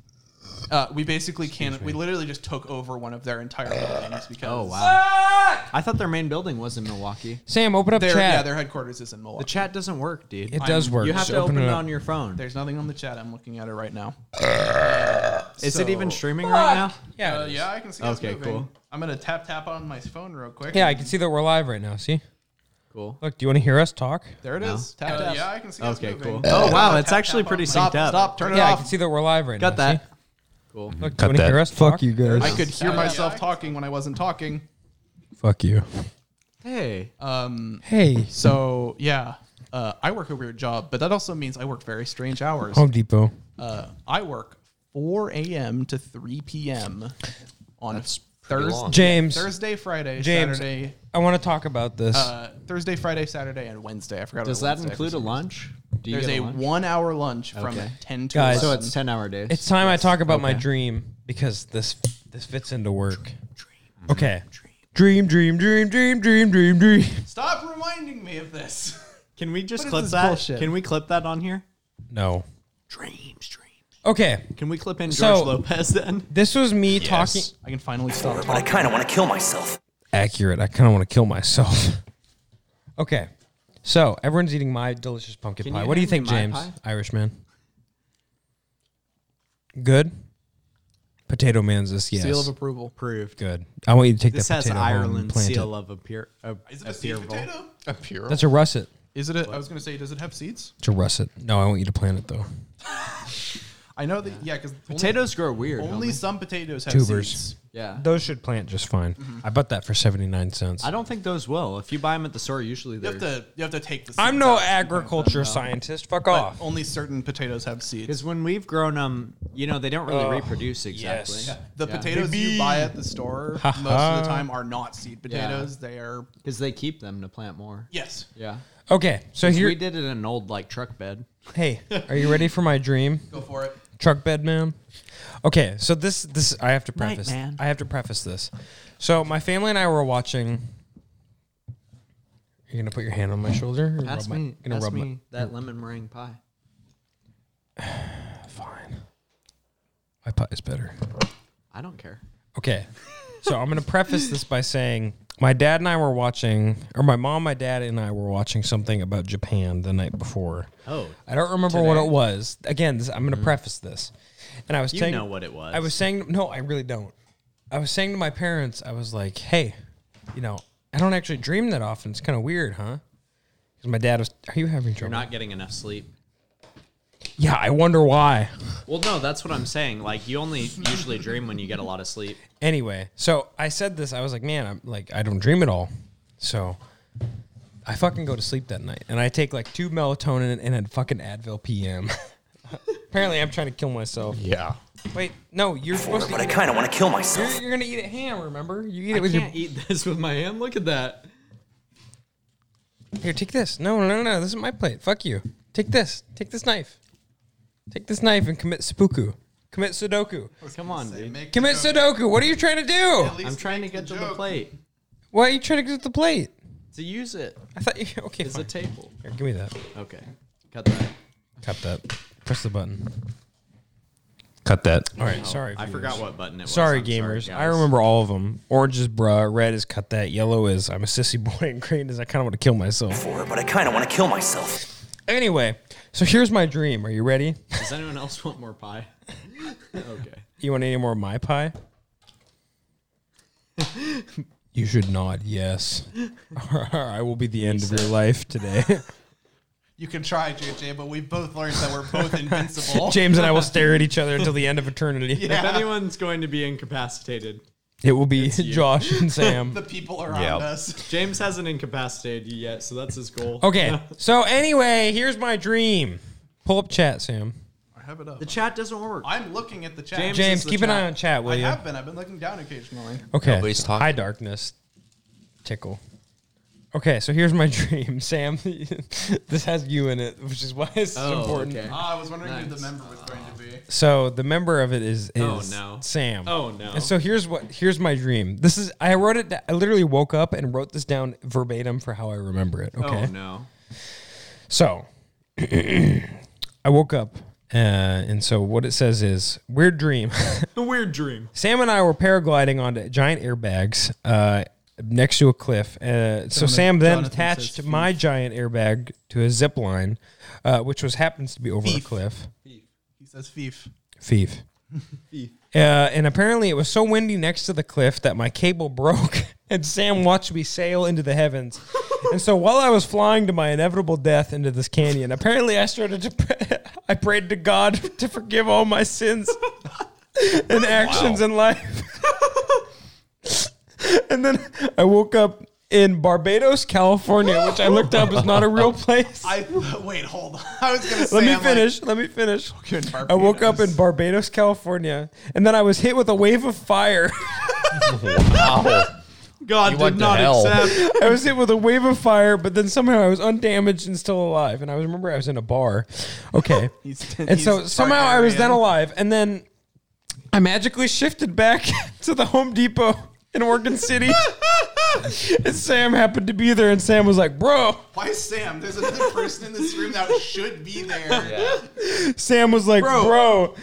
Uh, we basically can we literally just took over one of their entire buildings because Oh wow! I thought their main building was in Milwaukee. Sam, open up their chat. yeah their headquarters is in Milwaukee. The chat doesn't work, dude. it does work. You have Just to open it, up. on your phone. There's nothing on the chat. I'm looking at it right now. Is it So- even streaming right now? Yeah, Uh, it is. yeah, I can see. us Okay, moving. cool. I'm gonna tap tap on my phone real quick. yeah. I can see that we're live right now. See, Cool. look. Do you want to hear us talk? There it is. Tap Uh, tap. Yeah, I can see. us Okay, moving. cool. Uh, Oh wow, tap, it's tap, actually tap pretty on my- synced up. Stop. Turn it yeah, I off. can see that we're live right now. Got that? see? Cool. Look, do Cut you want to that. hear us Fuck talk? you guys. I could hear Yeah, myself I- talking when I wasn't talking. Fuck you. Hey, Um. Hey, So yeah, uh, I work a weird job, but that also means I work very strange hours. Home Depot. Uh, I work 4 a.m. to 3 p.m. on Thursday, long. James. Thursday, Friday, James. Saturday, I want to talk about this. uh, Thursday, Friday, Saturday, and Wednesday. I forgot. does about that Wednesday. include a lunch? Do you There's get a lunch? one-hour lunch from Okay. 10 to Guys. So 11. it's ten hour days. It's time I talk about my dream because this this fits into work. Mm-hmm. Okay. Dream, dream, dream, dream, dream, dream, dream. Stop reminding me of this. <laughs> Can we just What is clip this that? bullshit? Can we clip that on here? No. Dreams, dreams. Okay. Can we clip in George So- Lopez <laughs> then? This was me talking I can finally stop But I talking. kind of want to kill myself. accurate. I kind of want to kill myself. <laughs> okay. So, everyone's eating my delicious pumpkin Can pie. you What do you hand think, me my James? pie? Irishman. Good. Potato man's this yes. Seal of approval. Approved. Good. I want you to take This that has potato home and Ireland's plant it. seal of appear. of- Is it a seed approval. potato? A pure. That's a russet. Is it? A, I was going to say, does it have seeds? It's a russet. No, I want you to plant it though. I know that. Yeah, because Potatoes grow weird. Only, Only. some potatoes have Tubers. seeds. Yeah. Those should plant just fine. I bought that for 79 cents. Mm-hmm. I don't think those will. If you buy them at the store, usually You they're have to. You have to take the. Seeds I'm no out. agriculture scientist. Fuck But off. Only certain potatoes have seeds. Because when we've grown them, you know, they don't really reproduce exactly. yes. The potatoes you buy at the <laughs> store most of ha. the time are not seed potatoes. They are Because they keep them to plant more. yes. Yeah. Okay, so We here. did it in an old, like, truck bed. Hey, are you ready for my dream, Go for it. truck bed man? Okay, so this this I have to preface. man. I have to preface this. So my family and I were watching. You're gonna put your hand on my shoulder. or Pass rub my- me, gonna pass rub my- me that lemon meringue pie. oh, Fine. My pie is better. I don't care. Okay. So I'm going to preface this by saying my dad and I were watching, or my mom, my dad, and I were watching something about Japan the night before. Oh, I don't remember what it was. Again, this, I'm going to preface this. And I was Mm. you saying, know what it was. I was saying, no, I really don't. I was saying to my parents, I was like, hey, you know, I don't actually dream that often. It's kind of weird, huh? Because my dad was, are you having You're trouble? not getting enough sleep. yeah, I wonder why. Well, no, that's what I'm saying. Like, you only usually dream when you get a lot of <laughs> sleep. Anyway, so I said this. I was like, man, I'm like, I don't dream at all. So I fucking go to sleep that night, and I take like two melatonin and a fucking Advil PM. <laughs> Apparently, I'm trying to kill myself. yeah. Wait, no, you're supposed But to. I Eat, kind of want to kill myself. you're, you're gonna eat a ham. Remember, you eat it I with your. can't eat this with my hand. Look at that. Here, take this. No, no, no, no. This is my plate. Fuck you. Take this. Take this knife. Take this knife and commit seppuku. Commit sudoku. Come on, dude. Make Commit sudoku. What are you trying to do? I'm trying to get to the plate Why are you trying to get the plate? to use it I thought you. <laughs> Okay, as a fine. table. Here, give me that. Okay. Cut that. Cut that. Press the button. Cut that. All right, sorry. Oh, I viewers. forgot what button it was. Sorry, I'm gamers. I guys. remember all of them. Orange is bruh. Red is cut that. Yellow is I'm a sissy <laughs> boy. And green is I kind of want to kill myself. For, but I kind of want to kill myself. Anyway, so here's my dream. Are you ready? Does anyone else want more <laughs> pie? okay. You want any more of my pie? you should nod yes. <laughs> Or I will be the end of your life today. <laughs> You can try, JJ, but we've both learned that we're <laughs> both invincible. James and I will stare at each other until the end of eternity. If anyone's going to be incapacitated, It will be Josh and <laughs> Sam. the people around Yeah. us. James hasn't incapacitated you yet, so that's his goal. Okay. So anyway, here's my dream. Pull up chat, Sam. I have it up. The chat doesn't work. I'm looking at the chat. James- James, is the keep an chat. eye on chat, will I you? have been. I've been looking down occasionally. Okay. Nobody's talking. Eye darkness. Tickle. Okay, so here's my <laughs> dream, Sam. this has you in it, which is why it's so Oh, important. okay. Ah, I was wondering who the member was going to be. So the member of it is, is Oh, no. Sam. Oh, no. And so here's what here's my dream. This is I wrote it. da- I literally woke up and wrote this down verbatim for how I Oh, remember it. Okay. Oh no. So <clears throat> I woke up Uh, and so what it says is weird dream. <laughs> The weird dream. <laughs> Sam and I were paragliding onto giant airbags uh, next to a cliff. Uh, so Sam then Jonathan attached says my giant airbag to a zip line, uh, which was happens to be over a Thief. cliff. He says thief. Thief. Uh, and apparently, it was so windy next to the cliff that my cable broke, <laughs> and Sam watched me sail into the heavens. and so, while I was flying to my inevitable death into this canyon, apparently, I started to. Pray, <laughs> I prayed to God <laughs> to forgive all my sins <laughs> and actions in life. <laughs> and then I woke up in Barbados, California, which I looked up is not a real place. I <laughs> wait, hold on. I was gonna say. Let me I'm like, finish. let me finish. "Fucking I woke up in Barbados." Barbados, California, and then I was hit with a wave of fire. <laughs> God You went did to not hell. accept. I was hit with a wave of fire, but then somehow I was undamaged and still alive. And I remember I was in a bar. Okay. <laughs> He's- and so he's somehow I was then Targaryen. alive. And then I magically shifted back <laughs> to the Home Depot in <laughs> Oregon City. and Sam happened to be there, and Sam was like, Bro. Why is Sam? There's another person in this room that should be there. Sam was like, Bro. <laughs> Bro.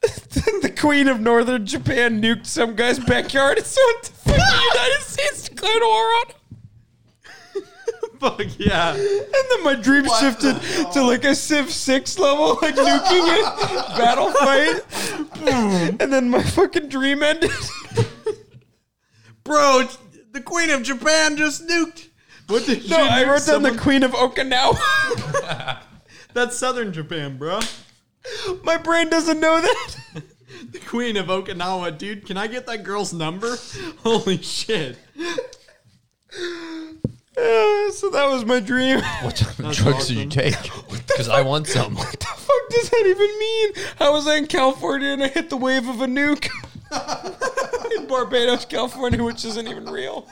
the queen of northern Japan nuked some guy's backyard, and so the <laughs> United States declared war on him. Fuck yeah. And then my dream shifted to like a Civ 6 level, like nuking it, battle fight. Boom. And then my fucking dream ended. Bro, it's- the Queen of Japan just nuked. What <laughs> did No, you I wrote nuke down someone? the Queen of Okinawa. <laughs> That's southern Japan, bro. <laughs> my brain doesn't know that. <laughs> The Queen of Okinawa, dude. Can I get that girl's number? <laughs> Holy shit. Uh, so that was my dream. <laughs> What What type of drugs did you <laughs> take? Because I want some. <laughs> the fuck does that even mean? How was I in California and I hit the wave of a nuke? <laughs> in Barbados, California, which isn't even real.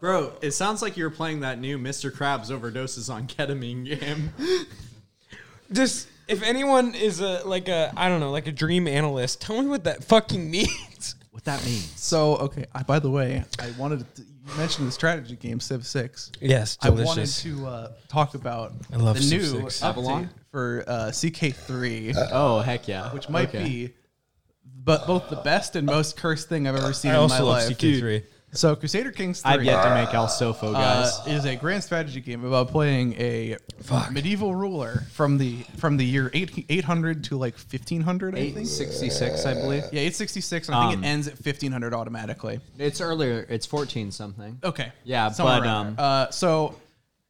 Bro, it sounds like you're playing that new Mr. Krabs overdoses on ketamine <laughs> game. just if anyone is a like a I don't know like a dream analyst, tell me what that fucking means. What that means? So okay. I, by the way, I wanted to, you mentioned the strategy game Civ Six. Yes, I wanted to uh, talk about love the Civ new six. update for uh, CK3, Oh, heck yeah. which might Okay. be, but both the best and most cursed thing I've ever seen in my life. three. So Crusader Kings 3 I've yet to make El Sofo, uh, guys. is a grand strategy game about playing a medieval ruler from the from the year 8, 800 to like 1500 I think. 866, I believe. Um, Yeah, 866 and I think it ends at 1500 automatically. It's earlier. It's 14 something. Okay. Yeah, Somewhere but, around um, there. uh so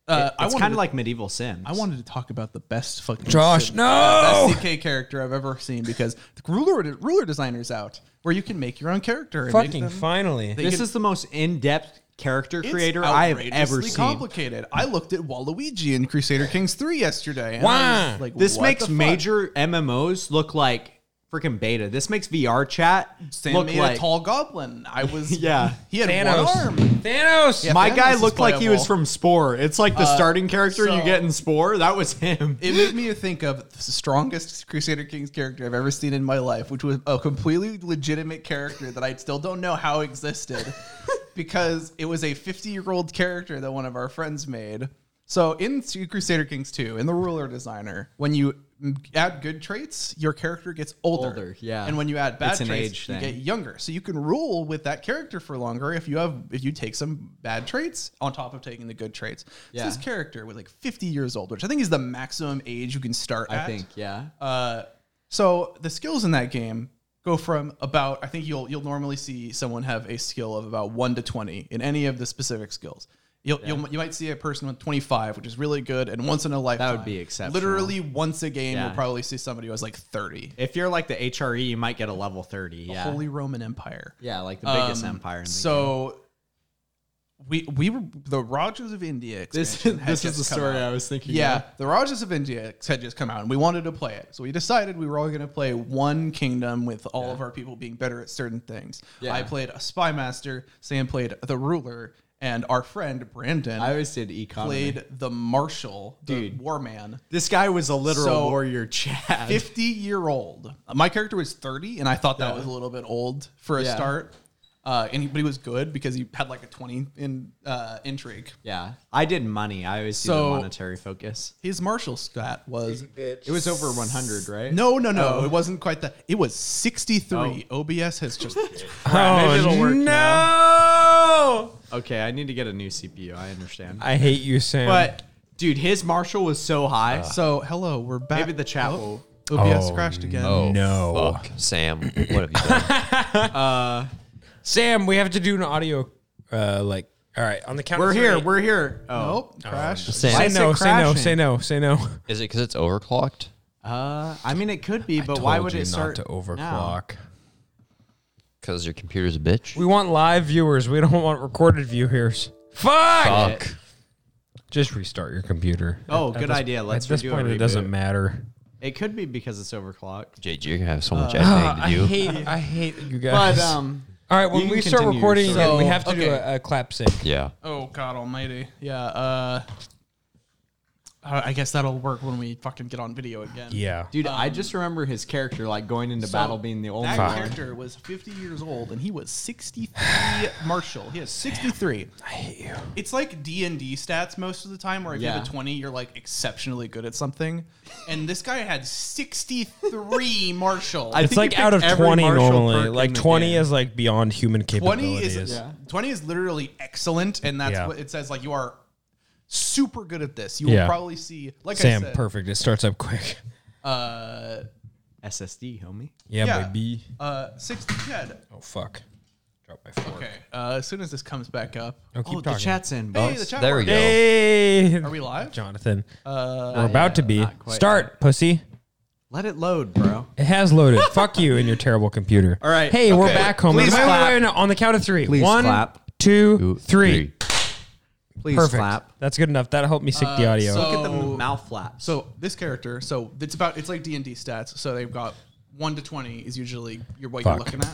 uh, I It's wanted kind to- of like medieval Sims. I wanted to talk about the best fucking Josh, Civ- no. best CK character I've ever seen because the ruler ruler designers out where you can make your own character. and make Fucking them- finally. they This can- is the most in-depth character It's creator I have ever outrageously seen. complicated. I looked at Waluigi in Crusader Kings 3 yesterday. And Why? I was like, This what the makes fuck? major MMOs look like freaking beta. This makes VR chat Sam look made like a tall goblin. <laughs> I was Yeah. He had Thanos. one arm. Thanos. Yeah. My Thanos guy is looked like he was playable. from Spore. It's like the starting character you Uh, so- get in Spore. That was him. It made me think of the strongest Crusader Kings character I've ever seen in my life, which was a completely legitimate character that I still don't know <laughs> how existed because it was a 50 year old character that one of our friends made. So in Crusader Kings 2, in the ruler designer, when you add good traits, your character gets older. Older, yeah. And when you add bad It's an traits, age you thing. get younger. So you can rule with that character for longer if you have if you take some bad traits on top of taking the good traits. Yeah. So this character was like 50 years old, which I think is the maximum age you can start at. I think, yeah. Uh, So the skills in that game go from about I think you'll you'll normally see someone have a skill of about 1 to 20 in any of the specific skills. You'll, you'll, you might see a person with 25, which is really good, and once in a lifetime. be exceptional. Literally once a game, Yeah. you'll probably see somebody who has like 30. if you're like the HRE, you might get a level 30. Yeah. Holy Roman Empire. yeah, like the biggest Um, empire in the so we we were the Rajas of India. <laughs> This expansion had this is the just come story out. I was thinking. Yeah, of. the Rajas of India had just come out, and we wanted to play it. So we decided we were all going to play one kingdom with all of our people being better at certain things. Yeah. I played a spy master. Sam played the ruler, and our friend Brandon I always did economy. played the marshal, the Dude. war man. This guy was a literal So- warrior <laughs> Chad. 50 year old. My character was 30, and I thought that was a little bit old for a Yeah. start. Uh, and he, but he was good because he had like a 20 in uh, intrigue. Yeah, I did money. I always do So- the monetary focus. His martial stat was It was over 100, right? no, no, Oh. no. It wasn't quite that. It was 63. OBS has <laughs> just Maybe it'll work no! now. Okay, I need to get a new CPU. I understand. I hate you, Sam. but dude, his Marshall was so high. So hello, we're back. Maybe the chat Oh, will. OBS crashed again. no, Fuck, Sam, what have you <laughs> done? Sam, we have to do an audio. Uh, like, all right, on the count. We're of here. three. We're here. Oh, Nope, crashed. Sam, Say is it no, say no, crashing? say no, say no. is it because it's overclocked? uh, I mean, it could be, but why would it start not to now? overclock? Because your computer's a bitch? We want live viewers. We don't want recorded viewers. Fuck! Fuck. Just restart your computer. Oh, At good this- idea. Let's At this redo a point, it reboot. doesn't matter. It could be because it's <laughs> overclocked. JJ, you're going to have so much editing to do. Uh, I hate you guys. But um, All right, when you we can start continue, recording sorry. again, we have to do okay. a, a clap sync. yeah. Oh God Almighty. Yeah. Uh, I I guess that'll work when we fucking get on video again. Yeah. dude, I just remember his character like going into battle being the only That one. character was 50 years old and he was 63 <sighs> Marshall. He is 63. I hate you. It's like D&D stats most of the time where if you Yeah. have a 20 you're like exceptionally good at something. And this guy <laughs> had 63 Marshall. I It's think like you out of picked every 20 martial perk normally. in Like the 20 game. is like beyond human 20 capabilities. is 20 is literally excellent and that's Yeah. what it says like you are super good at this. You Yeah. will probably see like Sam, I said perfect. It starts up quick. <laughs> uh SSD, homie. Yeah, Yeah. baby. uh 60 Chad. Oh, fuck. Drop my fork. Okay. Uh, as soon as this comes back up. Oh, keep oh, the talking. chat's in. Hey, boss. the chat There we worked. go. Hey, Are we live? Jonathan. Uh We're about to be. quite. Start, pussy. Let it load, bro. It <laughs> has loaded. Fuck you and your terrible computer. All right. Hey, we're Okay. back home. Please Wait, wait, clap. wait, wait, no, on the count of three. Please One, clap. two, three. Please Perfect. flap. That's good enough. That'll help me sync the audio. so- Look at the Oh. mouth flaps. So this character, so it's about it's like D and D stats. So they've got one to twenty is usually your what Fuck. you're looking at.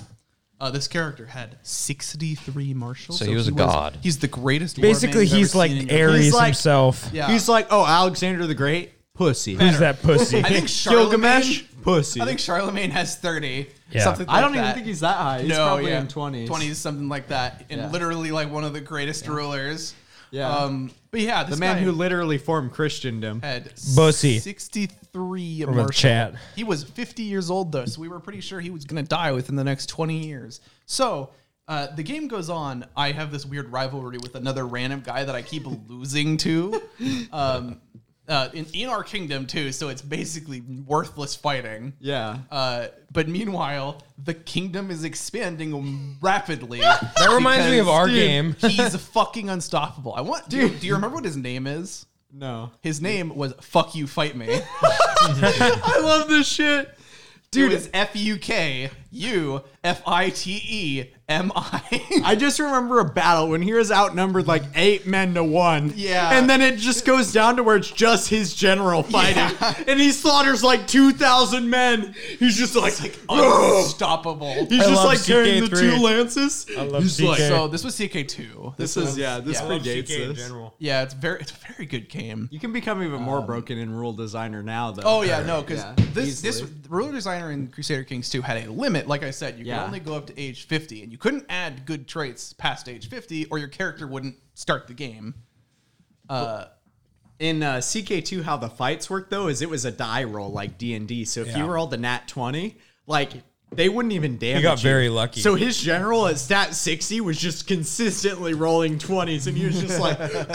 Uh, this character had sixty three marshals. So he was a god. He's the greatest. Basically, warman you've he's ever like seen in your- Ares He's like- himself. Yeah. he's like, oh, Alexander the Great, pussy. Who's that pussy? <laughs> I think Charlemagne. Gilgamesh, pussy. I think Charlemagne has thirty. Yeah. Something I don't like even that. think he's that high. He's no, probably yeah. in 20s. twenties, something like that, and Yeah. literally like one of the greatest rulers. Yeah. Um, but yeah, this the man guy who literally formed Christendom. had Bussy. sixty-three. the marshals. chat. He was 50 years old, though, so we were pretty sure he was going to die within the next 20 years. So uh, the game goes on. I have this weird rivalry with another random guy that I keep <laughs> losing to. Um, uh, in, in our kingdom, too, so it's basically worthless fighting. Yeah. Uh, but meanwhile, the kingdom is expanding rapidly. <laughs> That reminds me of our Dude. game. He's fucking unstoppable. I want, dude. Do you remember what his name is? No. His name was "Fuck You, Fight <laughs> Me." I love this shit. Dude, it's F U K U F I T E M <laughs> I. I just remember a battle when he was outnumbered like eight men to one. Yeah. And then it just goes down to where it's just his general fighting. And he slaughters like 2,000 men. He's just like, "Ugh." oh, <laughs> Unstoppable. he's I just love like carrying the CK3. two lances. I love he's CK. like, So this was CK2. This, this is, yeah, this Yeah. predates this. yeah, it's very it's a very good game. You can become even more broken in Rule Designer now, though. <laughs> Oh yeah, no, because Um, Yeah, this this easily. Ruler Designer and Crusader Kings 2 had a limit. Like I said, you Yeah. could only go up to age 50, and you couldn't add good traits past age 50, or your character wouldn't start the game. in uh, CK2, how the fights work though is it was a die roll like D and D. So if Yeah. you rolled a nat twenty, like they wouldn't even damage. got very lucky. So his general at stat sixty was just consistently rolling twenties, and he was just like, it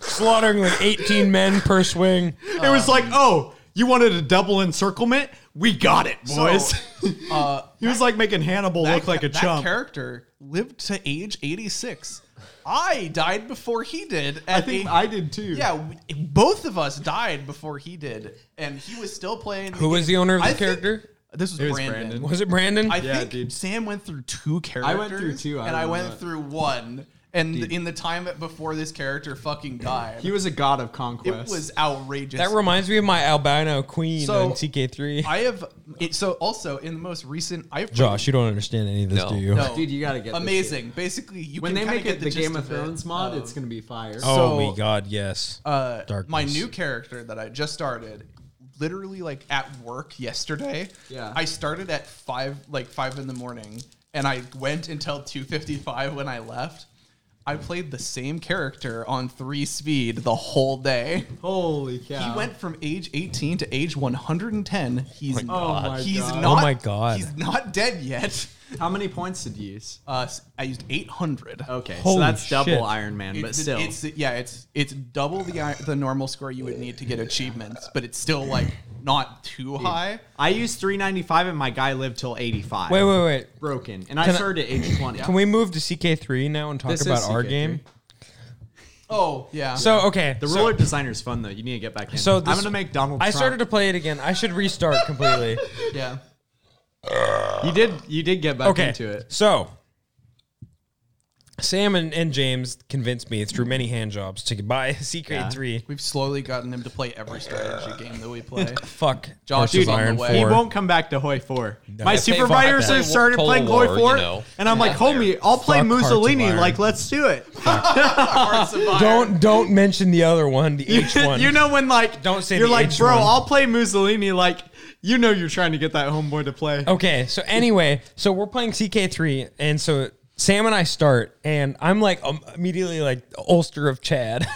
Slaughtering like 18 men per swing. was like, oh, you wanted a double encirclement? We got it, boys. <laughs> he was like making Hannibal look That- like a that chump. character lived to age 86. I died before he did. I At think age- I did too. Yeah, we, both of us died before he did, and he was still playing. Who was the owner of I the think- character? This was, It was Brandon. Brandon. Was it Brandon? I Yeah, think dude. Sam went through two characters. I went through two, I and I don't went know. through one. And in the time before this character fucking died, he was a god of it conquest. was outrageous. that reminds me of my albino queen So, on TK3. I have it, so also in the most recent. I've Josh, you don't understand any of this, No. do you? no, dude. You gotta get this amazing. Basically, you When can they kinda make get it the, the gist Game of it. Thrones mod, Um, it's gonna be fire. Oh So- my god, yes. uh, my Darkness. new character that I just started, literally like at work yesterday. Yeah. I started at five, like five in the morning, and I went until 255 when I left. I played the same character on three speed the whole day. Holy cow. He went from age 18 to age 110. He's God. Oh my he's God. not Oh my God. He's not dead yet. How many points did you use? Uh, I used 800. Okay, Holy so that's shit. double Iron Man, but It's- still. it's yeah, it's it's double the i- the normal score you would need to get achievements, but it's still like not too high. I used 395 and my guy lived till 85. Wait, wait, wait. Broken. And I Can I- started at age 20. Can we move to CK3 now and talk This is about our CK3. game? Oh <laughs> yeah. So okay, The so- ruler designer's fun though. You need to get back in. So I'm this- gonna make Donald. I Trump. started to play it again. I should restart <laughs> completely. yeah. You did. You did get back okay. into it. So Sam and, and James convinced me through many hand jobs to buy CK3. We've slowly gotten him to play every strategy game that we <laughs> play. Fuck. Josh versus is on the Iron way. Four. He Oh, He won't come back to Hoi Four. My If they supervisors bought that- have started Cold playing War, Hoi you Four, know. and I'm like, homie, I'll play Fuck Hearts of Mussolini. Iron. Like, let's do it. Don't don't mention the other one, the H <laughs> one. you know when like Don't say you're the like, H bro, one." I'll play Mussolini. Like, you know, you're trying to get that homeboy to play. Okay, so anyway, so we're playing CK3, and so Sam and I start, and I'm like um, immediately like Ulster of Chad. <laughs>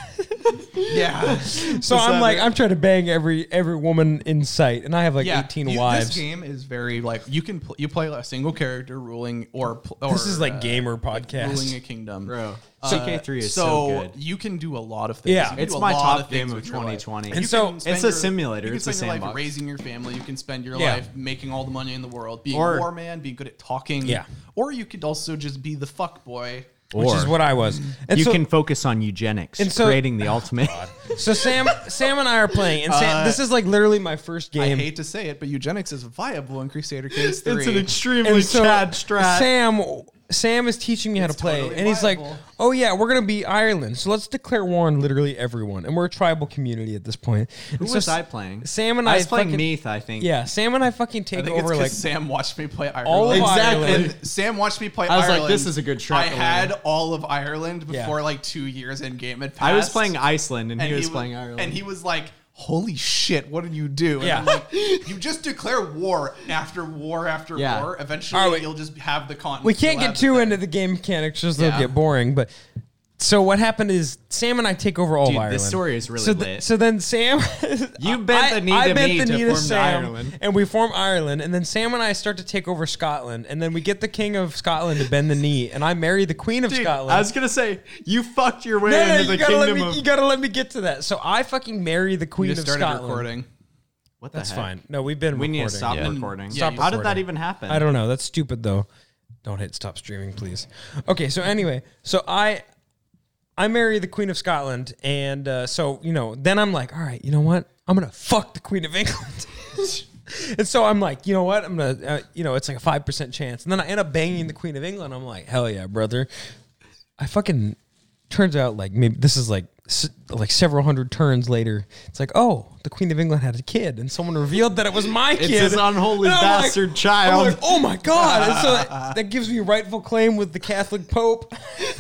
<laughs> Yeah. so I'm like I'm trying to bang every every woman in sight, and I have like yeah. 18 You- wives. This This, game is very like you can pl- you play a single character ruling or pl- or is like uh, gamer ruling podcast. a kingdom. bro. Uh, CK3 is so, good. you can do a lot of things. Yeah. You can It's do a my lot top things game of with your life. 2020. You And can so- spend It's a your- simulator. You can It's a spend your life sandbox. raising your family. You can spend your Yeah. life making all the money in the world, being Or- a war man, being good at talking. Yeah. Or you could also just be the fuck boy. Which is what I was. Mm-hmm. And you so, can focus on eugenics, And so- creating the ultimate. so Sam, Sam and I are playing, and Sam, this is like literally my first Uh, I game. hate to say it, but eugenics is viable in Crusader Kings <laughs> 3. it's an extremely and so Chad strat. Sam Sam is teaching me how to play, totally and he's like, viable. "Oh yeah, we're gonna be Ireland, so let's declare war on literally everyone, and we're a tribal community at this point." Who was I playing? Sam and I I was playing fucking- Meath, I think. Yeah, Sam and I fucking I take think it's over 'cause like Sam watched me play Ireland. all of Ireland. And Sam watched me play I was like, Ireland. this is a good track I to had all of Ireland Yeah. before like two years in game had passed. I was playing Iceland, and, he was wa- playing Ireland. And he was like, Holy shit, what did you do? And Yeah. I'm like, you just declare war after war after Yeah. war. Eventually, All right. you'll just have the continent. we can't You'll get have too the- into the game mechanics, just it'll Yeah. get boring. But so what happened is Sam and I take over all Dude, of this Ireland. story is really so th- lit. so then Sam, <laughs> You bent I- the knee I to bent me the to knee form the Sam, Ireland. and we form Ireland, and then Sam and I start to take over Scotland, and then we get the king of Scotland to bend the knee, and I marry the queen of Dude, Scotland. I was gonna say you fucked your way no, no, into you the gotta, let kingdom me, of. you gotta let me get to that. So I fucking marry the We queen just of started Scotland. recording. what the That's heck? fine. No, we've been We need to recording. stop Yeah. recording. Stop How did that recording. even happen? I don't know. That's stupid though. Don't hit stop streaming, please. Okay, so anyway, so I I marry the Queen of Scotland, and uh, so you know, then I'm like, all right, you know what? I'm gonna fuck the Queen of <laughs> England. And so I'm like, you know what? I'm gonna, uh, you know, it's like a five percent chance. And then I end up banging the Queen of England. I'm like, hell yeah, brother! I fucking turns out like maybe this is like s- like several hundred turns later. It's like, oh, the Queen of England had a kid, and someone revealed that it was my kid. his unholy And I'm like- bastard child. I'm like, oh my god! And so <laughs> that, that gives me rightful claim with the Catholic Pope. <laughs>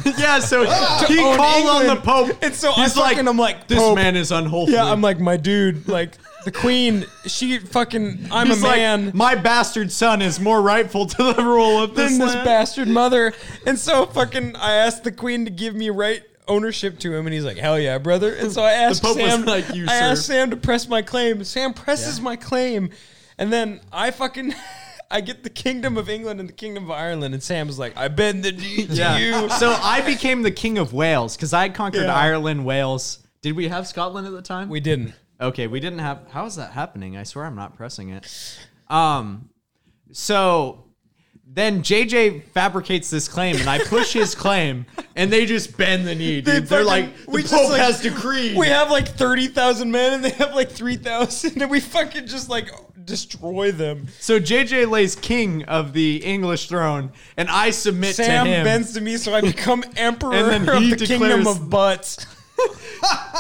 yeah, <laughs> so he own called on the England. Pope. And so I He's like, fucking- I'm like, this Pope. man is unholy. Yeah, I'm like my dude, like the Queen. She fucking, I'm He's a man. like, my bastard son is more rightful to the rule of this than this land." bastard mother. And so fucking, I asked the queen to give me right ownership to him, and he's like, "Hell yeah, brother!" And so I asked Pope was Sam, like, "You, I sir." asked Sam to press my claim. Sam presses my claim, and then I fucking. <laughs> I get the kingdom of England and the kingdom of Ireland, and Sam's like, "I bend the knee to you." so I became the king of Wales because I conquered Yeah. Ireland, Wales. Did we have Scotland at the time? We didn't. Okay, we didn't have. How is that happening? I swear I'm not pressing it. Um, so then JJ fabricates this claim, and I push his claim, and they just bend the knee. Dude. They They are fucking- like, the we just, Pope like- has decreed. We have like thirty thousand men, and they have like three thousand, and we fucking just like destroy them. so JJ lays king of the English throne, and I submit Sam to him. bends to me, so I become emperor <laughs> And then he of the kingdom declares- of butts.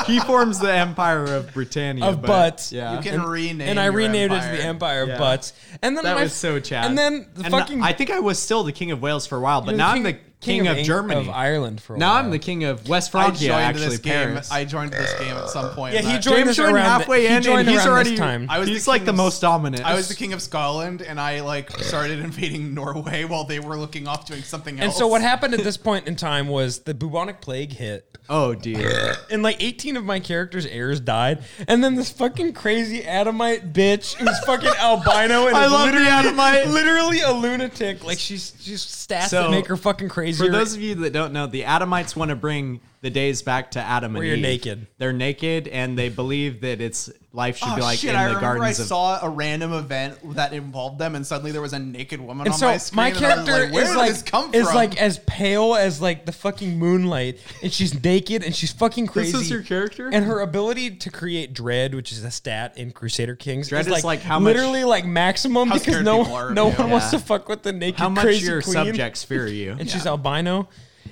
he forms the Empire of Britannia. Of but- butts. Yeah. You can rename and I your renamed it empire. to the Empire of Yeah. Butts. And then that my- was so Chad. And then the And fucking I think I was still the king of Wales for a while, but You're the now king- I'm the king, of, Eng- Germany. of Ireland for a now while. I'm the king of West I Francia. joined Actually, this game. Paris. I joined this game at some point. yeah, and he I- joined James us joined around halfway he in, joined and he's around already- this time. I was He's the like king the of- most dominant. I was the king of Scotland, and I like started invading Norway while they were looking off doing something else. and so what happened at this point in time was the bubonic plague hit. Oh dear. and like 18 of my characters' heirs died, and then this fucking crazy Adamite bitch who's <laughs> fucking albino <laughs> and I is love the literally, Adamite. literally a lunatic. Like she's she's stats So, that make her fucking crazier. For those of you that don't know, the Adamites want to bring the days back to Adam and Where you're Eve. naked. They're naked, and they believe that it's life should Oh, be like shit, in I the remember I gardens of. saw a random event that involved them, and suddenly there was a naked woman and on so my my, screen. and I was character like, Where is did like this come is from? like as pale as like the fucking moonlight, and she's naked and she's fucking crazy. is your character? and her ability to create dread, which is a stat in Crusader Kings, Dread is is, like, like, how much- literally like maximum How because scared no people are of no you. one wants to Yeah. fuck with the naked How much crazy your queen. subjects fear you? and she's albino.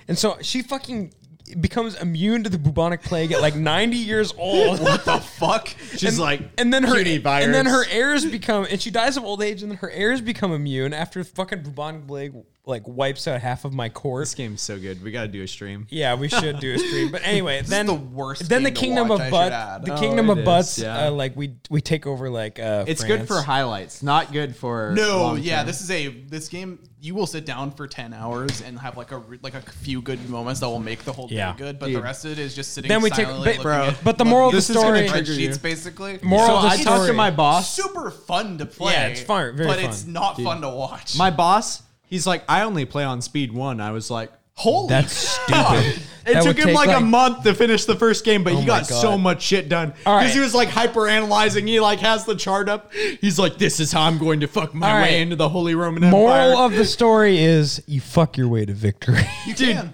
And so she fucking becomes immune to the bubonic plague at like 90 years <laughs> old. <laughs> what the fuck? She's and, like, and then her "Puny and then her virus." heirs become, and she dies of old age, and then her heirs become immune after fucking bubonic plague like wipes out half of my This court. game's so good. We got to do a stream. Yeah, we should do a stream. But <laughs> anyway, This then is the worst. then the game to kingdom watch, I of should butts, add. the Oh, kingdom of it is, butts, yeah. uh, like we we take over like uh, It's good for France. highlights, not good for No, long yeah, term. this is a this game. You will sit down for ten hours and have like a re- like a few good moments that will make the whole Yeah. day good. But the rest of it is just sitting. Then we take- silently but- looking Bro. at- but the moral of the looking at story- spreadsheets basically. Moral So of the I talked to story. my boss. super fun to play. Yeah, it's fun, very but it's fun. not fun to watch. My boss, he's like, I only play on speed one. I was like, holy That's stupid. It That took would him take, like, a month to finish the first game, but Oh he my got God. so much shit done because All right. he was like hyper analyzing. He like has the chart up. He's like, "This is how I'm going to fuck my All way right. into the Holy Roman Empire." Moral of the story is you fuck your way to victory. dude, can.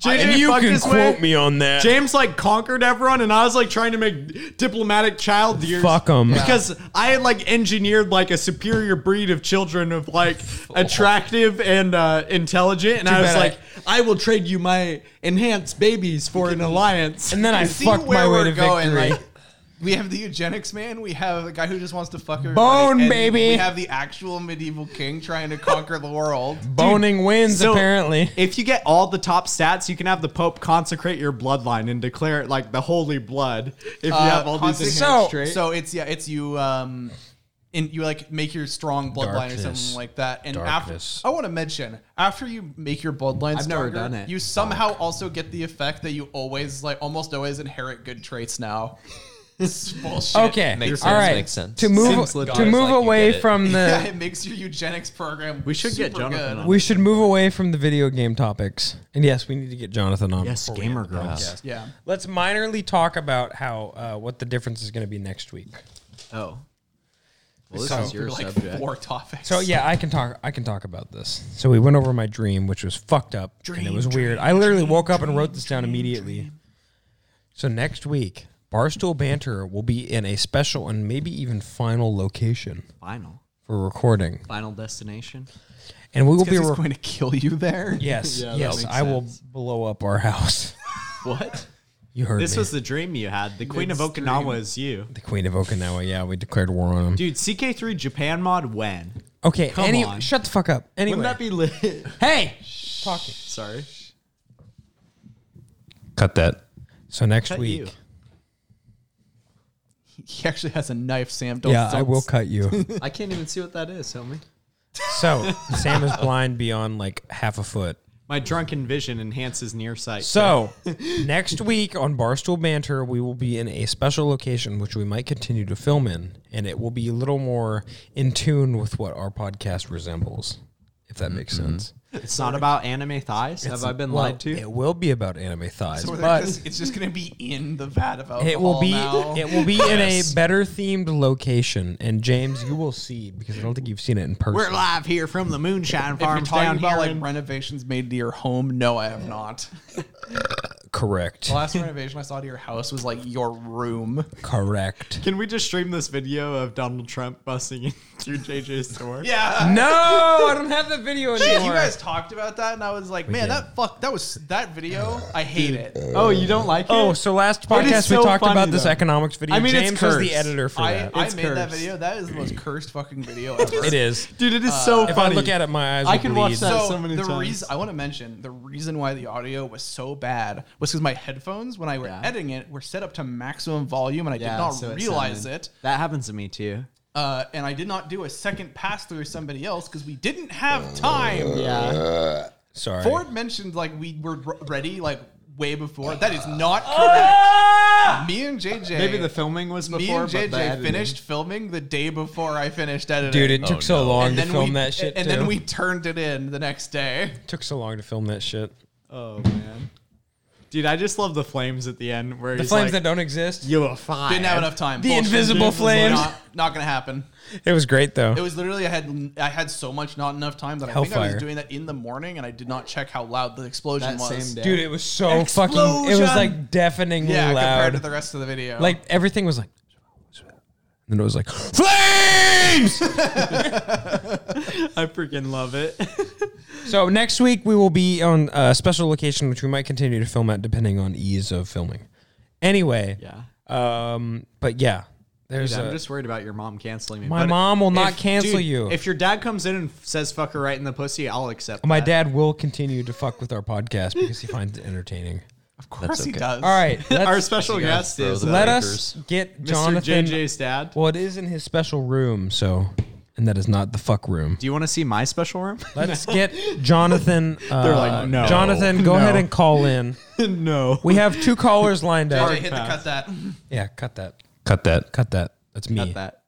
JJ fucked his way. on <laughs> that. James like conquered everyone, and I was like trying to make diplomatic child deers. Fuck 'em. because I had like engineered like a superior breed of children of like attractive and uh, intelligent, and I was bad I- like, I will trade you my enhanced babies for an alliance. and then I see fucked my where way we're to going. victory. Like, we have the eugenics man. We have a guy who just wants to fuck everybody. Bone, and baby. We have the actual medieval king trying to conquer the world. Boning wins so- apparently. If you get all the top stats, you can have the Pope consecrate your bloodline and declare it like the holy blood. If you Uh, have all these consecrate- enhanced So- traits. So it's yeah, it's you. Um, and you like make your strong bloodline or Darkness. something like that. And Darkness. after I want to mention, after you make your bloodline, I've never stronger, done it. You somehow also get the effect that you always like almost always inherit good <laughs> traits now. It's bullshit. Okay, Makes all sense, right. makes sense. To move Seems legit. to Guys, move like, you away get it. from <laughs> Yeah, <laughs> the, it makes your eugenics program. We should get super Jonathan good. on. we should move away from the video game topics. And yes, we need to get Jonathan on. yes, before we gamer end the girls. podcast. Yeah. Let's minorly talk about how uh, what the difference is going to be next week. Oh, well, this So- is your Oh. like subject. four topics. So yeah, I can talk. I can talk about this. So we went over my dream, which was fucked up and it was weird. I literally woke up and wrote this down immediately. So next week, Barstool Banter will be in a special and maybe even final location Final, for recording, final destination. and we will be. he's Re- going to kill <laughs> you there. yes, yes, I will blow up our house. <laughs> What? You heard This me. was the dream you had. The Queen of Okinawa is you. the Queen of Okinawa. Yeah, we declared war on him. Dude, CK3 Japan mod when? okay, come any- on. shut the fuck up. Anyway, Wouldn't that be lit? hey, talking. Sorry. Cut that. So next Cut week. you. He actually has a knife, Sam. Don't. Yeah, don't- I will cut you. I can't even see what that is, homie. So Sam is blind beyond like half a foot. My drunken vision enhances nearsight. So next week on Barstool Banter, we will be in a special location which we might continue to film in, and it will be a little more in tune with what our podcast resembles, if that makes sense. it's not about anime thighs. Have I been Well, lied to? It will be about anime thighs, Or they're but just- it's just going to be in the vat of alcohol. it will be now. it will be in a better themed location. And James, you will see because I don't think you've seen it in person. We're live here from the Moonshine If you're Farm talking down about here. like in- renovations made to your home, no, I have not. Correct. The <laughs> last renovation I saw to your house was like your room. Correct. Can we just stream this video of Donald Trump busting into JJ's store? Yeah. No, I don't have that video Shit, <laughs> anymore. you guys talked about that, and I was like, man, that fuck, that was that video. I hate it. Oh, you don't like it? oh, so last podcast so we talked funny, about this though. economics video. I mean, it's James was the cursed. editor for I, that. I It's made that cursed. video. That is <clears throat> the most cursed fucking video ever. it is. dude, it is so Uh, If funny. I look at it, my eyes. I will could bleed. watch that. So, so many the times. reason I want to mention the reason why the audio was so bad was because my headphones, when I were editing it, were set up to maximum volume, and I did not realize it. That happens to me too. Uh, and I did not do a second pass through somebody else because we didn't have time. Yeah. Sorry. Ford mentioned like we were r- ready like way before. That is not correct. Me and JJ. Maybe the filming was before. Me and but the JJ editing- finished filming the day before I finished editing. Dude, it took so long to film we, that shit. And too. then we turned it in the next day. took so long to film that shit. Oh man, dude, I just love the flames at the end where The he's flames that like, don't exist. "You are fired." Didn't have enough time. The invisible flames. Not, not gonna happen. It was great though. It was literally I had I had so much not enough time that I think I Hellfire. was doing that in the morning and I did not check how loud the explosion That was. same day. Dude, it was so fucking. It was Explosion. like deafeningly Yeah, loud. compared to the rest of the video. like everything was like. And then it was like flames. I freaking love <laughs> it. So next week we will be on a special location, which we might continue to film at, depending on ease of filming. Anyway, yeah, um, but yeah, there's Dude, a, I'm just worried about your mom canceling me. my But mom will if- not cancel dude, you. If your dad comes in and f- says "fuck her right in the pussy," I'll accept. my that. dad will continue to fuck with our podcast because he finds it <laughs> entertaining. of course he okay. does. All right, let's- Our special You guys guest throw is uh, the let anchors. us get Mr. Jonathan. JJ's dad. Well, it is in his special room, so and that is not the fuck room. Do you want to see my special room? Let's get Jonathan. <laughs> Uh, They're like, "No, Jonathan, go no." ahead <laughs> and call in. no. We have two callers lined up. JJ, hit the cut that. Yeah, cut that. Cut that. Cut that. That's me. Cut that.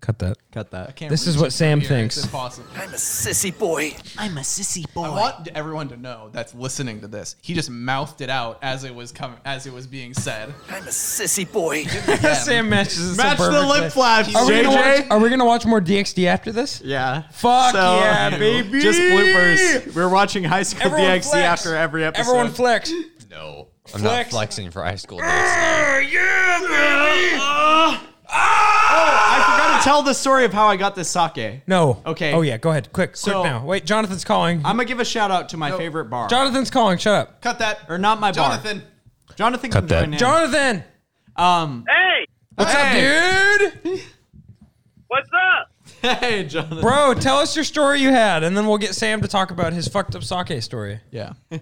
Cut that. Cut that. Can't This is reach what it from Sam here. It's <laughs> thinks. impossible. I'm a sissy boy. I'm a sissy boy. I want everyone to know that's listening to this. He just mouthed it out as it was coming, as it was being said. I'm a sissy boy. Sam matches Match the lip flaps, Are we, gonna watch, JJ. are we gonna watch more DXD after this? Yeah. <laughs> Fuck yeah, baby. Just bloopers. We're watching High School Everyone DxD flex. after every episode. Everyone flex. No, I'm Flex. not flexing for high school. days. I forgot to tell the story of how I got this sake. No. Okay. Oh yeah. Go ahead. Quick. So- quick now. Wait. Jonathan's calling. I'm gonna give a shout out to my favorite bar, Jonathan's calling. Shut up. Cut that. or not my Jonathan. bar. Jonathan. can Cut that. join in. Jonathan. Um. Hey, What's up, dude? what's up? <laughs> Hey, Jonathan. Bro, tell us your story you had, and then we'll get Sam to talk about his fucked up sake story. Yeah. Okay, we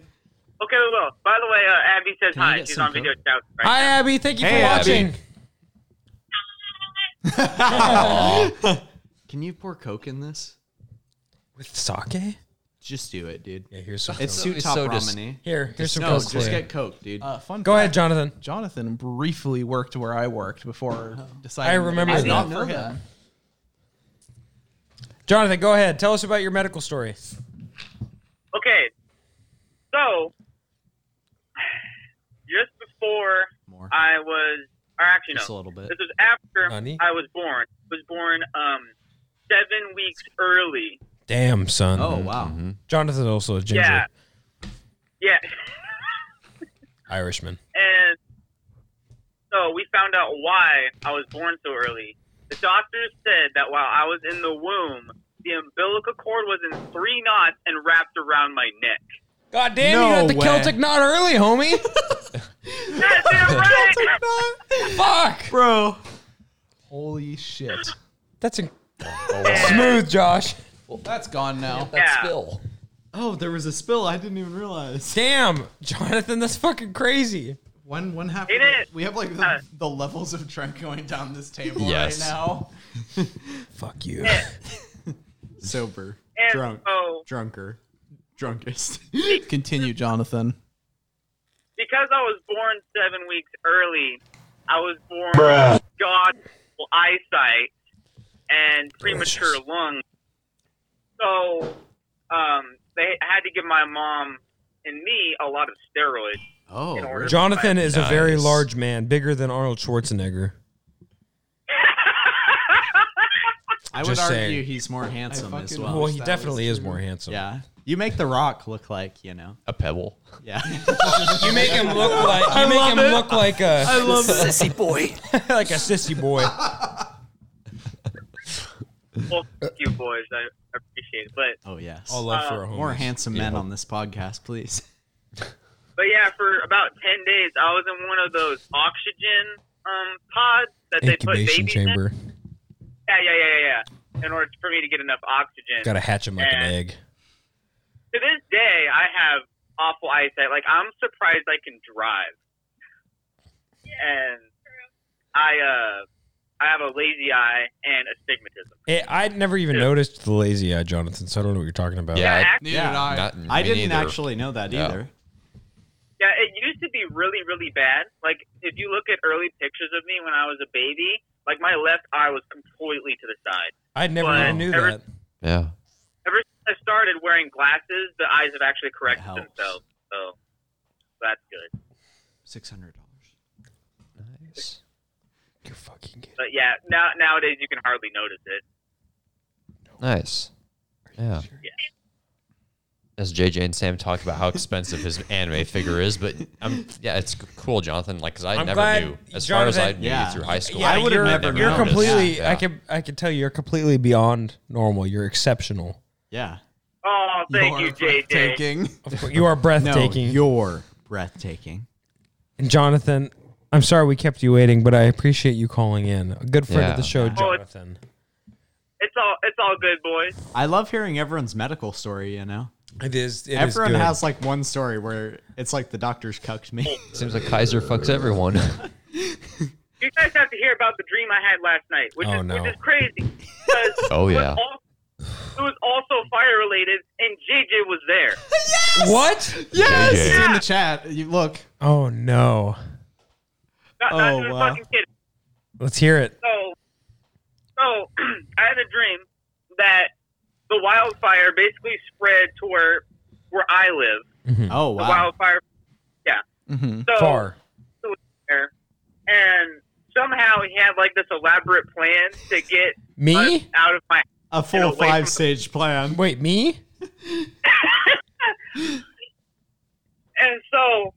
will. By the way, uh, Abby says I hi. get She's some on video chat. Right Hi, Abby. Thank you Hey, for Abby. watching. Can you pour Coke in this? With sake? Just do it, dude. Yeah. Here's some. It's So- soup it's top so dis- ramen. Here, here's some No, Coke just Clear. get Coke, dude. Uh, fun Go fact, ahead, Jonathan. Jonathan briefly worked where I worked before deciding. I that it remember was that. not I for him. Jonathan, go ahead. Tell us about your medical story. Okay. So, just before More. I was, or actually, no. Just a little bit. This was after Honey? I was born. Was born um seven weeks early. Damn, son. oh wow. Jonathan also a ginger Yeah. Yeah. <laughs> Irishman. And so we found out why I was born so early. The doctors said that while I was in the womb, the umbilical cord was in three knots and wrapped around my neck. God damn, No you got the way. Celtic knot early, homie. <laughs> That's it, right? <laughs> Fuck. Bro, Holy shit. That's in- smooth, Josh. Well, that's gone now. Yeah. Spill. oh, there was a spill. I didn't even realize. Damn, Jonathan, that's fucking crazy. One one half. It is. We have like Uh, the, the levels of drink going down this table Yes. right now. Fuck you. Sober, And uh, drunk, so drunker, <laughs> drunkest. Continue, Jonathan. because I was born seven weeks early, I was born with god awful eyesight Oh, and premature lungs. So um, they had to give my mom and me a lot of steroids in Oh, order. to Jonathan is a very Nice. large man, bigger than Arnold Schwarzenegger. I I would Just argue saying. he's more handsome as fucking well. Well, wish he that definitely was is more handsome. Yeah. You make The Rock look like, you know. A pebble. Yeah. You make him <laughs> look like you make him look like <laughs> a <laughs> Sissy boy. like a sissy <laughs> boy. <laughs> Well, fuck you boys, I I appreciate it. But oh yes. All love for a homies. more handsome men on this podcast, please. but yeah, for about ten days, I was in one of those oxygen um pods that they put incubation babies in. chamber. Yeah, yeah, yeah, yeah, yeah. In order for me to get enough oxygen. Got to hatch him like an And- egg. to this day, I have awful eyesight. Like I'm surprised I can drive. And I uh, I have a lazy eye and astigmatism. Eh, I'd never even noticed the lazy eye, Jonathan. So I don't know what you're talking about. Yeah, Yeah, Neither did I. Not, I me didn't neither. actually know that Yeah. either. Yeah, it used to be really, really bad. Like if you look at early pictures of me when I was a baby, like my left eye was completely to the side. I never Well, even knew ever- that. Yeah. Ever since I started wearing glasses, the eyes have actually corrected helps. themselves. So that's good. Six hundred dollars. Nice. You're fucking kidding. But yeah, now nowadays you can hardly notice it. Nice. Yeah. As JJ and Sam talked about how expensive his anime figure is, but um, yeah, it's c- cool, Jonathan. Like, because I I'm never glad, knew as far as I Jonathan- knew Yeah. you through high school. I would've you're, never You're noticed. completely. Yeah. I can. I can tell you, you're completely beyond normal. You're exceptional. Yeah. Oh, thank you, You're JJ. breathtaking. Of course, <laughs> you are No, breathtaking. you're breathtaking. and Jonathan, I'm sorry we kept you waiting, but I appreciate you calling in. A good friend Yeah. of the show, Oh, it's- Jonathan. It's all it's all good, boys. I love hearing everyone's medical story, you know. It is. It is Everyone good. has like one story where it's like the doctors cucked me. Seems like Kaiser fucks everyone. <laughs> You guys have to hear about the dream I had last night, which Oh, is no. which is crazy because Oh, it was yeah. al- it was also fire related, and JJ was there. what? yes, JJ. It's in the chat. You look. Oh no! Not, Oh, not even wow. fucking kidding. Let's hear it. So, so <clears throat> I had a dream that the wildfire basically spread to where where I live. Hmm. Oh The wow. wildfire, yeah. Mhm. So Far. there, and somehow he had like this elaborate plan to get us Me? out of my A Get full away from five the- stage plan. Wait, me? and so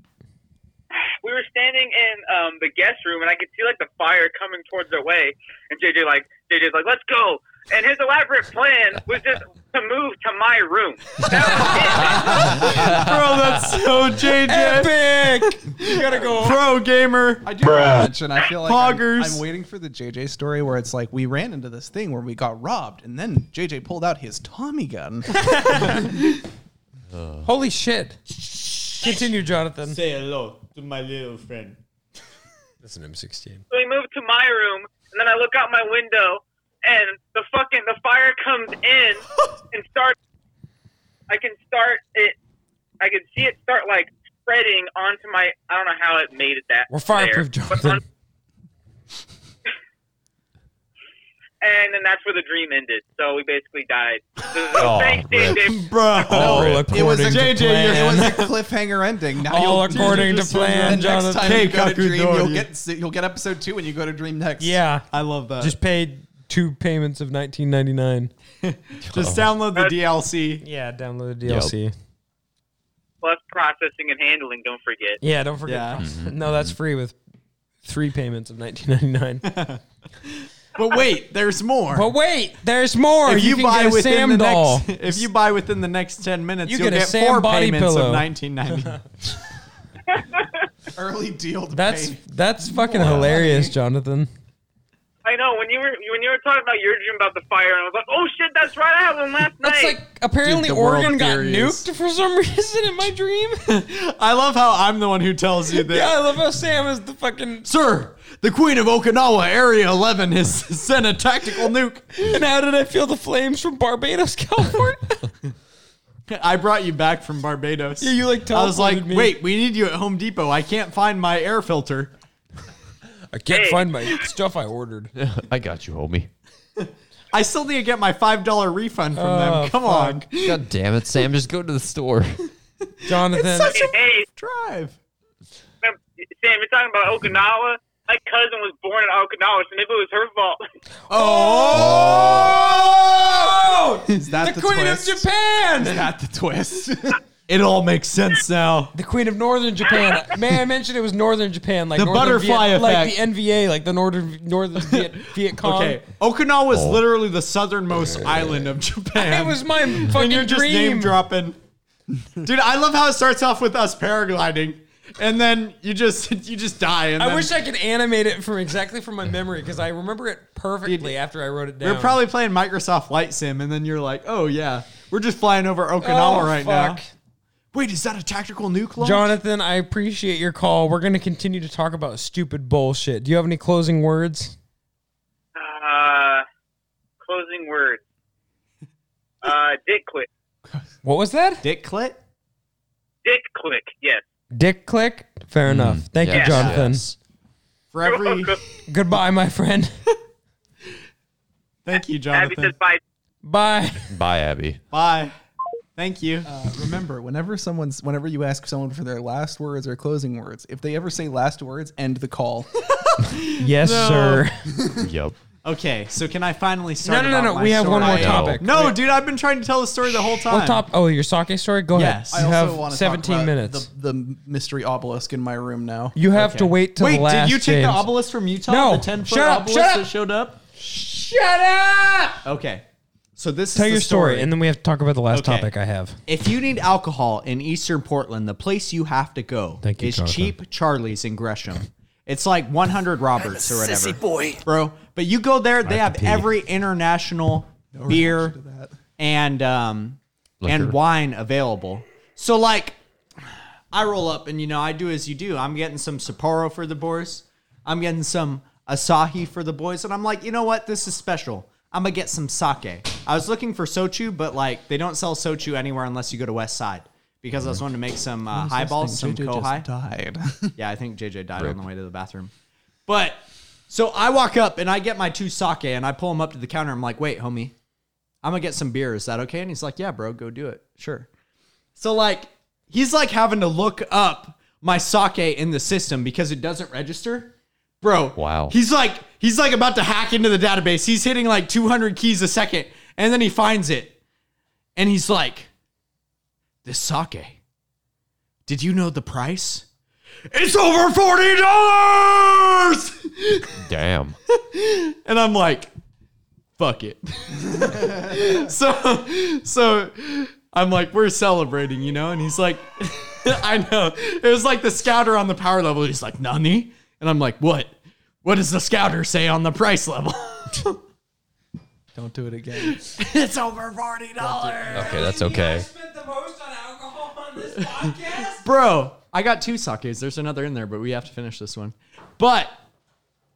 we were standing in um, the guest room, and I could see like the fire coming towards their way. And JJ like JJ's like, "Let's go!" And his elaborate plan was just to move to my room. Bro, that's so Oh, JJ. Epic! you gotta go. Pro gamer. I do want to mention. I feel like I'm- Poggers. I'm, waiting for the JJ story where it's like we ran into this thing where we got robbed, and then JJ pulled out his Tommy gun. Holy shit! Continue, Jonathan. Say hello to my little friend. That's an M16. So we moved to my room, and then I look out my window, and the fucking the fire comes <laughs> in and starts. I can start it. I can see it start like spreading onto my. I don't know how it made it that. We're fireproof, there, but Jonathan. on- <laughs> and then that's where the dream ended. So we basically died. So, <laughs> Aw, thanks, rip. JJ. Bro. Rip. according It was a to JJ. It was plan. a cliffhanger ending. Now All you'll- according to just remember plan, the next <laughs> Next time Jonathan. Hey, you go to Kaku Dream, you'll Dory. get you'll get episode two when you go to Dream next. <laughs> Yeah, I love that. Just, just paid two payments of 19.99. just download the DLC. Yeah, download the Yep. DLC. Plus processing and handling. Don't forget. Yeah, don't forget. Mm-hmm. Yeah. No, that's free with three payments of 19.99. But wait, there's more. but wait, there's more. if you, can buy get a within Sam the <laughs> doll. next, if you buy within the next ten minutes, You you will get a get Sam four body payments pillow. of nineteen ninety. <laughs> early deal to That's pay. that's fucking hilarious, Jonathan. I know when you were when you were talking about your dream about the fire, and I was like, oh shit, that's right. I had one last That's night. like apparently Dude, the world Oregon got theories. nuked for some <laughs> reason in my <laughs> dream. I love how I'm the one who tells you that. yeah, I love how Sam is the fucking Sir, the Queen of Okinawa, Area 11, has <laughs> sent a tactical nuke. And how did I feel the flames from Barbados, <laughs> California? I brought you back from Barbados. Yeah, you, like, I was like, teleported me. wait, we need you at Home Depot. I can't find my air filter. I can't Hey. find my stuff I <laughs> ordered. I got you, homie. I still need to get my five dollar refund from Oh, them. Come on, God damn it, Sam. Just go to the store. Jonathan, such a hey, drive. Sam, you're talking about Okinawa. my cousin was born in Okinawa, so maybe it was her fault. Oh! Is that the, the Queen of twist? Japan! Not <laughs> the <laughs> twist. It all makes sense now. The Queen of <laughs> Northern Japan. May I mention it was Northern Japan, like The Northern butterfly Viet, effect. like the NVA, like the Northern <laughs> Northern Viet, Viet Cong. Okay, Okinawa is literally the southernmost island of Japan. Oh. <laughs> It was my fucking and you're just name dream. dropping. Dude, I love how it starts off with us paragliding, and then you just <laughs> you just die. And I then- wish I could animate it from exactly from my memory because I remember it perfectly after I wrote it down. we are probably playing Microsoft Flight Sim, and then you're like, oh yeah, we're just flying over Okinawa Oh, right fuck. now. Wait, is that a tactical nuke launch? Jonathan, I appreciate your call. We're going to continue to talk about stupid bullshit. Do you have any closing words? Uh, closing words. Uh, dick click. What was that? Dick clit. Dick click. Yes. Dick click? Fair Hmm. enough. Thank you, Yes, Jonathan. yes. For every Goodbye, my friend. <laughs> thank you, Abby Jonathan. says bye. Bye. Bye, Abby. Bye. Thank you. Uh. Remember, whenever someone's whenever you ask someone for their last words or closing words, if they ever say last words, end the <laughs> call. Yes, sir. Yep. okay, so can I finally No, start? no, no, about no. my We have one story? more No. topic. No, dude, I've been trying to tell the story the whole time. What top? Oh, your sake story? Go Yes. ahead. You I also have wanna talk 17 about minutes. The, the mystery obelisk in my room now. you have to wait till Wait, the last did you take the James. obelisk from Utah? No. The 10 foot Shut up, obelisk shut up. that showed up? Shut up! Okay. So this Tell is the your story, and then we have to talk about the last Okay. topic I have. If you need alcohol in Eastern Portland, the place you have to go Thank you, is Jonathan. Cheap Charlie's in Gresham. It's like 100 Roberts or whatever, Sissy boy. bro. But you go there, they have every international beer and um, Liquor. and wine available. So like, I roll up and you know I do as you do. I'm getting some Sapporo for the boys. I'm getting some Asahi for the boys, and I'm like, you know what? This is special. I'm gonna get some sake. I was looking for sochu, but like they don't sell sochu anywhere unless you go to West Side because I Mm-hmm. was wanting to make some uh, highballs, some JJ kohai. just died. Yeah, I think JJ died on the way to the bathroom. But so I walk up and I get my two sake and I pull him up to the counter. I'm like, wait, homie, I'm gonna get some beer. Is that okay? And he's like, yeah, bro, go do it. Sure. So like he's like having to look up my sake in the system because it doesn't register. Bro, Wow. He's like he's like about to hack into the database. He's hitting like 200 keys a second, and then he finds it, and he's like, "This sake. Did you know the price? It's over forty dollars." Damn. and I'm like, fuck it. <laughs> so, so I'm like, we're celebrating, you know? And he's like, <laughs> I know. It was like the scouter on the power level. He's like, Nani? And I'm like, what? What does the scouter say on the price level? <laughs> Don't do it again. it's over $40. Okay, that's okay. spent the most on alcohol on this podcast? Bro, I got two sakes. There's another in there, but we have to finish this one. But,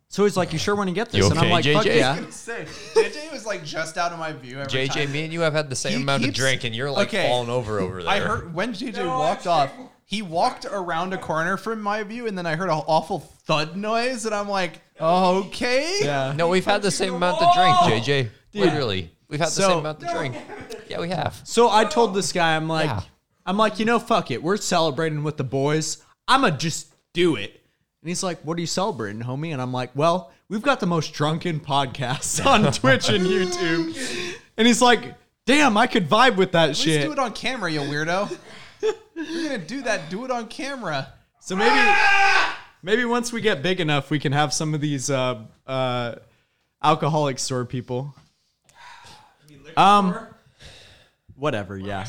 so he's like, you sure want to get this? You and I'm okay, like, fuck JJ? yeah. JJ was like just out of my view. Every JJ, me and you have had the same He amount of keeps- drink, and you're like Okay. falling over over there. I heard when JJ No, walked I'm off, he walked around a corner from my view, and then I heard an awful thud noise, and I'm like, okay. Yeah. No, we've had the same amount to drink, JJ. Literally, we've had the So- same amount to drink. Yeah, we have. So I told this guy, I'm like, Yeah. I'm like, you know, fuck it. We're celebrating with the boys. I'ma just do it. And he's like, What are you celebrating, homie? And I'm like, Well, we've got the most drunken podcast <laughs> on Twitch <laughs> and YouTube. And he's like, Damn, I could vibe with that At least shit. do it on camera, you weirdo. You're gonna do that. Do it on camera. so maybe maybe once we get big enough, we can have some of these uh uh alcoholic store people. Um whatever, yeah.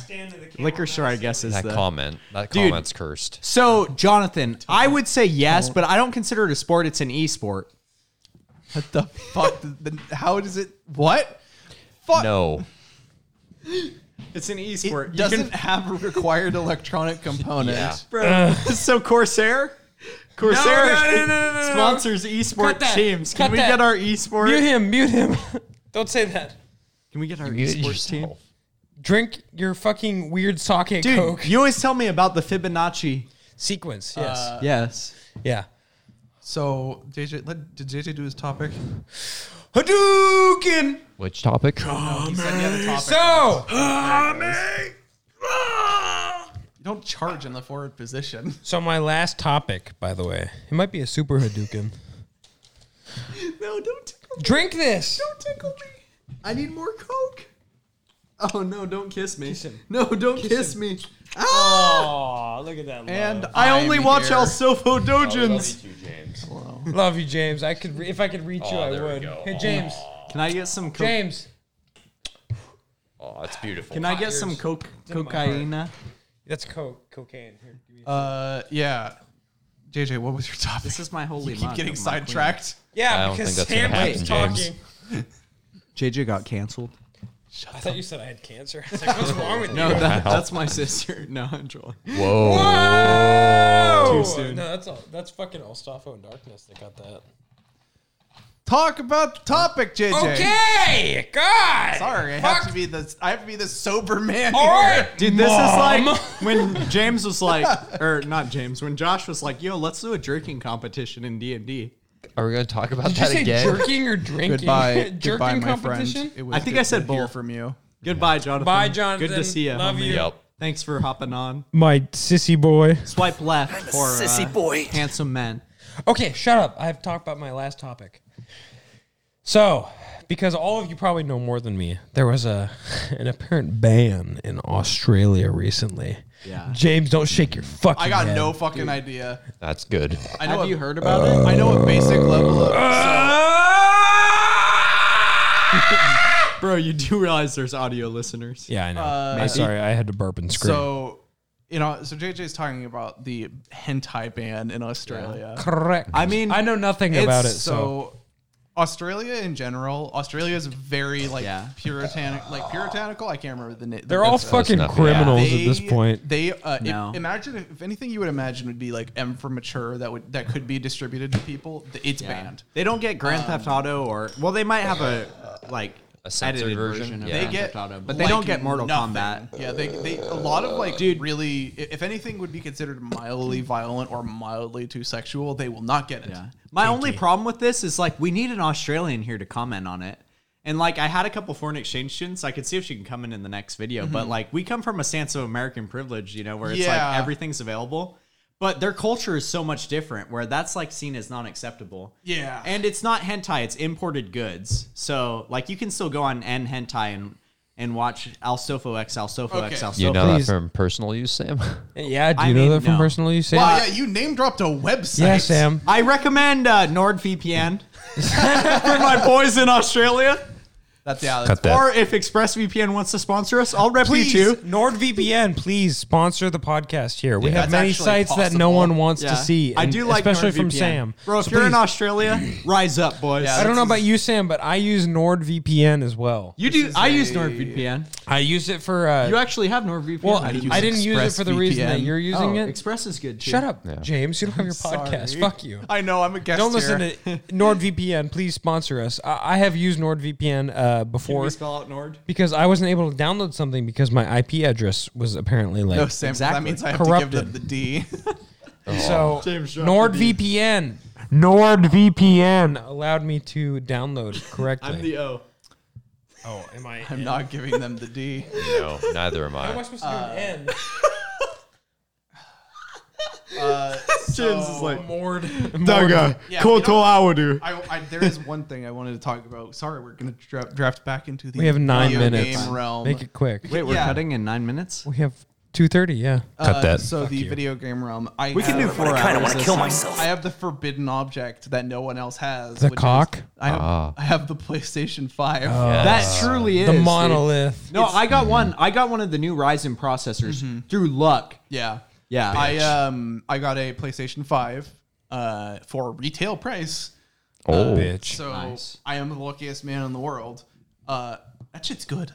Liquor store, I guess, is That the comment, that Dude. comment's cursed. So, Jonathan, I would say yes, but I don't consider it a sport. It's an e-sport. What the <laughs> fuck? The- the- How does it? What? Fuck. No, It's an It e-sport. You <laughs> doesn't can- have a required electronic component. <laughs> Yeah. so Corsair, Corsair no, no, no, no, no, no. sponsors Cut e-sport that. teams. Can Cut we that. get our e-sport? <laughs> Mute him, mute him. <laughs> Don't say that. Can we get our Mute e-sports team? yourself. Drink your fucking weird sake Dude, coke you always tell me about the Fibonacci. sequence. Yes. Uh, <laughs> Yes. yeah. So JJ, let, did JJ do his topic? Hadouken. Which topic? He said he had a topic. So You don't charge in the forward position. So my last topic, by the way, it might be a super Hadouken. No, don't tickle me. Drink this. Don't tickle me. I need more Coke. Oh, no, don't kiss me. No, don't kiss, me. Ah! Oh, look at that. Love. And I only I'm watch here. Oh, El Sofo Dojins. James. Love you, James. I could re- if I could reach you, I there we would. go. Hey, James. Can I get some Coke? James. Oh, that's beautiful. Can I get some Coke? Cocaina? That's coke, cocaine. Here, give me- Uh, yeah. JJ, what was your topic? This is my holy Keep month getting of my queen. sidetracked. yeah, I don't because think that's Sam gonna keeps happen, talking. James. JJ got canceled. I thought you said I had cancer. I was like, <laughs> what's wrong with No, you? that, <laughs> that's my sister. No, I'm trolling. Whoa. Oh, soon. no, that's all. That's fucking Ostafo and Darkness that got that. Talk about the topic, JJ. Okay, God. Sorry, I have to be the I have to be the sober man. All here. right. Dude, this is like when James was like, <laughs> or not James, when Josh was like, "Yo, let's do a drinking competition in D and D." Are we going to talk about Did you that say again? jerking or drinking? Goodbye, <laughs> jerking goodbye, my competition. friend. It was I think good I said to hear both. from you. Goodbye, Jonathan. Bye, Jonathan. Good to see you. Love homie. you. Yep. Thanks for hopping on. My sissy boy. Swipe left for uh, sissy boy. handsome men. Okay, shut up. I've talked about my last topic. So, because all of you probably know more than me, there was a <laughs> an apparent ban in Australia recently. Yeah. James, don't shake your fucking. I got head. no fucking idea. That's good. I know Have a- you heard about it? I know a basic level of. Uh, Bro, you do realize there's audio listeners. Yeah, I know. Uh, I'm sorry, I had to burp and scream. So, you know, so JJ's talking about the hentai ban in Australia. Correct. I mean, I know nothing about it. It's So, Australia in general, Australia is very like Yeah. puritanic, like puritanical. I can't remember the name. they're all fucking nothing. criminals at this point. They uh, No. if, imagine if, if anything you would imagine would be like M for mature that would that could be distributed to people. th- It's banned. They don't get Grand Theft Um, Auto or well, they might have a uh, like A censored edited version? version. of They Grand They get Theft Auto, but they don't like, get Mortal nothing. Kombat. Yeah, they, they a lot of like dude really i- if anything would be considered mildly violent or mildly too sexual, they will not get it. Yeah. My only problem with this is like we need an Australian here to comment on it. And like I had a couple foreign exchange students, I could see if she can come in in the next video. But like we come from a stance of American privilege, you know, where it's Mm-hmm. Yeah. like everything's available. But their culture is so much different, where that's like seen as non acceptable. Yeah. and it's not hentai; it's imported goods. So like you can still go on N hentai and and watch Al Sofo X Al Sofo Okay. X Al Sofo. You know please. that from personal use, Sam? Yeah, do you I know mean, that from no. personal use, Sam? Wow, yeah, you name dropped a website. yeah, Sam. I recommend uh, NordVPN <laughs> for my boys in Australia. That's yeah. That's Cut that. Or if ExpressVPN wants to sponsor us, I'll rep Please. you too. NordVPN, please sponsor the podcast here. We have that's many actually sites that no possible. one wants Yeah. to see. I and do like especially from NordVPN. Sam. Bro, if So you're in please- Australia, <clears throat> rise up, boys. Yeah, I don't know about This you, Sam, but I use NordVPN as well. you do. I use NordVPN. I use it for. Uh, You actually have NordVPN. well, I I, didn't use didn't use it for the reason that ExpressVPN. you're using Oh, it. Express is good. Too. Shut up, James. You don't have your podcast. Sorry. Fuck you. I know I'm a guest. Don't listen here. to <laughs> NordVPN. Please sponsor us. I, I have used NordVPN uh, Can before we spell out Nord? because I wasn't able to download something because my IP address was apparently like No, Sam. 'cause That Exactly. means I have to Corrupted. give them the D. <laughs> So James Shaw NordVPN, NordVPN allowed me to download correctly. I'm the uh, O. oh, am I? I'm <laughs> not giving them the D. <laughs> no, neither am Am I I. supposed to do an uh, N? James is like Mord. <laughs> Yeah, you know- Awadu. I, I, there is one thing I wanted to talk about. Sorry, we're going to dra- draft back into the We have nine video minutes. game realm. Make it quick. Wait, we're Yeah. cutting in nine minutes. We have two thirty. Yeah. Cut that. Uh, So the video game realm. I We can do have- four I kinda hours. wanna this kill time. myself. I have the forbidden object that no one else has. The is- cock? I have, Ah. I have the PlayStation Five. That truly is the dude. monolith. No, I got one. I got one of the new Ryzen processors through luck. yeah, Yeah. uh, I um, I got a PlayStation Five uh for retail price. Oh, Bitch. Uh, So Nice. I am the luckiest man in the world. Uh, that shit's good.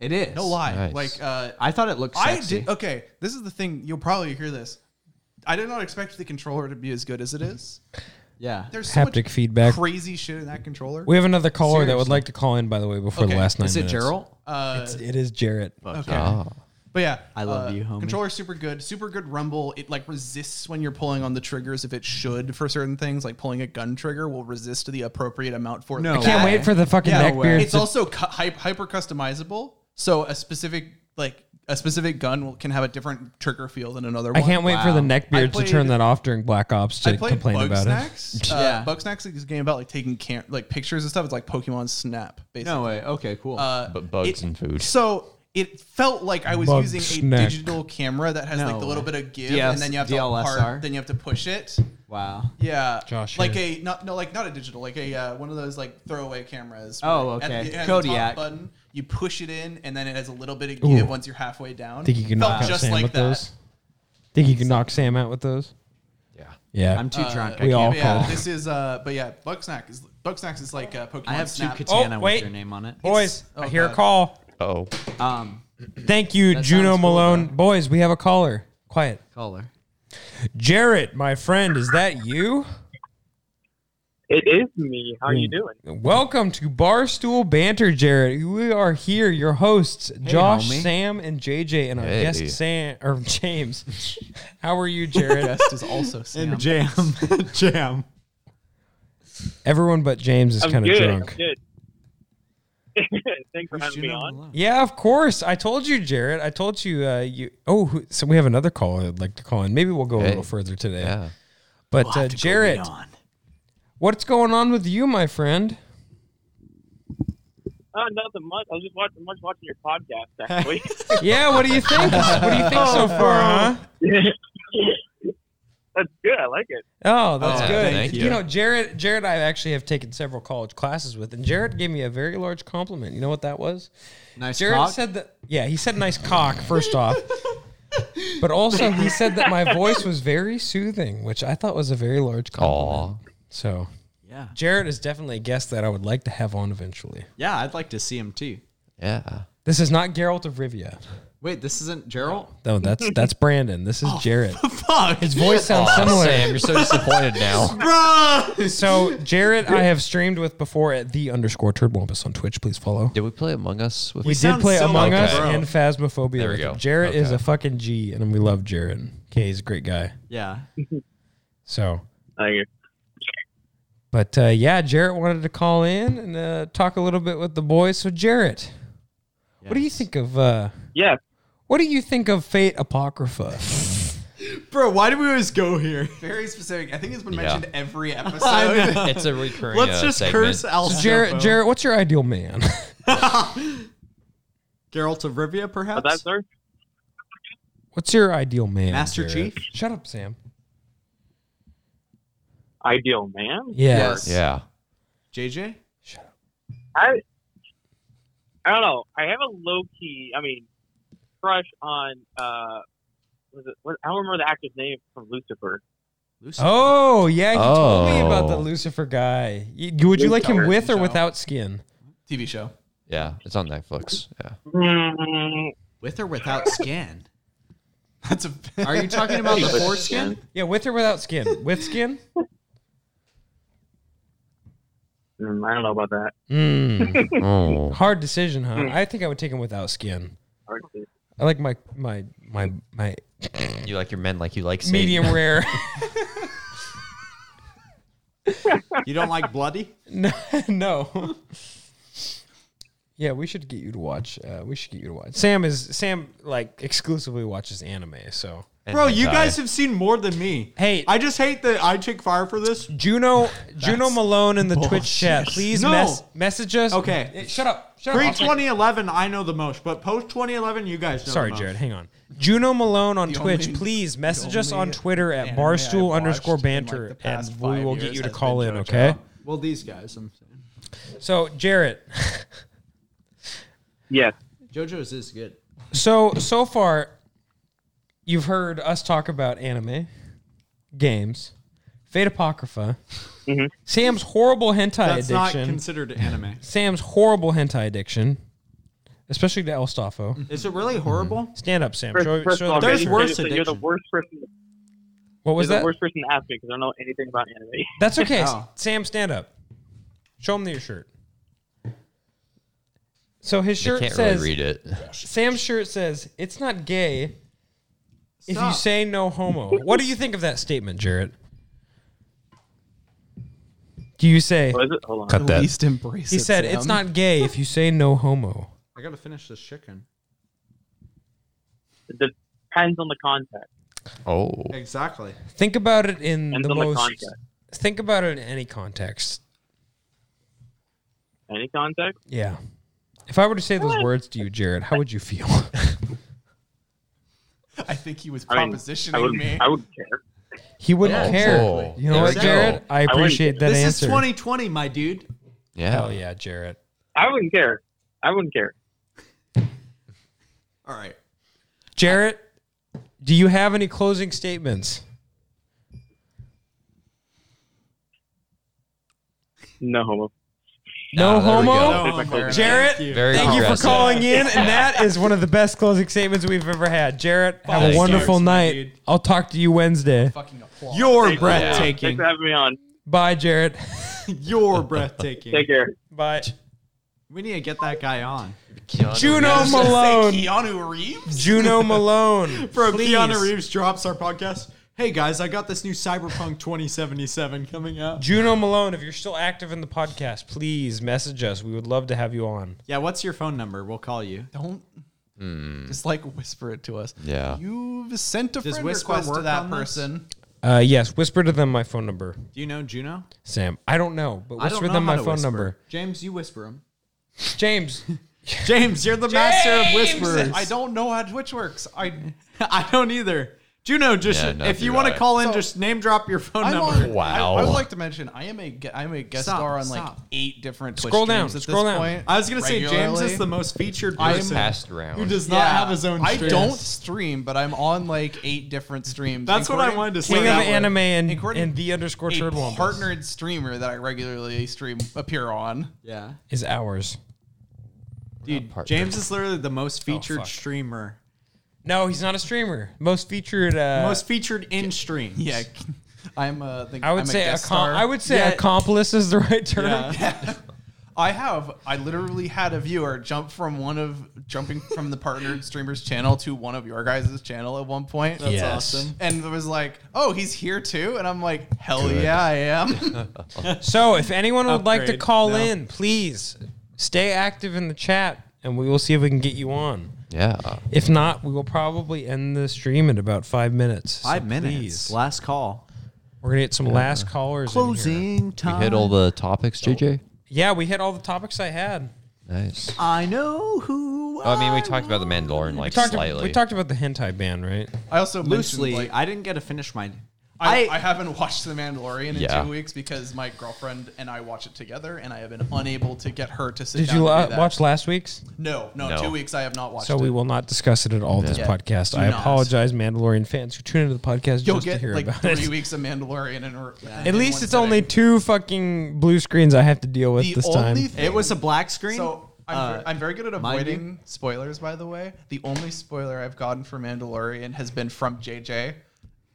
it is. No lie. Nice. Like uh, I thought it looked I sexy. did oh, okay. This is the thing. You'll probably hear this. I did not expect the controller to be as good as it is. yeah. There's so much Haptic feedback. crazy shit in that controller. We have another caller that would like to call in. By the way, before the Okay. last nine. Is it minutes. Gerald? Uh, It is Jarrett. okay. But yeah, I love you, homie. Controller's super good, super good rumble. It like resists when you're pulling on the triggers if it should for certain things, like pulling a gun trigger will resist the appropriate amount for. No. that. I Can't wait for the fucking Yeah, neck way. beard. It's also cu- hy- hyper customizable, so a specific like a a specific gun will, can have a different trigger feel than another I one. can't wait for the Wow. neckbeard I played- to turn that off during Black Ops I to played complain Bug about <laughs> Snacks. Uh, Yeah. Bug Snacks is a game about like taking cam- like pictures and stuff. It's like Pokemon Snap, basically. No way. Okay, cool. Uh, But bugs it- and food. So it felt like I was Bug using a snack. digital camera that has like the little bit of give, DS and then you have to DLSR? part, then you have to push it. wow. Yeah, Josh, like yeah. a not no like not a digital, like a uh, one of those like throwaway cameras. Oh, where okay. At the, it has a top Kodiak. button, you push it in, and then it has a little bit of Ooh. give once you're halfway down. it. Think you can Felt knock out just Sam like with that. those? Think you can knock Sam out with those? Yeah. Yeah. I'm too drunk. I we can't- all But Uh, yeah, called. this is uh, but yeah, Bugsnax is Bugsnax is like uh, Pokemon I have two Snap. katana Oh, with wait. your name on it. Boys, oh, I hear God. a call. Oh, Um, Thank you, That Juno sounds cool, Malone. though. Boys, we have a caller. Quiet. caller. Jarrett, my friend, is that you? It is me. How are you Mm. doing? Welcome to Barstool Banter, Jarrett. We are here, your hosts, Josh, homie. Sam, and JJ, and our Hey. guest Sam or <laughs> James. How are <laughs> you, Jarrett? Guest is also Sam. jam, jam. Everyone but James is I'm kind of good. drunk. I'm good. <laughs> Thanks for having me on. Yeah, of course. I told you, Jarrett. I told you. Uh, you. Oh, who- so we have another caller I'd like to call in. Maybe we'll go a Hey. little further today. yeah. But uh, Jarrett, what's going on with you, my friend? Uh, nothing much. I was just watching, much watching your podcast actually. Yeah, what do you think? what do you <laughs> think Oh. so far, huh? That's good. I like it. Oh, that's Oh, good. thank you. you. know, Jared, Jared, I actually have taken several college classes with, and Jared gave me a very large compliment. You know what that was? Nice Jared cock? said that. Yeah, he said nice cock <laughs> first off, but also he said that my voice was very soothing, which I thought was a very large compliment. Aw. So, Yeah. Jared is definitely a guest that I would like to have on eventually. Yeah, I'd like to see him too. Yeah. This is not Geralt of Rivia. Wait, this isn't Gerald. <laughs> No, that's that's Brandon. This is Oh, Jared. Fuck, His voice sounds similar. Sam, you're so disappointed now. bro. So Jared, I have streamed with before at the underscore turdwampus on Twitch. Please follow. <laughs> Did we play Among Us with We sound did play so Among like Us Bro. and Phasmophobia. There we with him. go. Jared is Okay. a fucking G, and we love Jared. Okay, he's a great guy. Yeah. So, Thank you. but uh, yeah, Jarrett wanted to call in and uh, talk a little bit with the boys. So Jarrett, what do you think of? Uh, Yeah. what do you think of Fate Apocrypha? Bro, why do we always go <laughs> here? Very specific. I think it's been Yeah. mentioned <laughs> every episode. <laughs> It's a recurring. Let's uh, just segment. curse Al. So Jarrett, Silvo. Jarrett, what's your ideal man? <laughs> Geralt of Rivia, perhaps. But that's sir. what's your ideal man? Master Jarrett? Chief? Shut up, Sam. Ideal man. Yeah. Yeah. JJ. I I don't know. I have a low key. I mean, crush on uh, was it? What, I don't remember the actor's name from Lucifer. Oh yeah, you told me about the Oh. Lucifer guy. You- would you like him Lucifer. with or No. without skin? TV show. Yeah. It's on Netflix. <laughs> Yeah. Mm, With or without skin? That's a. Are you talking about the foreskin? Yeah, with or without skin. With skin. mm, I don't know about that. <laughs> Mm. Oh. Hard decision, huh? I think I would take him without skin. Hard to- I like my my my my You like your men like you like Satan. medium rare. You don't like bloody? no, <laughs> no. Yeah, we should get you to watch. Uh, we should get you to watch. Sam is Sam like exclusively watches anime. So And Bro, you hentai. guys have seen more than me. hey, I just hate that I took fire for this. Juno Juno Malone in the Twitch chat, please No. mess, message us. Okay. Eh, shut up. Shut Pre up. I'll take- 2011, I know the most, but post 2011, you guys know. the Sorry, most. Jared. Hang on. Juno Malone on The Twitch. only- please message the us on only Twitter at anime I've barstool watched underscore in, like, banter, the past and we five will get years you to has call been in. JoJo. Okay. Well, these guys, I'm saying. So Jarrett, Yes. JoJo's is good. so so far, you've heard us talk about anime, games, Fate Apocrypha, Mhm. Sam's horrible hentai That's not addiction, considered anime. Sam's horrible hentai addiction, especially to Elstoffo. Is it Mm-hmm. really horrible? Stand up, Sam. First, Show, first show of all, the- there's you're, worse you're the- you're the addiction. worst person. what was you're that? the worst person to ask me because I don't know anything about anime. That's okay. Oh. Sam, stand up. Show him your shirt. So his I shirt can't says really read it. Sam's shirt says it's not gay if you Stop. say no homo. what do you think of that statement, Jarrett? Do you say What is it? Hold on. Cut At that. least embrace he it, said Sam. it's not gay if you say no homo? I gotta finish this chicken. It depends on the context. Oh, Exactly. Think about it in Depends the on the most. context. think about it in any context. Any context? Yeah. If I were to say those words to you, Jared, how would you feel? <laughs> I think he was Um, I mean, propositioning I would. me. I would care. he wouldn't Yeah, care. exactly. You know what, There you go. Jared? I appreciate that this answer. is 2020, my dude. yeah. Hell yeah, Jared. I wouldn't care. I wouldn't care. All right. Jarrett, do you have any closing statements? No homo. No Ah, there we homo. That's my closing- Jarrett, thank, Very you for progressive. calling in, and that is one of the best closing statements we've ever had. Jarrett, have Thank a you. wonderful Cheers, my night. dude. I'll talk to you Wednesday. Fucking applaud. You're Thanks breathtaking. for having me on. Bye, Jarrett. You're breathtaking. Take care. Bye. We need to get that guy on. Juno Malone. Keanu Reeves. Juno Malone. Bro, please. Keanu Reeves drops our podcast. Hey guys, I got this new Cyberpunk 2077 coming out. Juno Malone, if you're still active in the podcast, please message us. We would love to have you on. Yeah, what's your phone number? We'll call you. Don't just like whisper it to us. Yeah. You've sent a Does friend whisper request to work that on this? person. Uh, yes, whisper to them my phone number, Do you know Juno? Sam. I don't know, but I don't whisper know them how my to phone whisper. <laughs> number. James, you whisper him. James, James, you're the master of whispers. I don't know how Twitch works. <laughs> I I don't either. Juno, just Yeah, no, if you do want I. to call in, So- just name drop your phone I'm number. on, Wow. I, I would like to mention I am a ge- I'm a guest Stop, star on like stop. eight different Twitch Scroll down, streams at scroll this down. point. I was gonna say James regularly. is the most featured I'm person Passed round. who does not have his own. I streams. don't stream, but I'm on like eight different streams. That's what I including wanted to king say. of that one. anime and, According- and the underscore A third one partnered streamer that I regularly stream appear on. yeah, is ours. dude. partnered. James is literally the most featured Oh, fuck. streamer, No, he's not a streamer. Most featured. Uh, most featured in stream. Yeah, <laughs> I'm uh, the, I would I'm say a guest accom- star. I would say Yeah. accomplice is the <laughs> right term. <laughs> I have. I literally had a viewer jump from one of jumping from the partnered <laughs> streamer's channel to one of your guys' channel at one point. That's Yes. awesome. And it was like, "Oh, he's here too," and I'm like, "Hell yeah, I <laughs> am." <laughs> So, if anyone would like to Upgrade. call No. in, please stay active in the chat, and we will see if we can get you on. Yeah. If not, we will probably end the stream in about five minutes. So Five minutes. please. Last call. We're gonna get some last callers. In here. You time. hit all the topics, JJ? Yeah, we hit all the topics I had. Nice. I know who. I mean, we talked about the Mandalorian like We talked, slightly. we talked about the hentai ban, right? I also loosely. mentioned, like, I didn't get to finish my. I, I- I haven't watched The Mandalorian in Yeah. two weeks because my girlfriend and I watch it together, and I have been unable to get her to sit Did down. you to do la- that. watch last week's? No, no, No. two weeks. I have not watched. So it. we will not discuss it at all this Yeah. podcast. Do I not. apologize, Mandalorian fans who tune into the podcast You'll just to get hear like about three it. weeks of Mandalorian, and <laughs> At least it's only two fucking blue screens I have to deal with The this time. only thing It was a black screen. So I'm, ver- Uh, I'm very good at mind avoiding spoilers, by the way. The only spoiler I've gotten for Mandalorian has been from JJ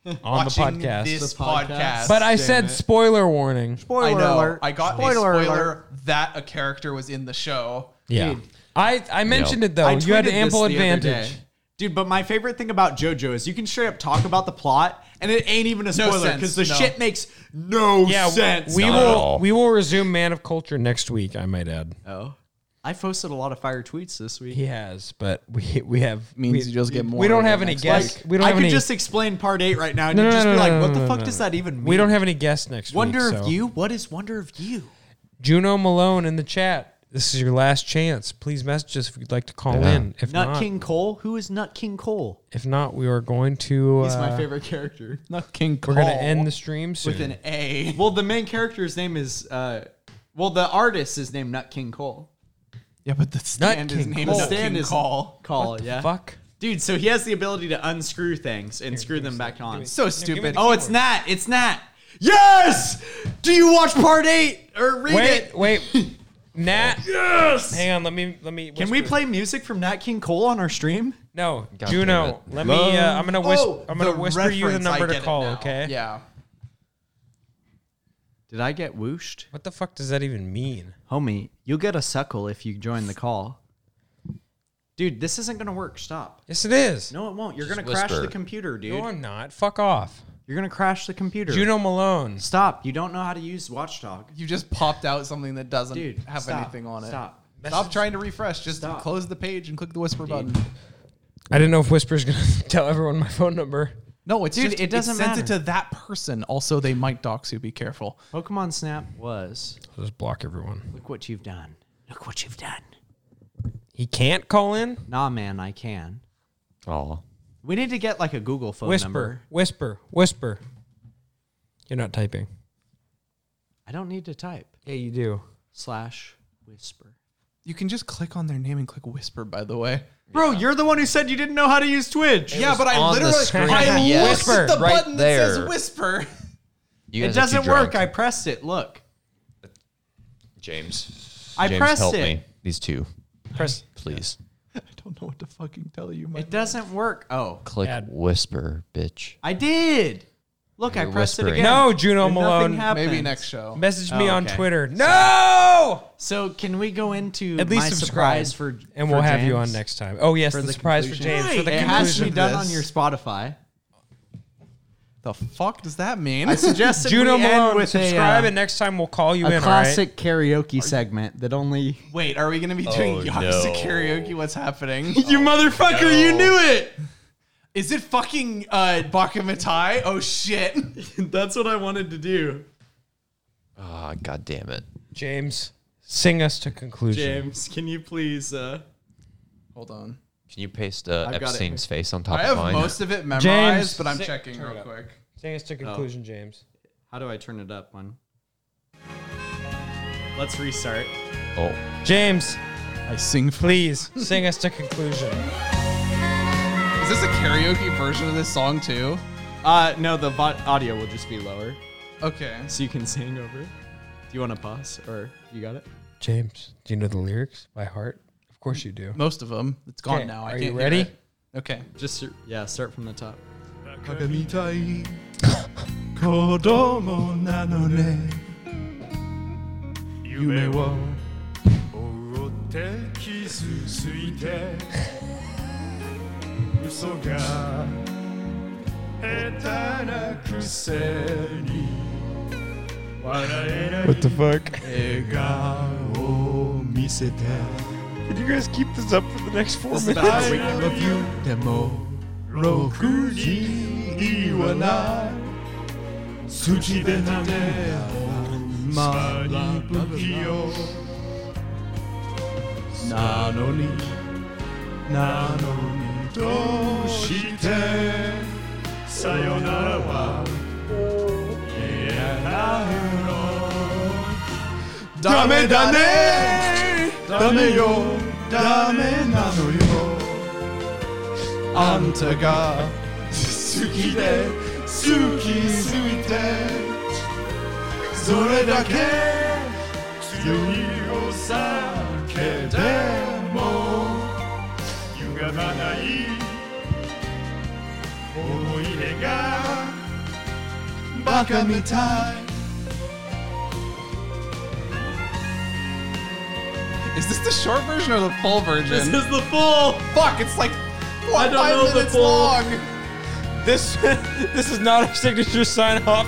on the watching podcast. This The podcast. podcast. but I Damn said it. spoiler warning. I spoiler know alert. I got a spoiler spoiler alert. that a character was in the show. Yeah. Dude. I, I mentioned it though. I Oh, you had tweeted ample this the other advantage. day. Dude, but my favorite thing about JoJo is you can straight up talk about the plot and it ain't even a spoiler sense, because the no. shit makes no Yeah, sense. we Not at will all. we will resume Man of Culture next week. I might add. Oh. I posted a lot of fire tweets this week. He has, but <laughs> we we have Means we, you just get more We don't of it have any next guests. We don't I have could any. just explain part eight right now and No, you'd no, just no, be no, like, no, what no, the fuck no, does no. that even mean? we don't have any guests next Wonder week. of so- You? What is Wonder of You? Juno Malone in the chat. This is your last chance. Please message us if you'd like to call Yeah. in. If Nut not, King Cole? Who is Nut King Cole? if not, we are going to. Uh, He's my favorite character. Not King We're going to end the stream soon. with an <laughs> A. Well, the main character's name is uh well, the artist is named Nut King Cole. Yeah, but the stand is King named Cole. Nut Stand King is- Call. Call, yeah. Fuck. Dude, so he has the ability to unscrew things and screw them back on. So stupid. Oh, it's Nat. It's Nat. Yes! Do you watch part eight or read Wait, it? wait. Nat. yes. Hang on. Let me. Let me. Can we play music from Nat King Cole on our stream? No, God damn Juno. it. Let me. Uh, I'm gonna whisper. Oh, I'm gonna the whisper you the reference, I number to get it call. now. Okay. Yeah. Did I get whooshed? What the fuck does that even mean? Homie, you'll get a suckle if you join the call. Dude, this isn't gonna work. Stop. Yes, it is. No, No, it won't. You're gonna crash whisper. the computer, dude. I'm not. Fuck off. You're gonna crash the computer. Juno Malone. Stop. You don't know how to use Watchdog. You just popped out something that doesn't Dude, have stop. anything on it. Stop. Stop trying to refresh. Just Stop. close the page and click the whisper button. I didn't know if Whisper's gonna <laughs> tell everyone my phone number. No, it's Dude, just, it doesn't sends it matter. to that person. Also, they might dox you. Be careful. Pokemon Snap was. I'll just block everyone. Look what you've done. Look what you've done. He can't call in. Nah, man, I can. Oh, We need to get like a Google phone whisper, number. whisper, whisper. You're not typing. I don't need to type. Yeah, you do. Slash whisper. You can just click on their name and click whisper. By the way, Bro, you're the one who said you didn't know how to use Twitch. yeah, but I on the literally screen. I Yes. looked at the Whisper, right button that there. says whisper. you It guys are too doesn't work. I drunk. pressed it. Look. James, I James, pressed help it. me. These two, Press please. I don't know what to fucking tell you. My It doesn't work. Oh, Click Add. whisper, bitch. I did. Look, I You're pressed it whispering. again. No, Juno And nothing Malone. happened. maybe next show. message me Oh, on okay. Twitter. No. So can we go into At least my subscribe, surprise for and for we'll have you James? on next time. Oh yes, the, the surprise for conclusion. James for the it has to be conclusion. done this. on your Spotify. The fuck does that mean? I <laughs> suggested Juno we end Malone, with subscribe, a, uh, and next time we'll call you a in. classic karaoke segment that only Wait, are we gonna be doing Oh, Yakuza no. karaoke? What's <laughs> happening? you motherfucker, you knew it. Is it fucking uh, Bakamatai? Oh shit! <laughs> That's what I wanted to do, Ah, god damn it. All right? James, sing us to conclusion. James. Can you please? Uh, Hold on. Can you paste uh, got it. Epstein's face on top I of have mine? most of it memorized, James. but I'm Sit- checking turn real it up. quick. Sing us to conclusion, James. how do I turn it up? One. Let's restart. oh, James, I sing. F- please sing us to conclusion. <laughs> Is this a karaoke version of this song too? Uh, no, the vo- audio will just be lower, Okay. so you can <laughs> sing over. it. Do you want to pause, or you got it? <laughs> James, do you know the lyrics by heart? Of course you do. Most of them. It's gone Okay, now. I are can't you hear ready? it. Okay. Just sur- yeah, start from the top. What the fuck? Is this the short version or the full version? is the full. Fuck! It's like four I don't five know the minutes full- long. This this is not our signature sign off,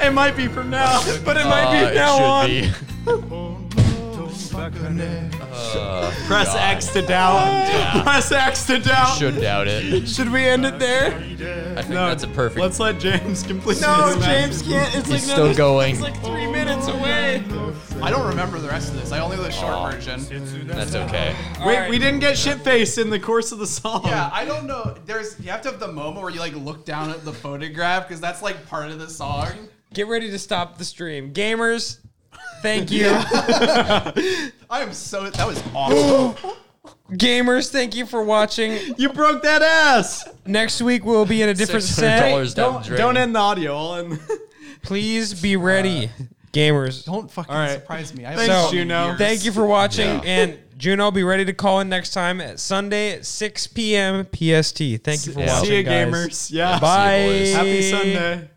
It might be from now. but it might be Ah, it from now on. should be. Oh, Press X to down. Press X to down. Should doubt it. Should we end it there? I think that's a perfect. Let's let James complete. No, this match. James can't. It's like He's still another- going. It's like three minutes away. I don't remember the rest of this. I only know the short Oh, version. That's okay. Wait, Alright. we didn't get shit faced in the course of the song. Yeah, I don't know. There's you have to have the moment where you like look down at the photograph because that's like part of the song. Get ready to stop the stream, gamers. <laughs> Thank you, I am so that was <gasps> awesome. gamers. Thank you for watching. You broke that ass. Next week we'll be in a different set. $600 down the drain. Don't end the audio. I'll end. Please be ready, gamers. don't fucking right. surprise me. I have Thanks, So, Juno. Thank you for watching, and Juno, be ready to call in next time at Sunday at 6 p.m. PST. Thank you for Yeah. <laughs> watching, See you, guys. gamers. Yeah. Bye. boys. Happy Sunday.